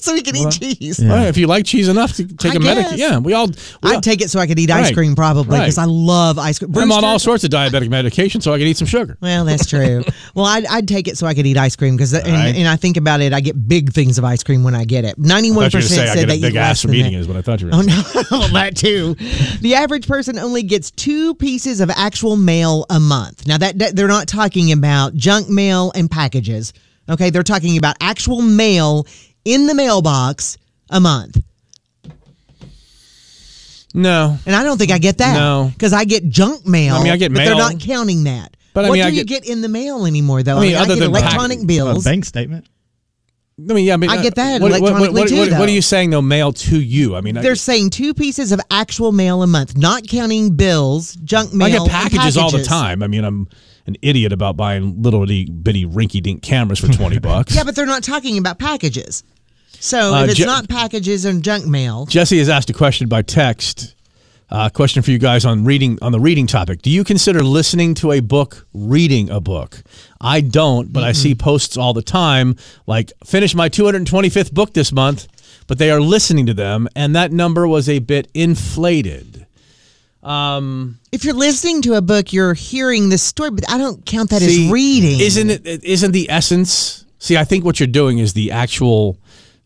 [SPEAKER 8] so you can
[SPEAKER 7] Well,
[SPEAKER 8] eat cheese.
[SPEAKER 7] All right, if you like cheese enough to take
[SPEAKER 8] I
[SPEAKER 7] a medic,
[SPEAKER 8] guess.
[SPEAKER 7] yeah, we all. we all-
[SPEAKER 8] I'd take it so I could eat ice
[SPEAKER 7] Right.
[SPEAKER 8] cream probably because
[SPEAKER 7] Right.
[SPEAKER 8] I love ice cream.
[SPEAKER 7] I'm on
[SPEAKER 8] Brewster?
[SPEAKER 7] all sorts of diabetic medication, so I can eat some sugar.
[SPEAKER 8] Well, that's true. well, I'd, I'd take it so I could eat ice cream because, and,
[SPEAKER 7] right.
[SPEAKER 8] and I think about it, I get big things of ice cream when I get it.
[SPEAKER 7] I
[SPEAKER 8] Ninety-one
[SPEAKER 7] thought you were
[SPEAKER 8] percent
[SPEAKER 7] gonna say I
[SPEAKER 8] said
[SPEAKER 7] get
[SPEAKER 8] they
[SPEAKER 7] a big
[SPEAKER 8] eat
[SPEAKER 7] ass
[SPEAKER 8] less
[SPEAKER 7] from
[SPEAKER 8] than
[SPEAKER 7] eating
[SPEAKER 8] that.
[SPEAKER 7] is what I thought you were.
[SPEAKER 8] Oh
[SPEAKER 7] gonna say.
[SPEAKER 8] no, Well, that too. The average person only gets two pieces of actual mail a month. Now that, that they're not talking about junk mail and packages. Okay, they're talking about actual mail in the mailbox a month.
[SPEAKER 7] No,
[SPEAKER 8] And I don't think I get that.
[SPEAKER 7] No.
[SPEAKER 8] Because I get junk mail.
[SPEAKER 7] I mean, I get
[SPEAKER 8] but
[SPEAKER 7] mail.
[SPEAKER 8] They're not counting that.
[SPEAKER 7] But I
[SPEAKER 8] what
[SPEAKER 7] mean,
[SPEAKER 8] do
[SPEAKER 7] I
[SPEAKER 8] you get in the mail anymore, though?
[SPEAKER 7] I mean, other
[SPEAKER 8] get
[SPEAKER 7] than uh,
[SPEAKER 8] electronic
[SPEAKER 7] pack-
[SPEAKER 4] A
[SPEAKER 8] bills.
[SPEAKER 4] bank statement.
[SPEAKER 7] I mean, yeah, I mean, uh,
[SPEAKER 8] I get that
[SPEAKER 7] What, what- what-
[SPEAKER 8] electronically
[SPEAKER 7] what-
[SPEAKER 8] too,
[SPEAKER 7] what- what are
[SPEAKER 8] though.
[SPEAKER 7] you saying though? Mail to you? I mean, I-
[SPEAKER 8] They're saying two pieces of actual mail a month, not counting bills, junk mail.
[SPEAKER 7] I get
[SPEAKER 8] and
[SPEAKER 7] packages, all the
[SPEAKER 8] packages.
[SPEAKER 7] time. I mean, I'm an idiot about buying little itty bitty rinky dink cameras for twenty bucks.
[SPEAKER 8] Yeah, but they're not talking about packages. So
[SPEAKER 7] Uh,
[SPEAKER 8] if it's
[SPEAKER 7] ju-
[SPEAKER 8] not packages and junk mail,
[SPEAKER 7] Jesse has asked a question by text. Uh, question for you guys on reading on the reading topic. Do you consider listening to a book reading a book? I don't, but I see posts all the time like finish my 225th book this month, but they are listening to them and that number was a bit inflated. Um
[SPEAKER 8] if you're listening to a book, you're hearing the story, but I don't count that
[SPEAKER 7] see,
[SPEAKER 8] as reading.
[SPEAKER 7] Isn't it isn't the essence? See, I think what you're doing is the actual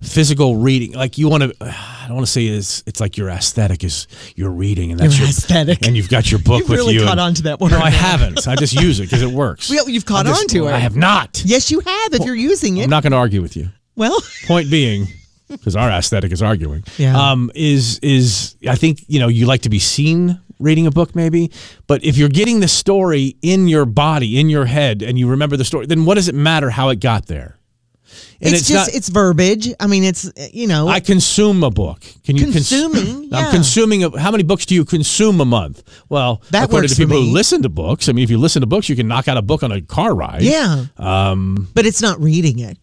[SPEAKER 7] physical reading. Like you want to I don't want to say is it's like your aesthetic is you're reading and that's
[SPEAKER 8] Your
[SPEAKER 7] your
[SPEAKER 8] aesthetic.
[SPEAKER 7] and you've got your book
[SPEAKER 8] You've
[SPEAKER 7] with
[SPEAKER 8] really
[SPEAKER 7] you.
[SPEAKER 8] caught
[SPEAKER 7] and-
[SPEAKER 8] on to that word.
[SPEAKER 7] No, I haven't. I just use it because it works.
[SPEAKER 8] Well, you've caught
[SPEAKER 7] I just-
[SPEAKER 8] on to it.
[SPEAKER 7] I have not.
[SPEAKER 8] Yes, you have. If you're using it,
[SPEAKER 7] I'm not going to argue with you.
[SPEAKER 8] well,
[SPEAKER 7] Point being, because our aesthetic is arguing.
[SPEAKER 8] Yeah.
[SPEAKER 7] Um, is is I think you know you like to be seen reading a book maybe, but if you're getting the story in your body in your head and you remember the story, then what does it matter how it got there?
[SPEAKER 8] it's, just it's verbiage. I mean, it's uh, you know,
[SPEAKER 7] I consume a book. Can you cons-
[SPEAKER 8] Consuming, yeah.
[SPEAKER 7] I'm consuming. A, how many books do you consume a month? Well,
[SPEAKER 8] That
[SPEAKER 7] according to
[SPEAKER 8] works for
[SPEAKER 7] people
[SPEAKER 8] me.
[SPEAKER 7] who listen to books, I mean, if you listen to books, you can knock out a book on a car ride.
[SPEAKER 8] yeah,
[SPEAKER 7] Um,
[SPEAKER 8] but it's not reading it.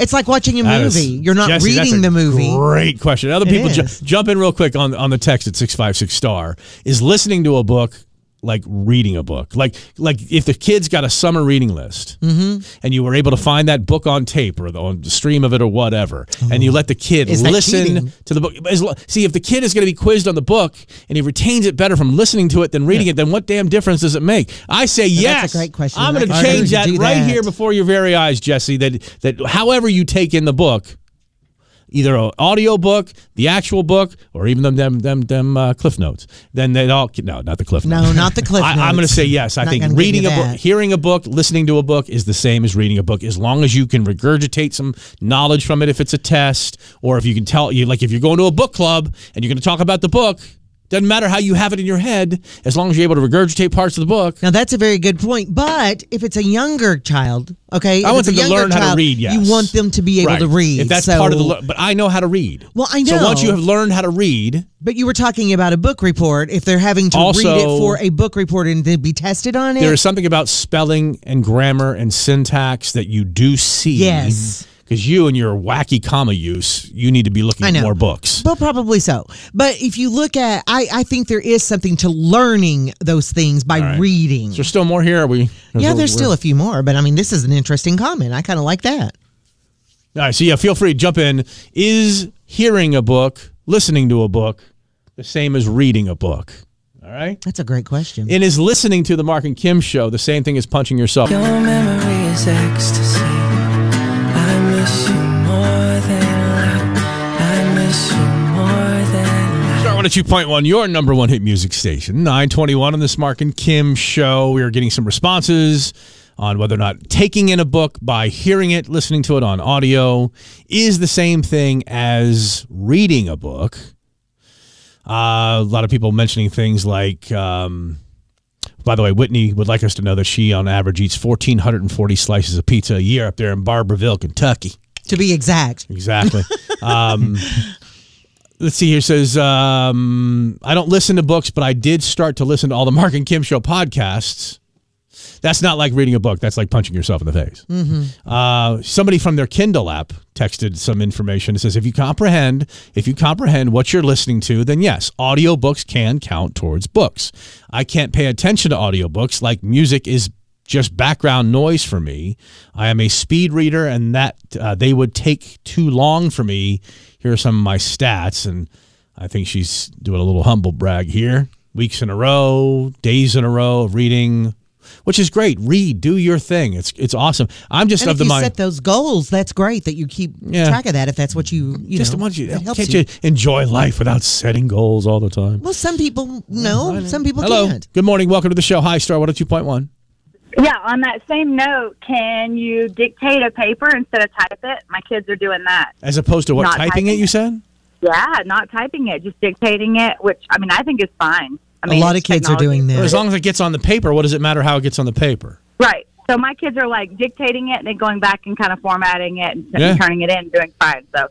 [SPEAKER 8] It's like watching a
[SPEAKER 7] that
[SPEAKER 8] movie.
[SPEAKER 7] is-
[SPEAKER 8] you're not
[SPEAKER 7] Jesse, that's
[SPEAKER 8] reading
[SPEAKER 7] a
[SPEAKER 8] the movie.
[SPEAKER 7] Great question. Other
[SPEAKER 8] It
[SPEAKER 7] people ju-
[SPEAKER 8] is.
[SPEAKER 7] jump in real quick on on the text at six five six star. Is listening to a book like reading a book? Like like if the kids got a summer reading list
[SPEAKER 8] Mm-hmm.
[SPEAKER 7] and you were able to find that book on tape or the, on the stream of it or whatever, and you let the kid
[SPEAKER 8] Oh. Is that cheating?
[SPEAKER 7] listen to the book. As lo- see, if the kid is going to be quizzed on the book and he retains it better from listening to it than reading it, then what damn difference does it make? I say
[SPEAKER 8] a
[SPEAKER 7] yes.
[SPEAKER 8] great question.
[SPEAKER 7] I'm going
[SPEAKER 8] I
[SPEAKER 7] to
[SPEAKER 8] agree
[SPEAKER 7] change
[SPEAKER 8] to
[SPEAKER 7] that
[SPEAKER 8] do
[SPEAKER 7] right
[SPEAKER 8] that.
[SPEAKER 7] here before your very eyes, Jesse. That that however you take in the book either an audio book, the actual book, or even them them them them uh, cliff notes. Then they all no, not the cliff.
[SPEAKER 8] No,
[SPEAKER 7] notes.
[SPEAKER 8] not the Cliff
[SPEAKER 7] I, I'm going
[SPEAKER 8] Notes.
[SPEAKER 7] to say yes. I
[SPEAKER 8] Not gonna
[SPEAKER 7] think
[SPEAKER 8] give
[SPEAKER 7] reading
[SPEAKER 8] you
[SPEAKER 7] a book,
[SPEAKER 8] that.
[SPEAKER 7] hearing a book, listening to a book is the same as reading a book, as long as you can regurgitate some knowledge from it. If it's a test, or if you can tell you like if you're going to a book club and you're going to talk about the book. Doesn't matter how you have it in your head, as long as you're able to regurgitate parts of the book.
[SPEAKER 8] Now that's a very good point. But if it's a younger child, okay,
[SPEAKER 7] I
[SPEAKER 8] if
[SPEAKER 7] want
[SPEAKER 8] it's a
[SPEAKER 7] them to
[SPEAKER 8] younger
[SPEAKER 7] learn how to read, yes.
[SPEAKER 8] you want them to be able
[SPEAKER 7] Right.
[SPEAKER 8] to read.
[SPEAKER 7] If that's
[SPEAKER 8] so-
[SPEAKER 7] part of the, le- but I know how to read.
[SPEAKER 8] Well, I
[SPEAKER 7] So once
[SPEAKER 8] know.
[SPEAKER 7] you have learned how to read,
[SPEAKER 8] But you were talking about a book report. If they're having to read it
[SPEAKER 7] Also-
[SPEAKER 8] for a book report and to be tested on it,
[SPEAKER 7] there is something about spelling and grammar and syntax that you do see.
[SPEAKER 8] Yes.
[SPEAKER 7] Because you and your wacky comma use, you need to be looking
[SPEAKER 8] I
[SPEAKER 7] at
[SPEAKER 8] know.
[SPEAKER 7] more books.
[SPEAKER 8] Well, probably so. But if you look at, I, I think there is something to learning those things by reading.
[SPEAKER 7] Is there still more here? Are we?
[SPEAKER 8] yeah, there's still a
[SPEAKER 7] we're-
[SPEAKER 8] few more, but I mean, this is an interesting comment. I kind of like that.
[SPEAKER 7] All right. So yeah, feel free to jump in. Is hearing a book, listening to a book, the same as reading a book? All right.
[SPEAKER 8] That's a great question.
[SPEAKER 7] And is listening to the Mark and Kim show the same thing as punching yourself?
[SPEAKER 20] Your memory is ecstasy. I miss you more than life. I miss you more than
[SPEAKER 7] Start one at 2.1, your number one hit music station. 921 on this Mark and Kim show. We are getting some responses on whether or not taking in a book by hearing it, listening to it on audio is the same thing as reading a book. Uh, a lot of people mentioning things like, um, by the way, Whitney would like us to know that she, on average, eats 1,440 slices of pizza a year up there in Barberville, Kentucky.
[SPEAKER 8] To be exact.
[SPEAKER 7] Exactly. um, let's see here. It Says um, I don't listen to books, but I did start to listen to all the Mark and Kim show podcasts. That's not like reading a book. That's like punching yourself in the face.
[SPEAKER 20] Mm-hmm.
[SPEAKER 7] Uh, somebody from their Kindle app texted some information. It says if you comprehend, if you comprehend what you're listening to, then yes, audiobooks can count towards books. I can't pay attention to audiobooks like music is just background noise for me. I am a speed reader and that uh, they would take too long for me. Here are some of my stats and I think she's doing a little humble brag here. Weeks in a row, days in a row of reading, which is great. Read, do your thing. It's it's awesome. I'm just
[SPEAKER 8] and
[SPEAKER 7] of
[SPEAKER 8] if
[SPEAKER 7] the
[SPEAKER 8] you
[SPEAKER 7] mind.
[SPEAKER 8] set those goals, that's great that you keep
[SPEAKER 7] Yeah.
[SPEAKER 8] track of that. If that's what you you
[SPEAKER 7] just
[SPEAKER 8] know,
[SPEAKER 7] want you.
[SPEAKER 8] that helps
[SPEAKER 7] Can't
[SPEAKER 8] you.
[SPEAKER 7] you enjoy life without setting goals all the time?
[SPEAKER 8] Well, some people no, some people
[SPEAKER 7] Hello.
[SPEAKER 8] can't.
[SPEAKER 7] Good morning. Welcome to the show. Hi, Star 102.1.
[SPEAKER 2] Yeah, on that same note, can you dictate a paper instead of type it? My kids are doing that.
[SPEAKER 7] As opposed to what?
[SPEAKER 2] Not
[SPEAKER 7] typing,
[SPEAKER 2] typing
[SPEAKER 7] it, you said?
[SPEAKER 2] Yeah, not typing it, just dictating it, which I mean, I think is fine. I mean, it's technology.
[SPEAKER 7] Well, as long as it gets on the paper, what does it matter how it gets on the paper?
[SPEAKER 2] Right. So my kids are like dictating it and then going back and kind of formatting it and
[SPEAKER 7] Yeah.
[SPEAKER 2] turning it in, doing fine. So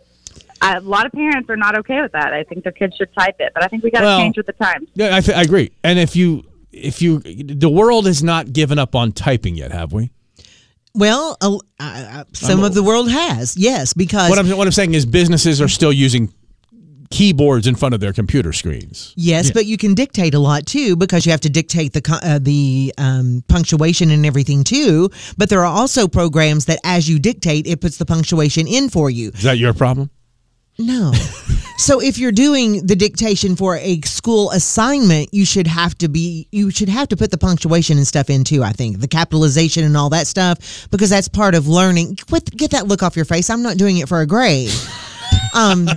[SPEAKER 2] a lot of parents are not okay with that. I think their kids should type it, but I think we got to
[SPEAKER 7] Well-
[SPEAKER 2] change with the times.
[SPEAKER 7] Yeah, I, th- I agree. And if you, if you, the world has not given up on typing yet, have we?
[SPEAKER 8] Well, a- I- I- some
[SPEAKER 7] I'm-
[SPEAKER 8] of the world has yes because
[SPEAKER 7] What I'm, what I'm saying is businesses are still using keyboards in front of their computer screens.
[SPEAKER 8] Yes, but you can dictate a lot too because you have to dictate the co- uh, the um, punctuation and everything too. But there are also programs that, as you dictate, it puts the punctuation in for you.
[SPEAKER 7] Is that your problem?
[SPEAKER 8] No. so if you're doing the dictation for a school assignment, you should have to be you should have to put the punctuation and stuff in too, I think. The capitalization and all that stuff because that's part of learning. Quit, get that look off your face. I'm not doing it for a grade. Um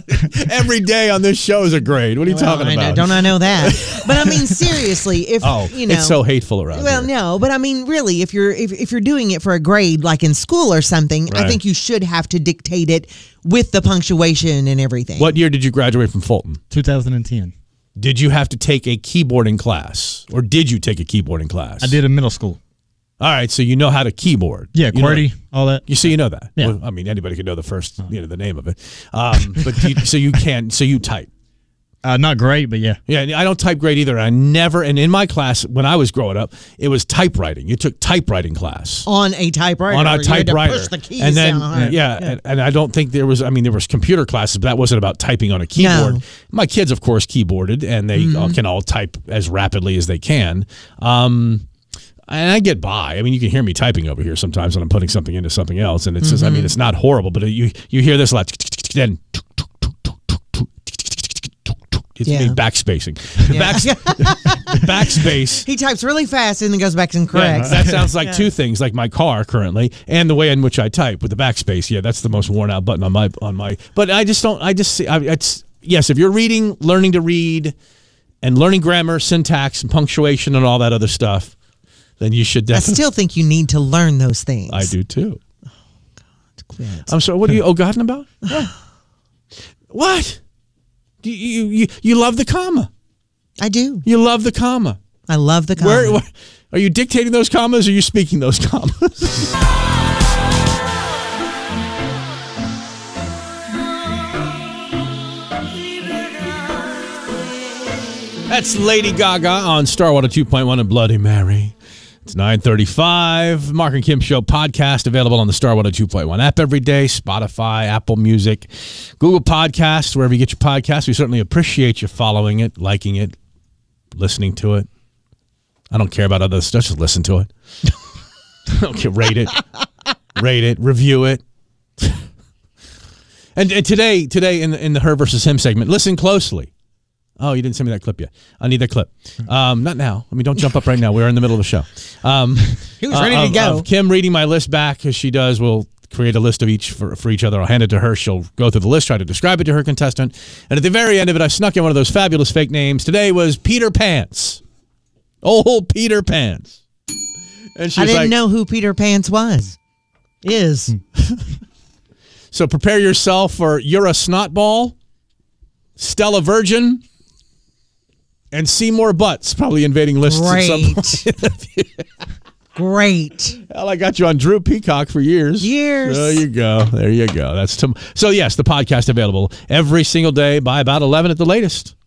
[SPEAKER 7] Every day on this show is a grade. What are you
[SPEAKER 8] well,
[SPEAKER 7] talking
[SPEAKER 8] I know.
[SPEAKER 7] about?
[SPEAKER 8] Don't I know that? But I mean seriously, if
[SPEAKER 7] Oh,
[SPEAKER 8] you know
[SPEAKER 7] it's so hateful around
[SPEAKER 8] well, no, but I mean, really, if you're if, if you're doing it for a grade, like in school or something,
[SPEAKER 7] Right.
[SPEAKER 8] I think you should have to dictate it with the punctuation and everything.
[SPEAKER 7] What year did you graduate from Fulton?
[SPEAKER 4] 2010.
[SPEAKER 7] Did you have to take a keyboarding class, or did you take a keyboarding class?
[SPEAKER 4] I did in middle school.
[SPEAKER 7] All right, so you know how to keyboard.
[SPEAKER 4] Yeah,
[SPEAKER 7] You know-
[SPEAKER 4] QWERTY, all that.
[SPEAKER 7] You see, you know that.
[SPEAKER 4] Yeah.
[SPEAKER 7] Well, I mean, anybody could know the first, you know, the name of it. Um, but you, so you can, so you type.
[SPEAKER 4] Uh, not great, but yeah.
[SPEAKER 7] Yeah, and I don't type great either. I never, and in my class when I was growing up, it was typewriting. You took typewriting class.
[SPEAKER 8] on a typewriter?
[SPEAKER 7] on
[SPEAKER 8] You
[SPEAKER 7] a
[SPEAKER 8] had to
[SPEAKER 7] typewriter,
[SPEAKER 8] push the keys
[SPEAKER 7] and then
[SPEAKER 8] down hard.
[SPEAKER 7] yeah, And, and I don't think there was. I mean, there was computer classes, but that wasn't about typing on a keyboard.
[SPEAKER 8] No.
[SPEAKER 7] My kids, of course, keyboarded, and they all
[SPEAKER 8] Mhm.
[SPEAKER 7] can all type as rapidly as they can. Um, and I get by. I mean, you can hear me typing over here sometimes when I'm putting something into something else, and it's just. I mean,
[SPEAKER 8] Mhm.
[SPEAKER 7] it's not horrible, but you you hear this a lot. Then it's
[SPEAKER 8] Yeah.
[SPEAKER 7] me backspacing.
[SPEAKER 8] Yeah.
[SPEAKER 7] Backs- backspace.
[SPEAKER 8] he types really fast and then goes back and
[SPEAKER 7] Yeah,
[SPEAKER 8] corrects.
[SPEAKER 7] that sounds like
[SPEAKER 8] Yeah.
[SPEAKER 7] two things, like my car currently, and the way in which I type with the backspace. Yeah, that's the most worn out button on my on my. But I just don't. I just see. I, it's yes. If you're reading, learning to read, and learning grammar, syntax, and punctuation, and all that other stuff, then you should
[SPEAKER 8] I
[SPEAKER 7] definitely.
[SPEAKER 8] still think you need to learn those things.
[SPEAKER 7] I do too. I'm sorry. What are you oh gotten about? What? What? Do You, you you love the comma.
[SPEAKER 8] I do.
[SPEAKER 7] You love the comma.
[SPEAKER 8] I love the comma.
[SPEAKER 7] Where, where are you dictating those commas? Or are you speaking those commas? That's Lady Gaga on Starwater 2.1 and Bloody Mary. It's 935. Mark and Kim Show podcast available on the Starwater 2.1 app every day, Spotify, Apple Music, Google Podcasts, wherever you get your podcasts. We certainly appreciate you following it, liking it, listening to it. I don't care about other stuff. Just listen to it. I don't care. Rate it. Rate it. Review it. and, and today, today in the, in the her versus him segment, listen closely. Oh, you didn't send me that clip yet. I need that clip. Um, not now. I mean, don't jump up right now. We're in the middle of the show. Um,
[SPEAKER 8] Uh, He was ready to
[SPEAKER 7] of-
[SPEAKER 8] go.
[SPEAKER 7] of Kim reading my list back as she does. We'll create a list of each for, for each other. I'll hand it to her. She'll go through the list, try to describe it to her contestant. And at the very end of it, I snuck in one of those fabulous fake names. Today was Peter Pants. Old Peter Pants. And she's
[SPEAKER 8] I didn't
[SPEAKER 7] like, Hmm.
[SPEAKER 8] know who Peter Pants was. Is.
[SPEAKER 7] So prepare yourself for You're a Snotball, Stella Virgin, and Seymour Butts, probably invading lists at some point.
[SPEAKER 8] Great.
[SPEAKER 7] Well, I got you on Drew Peacock for years.
[SPEAKER 8] Years.
[SPEAKER 7] There you go. There you go. That's tom- so. Yes, the podcast available every single day by about eleven at the latest.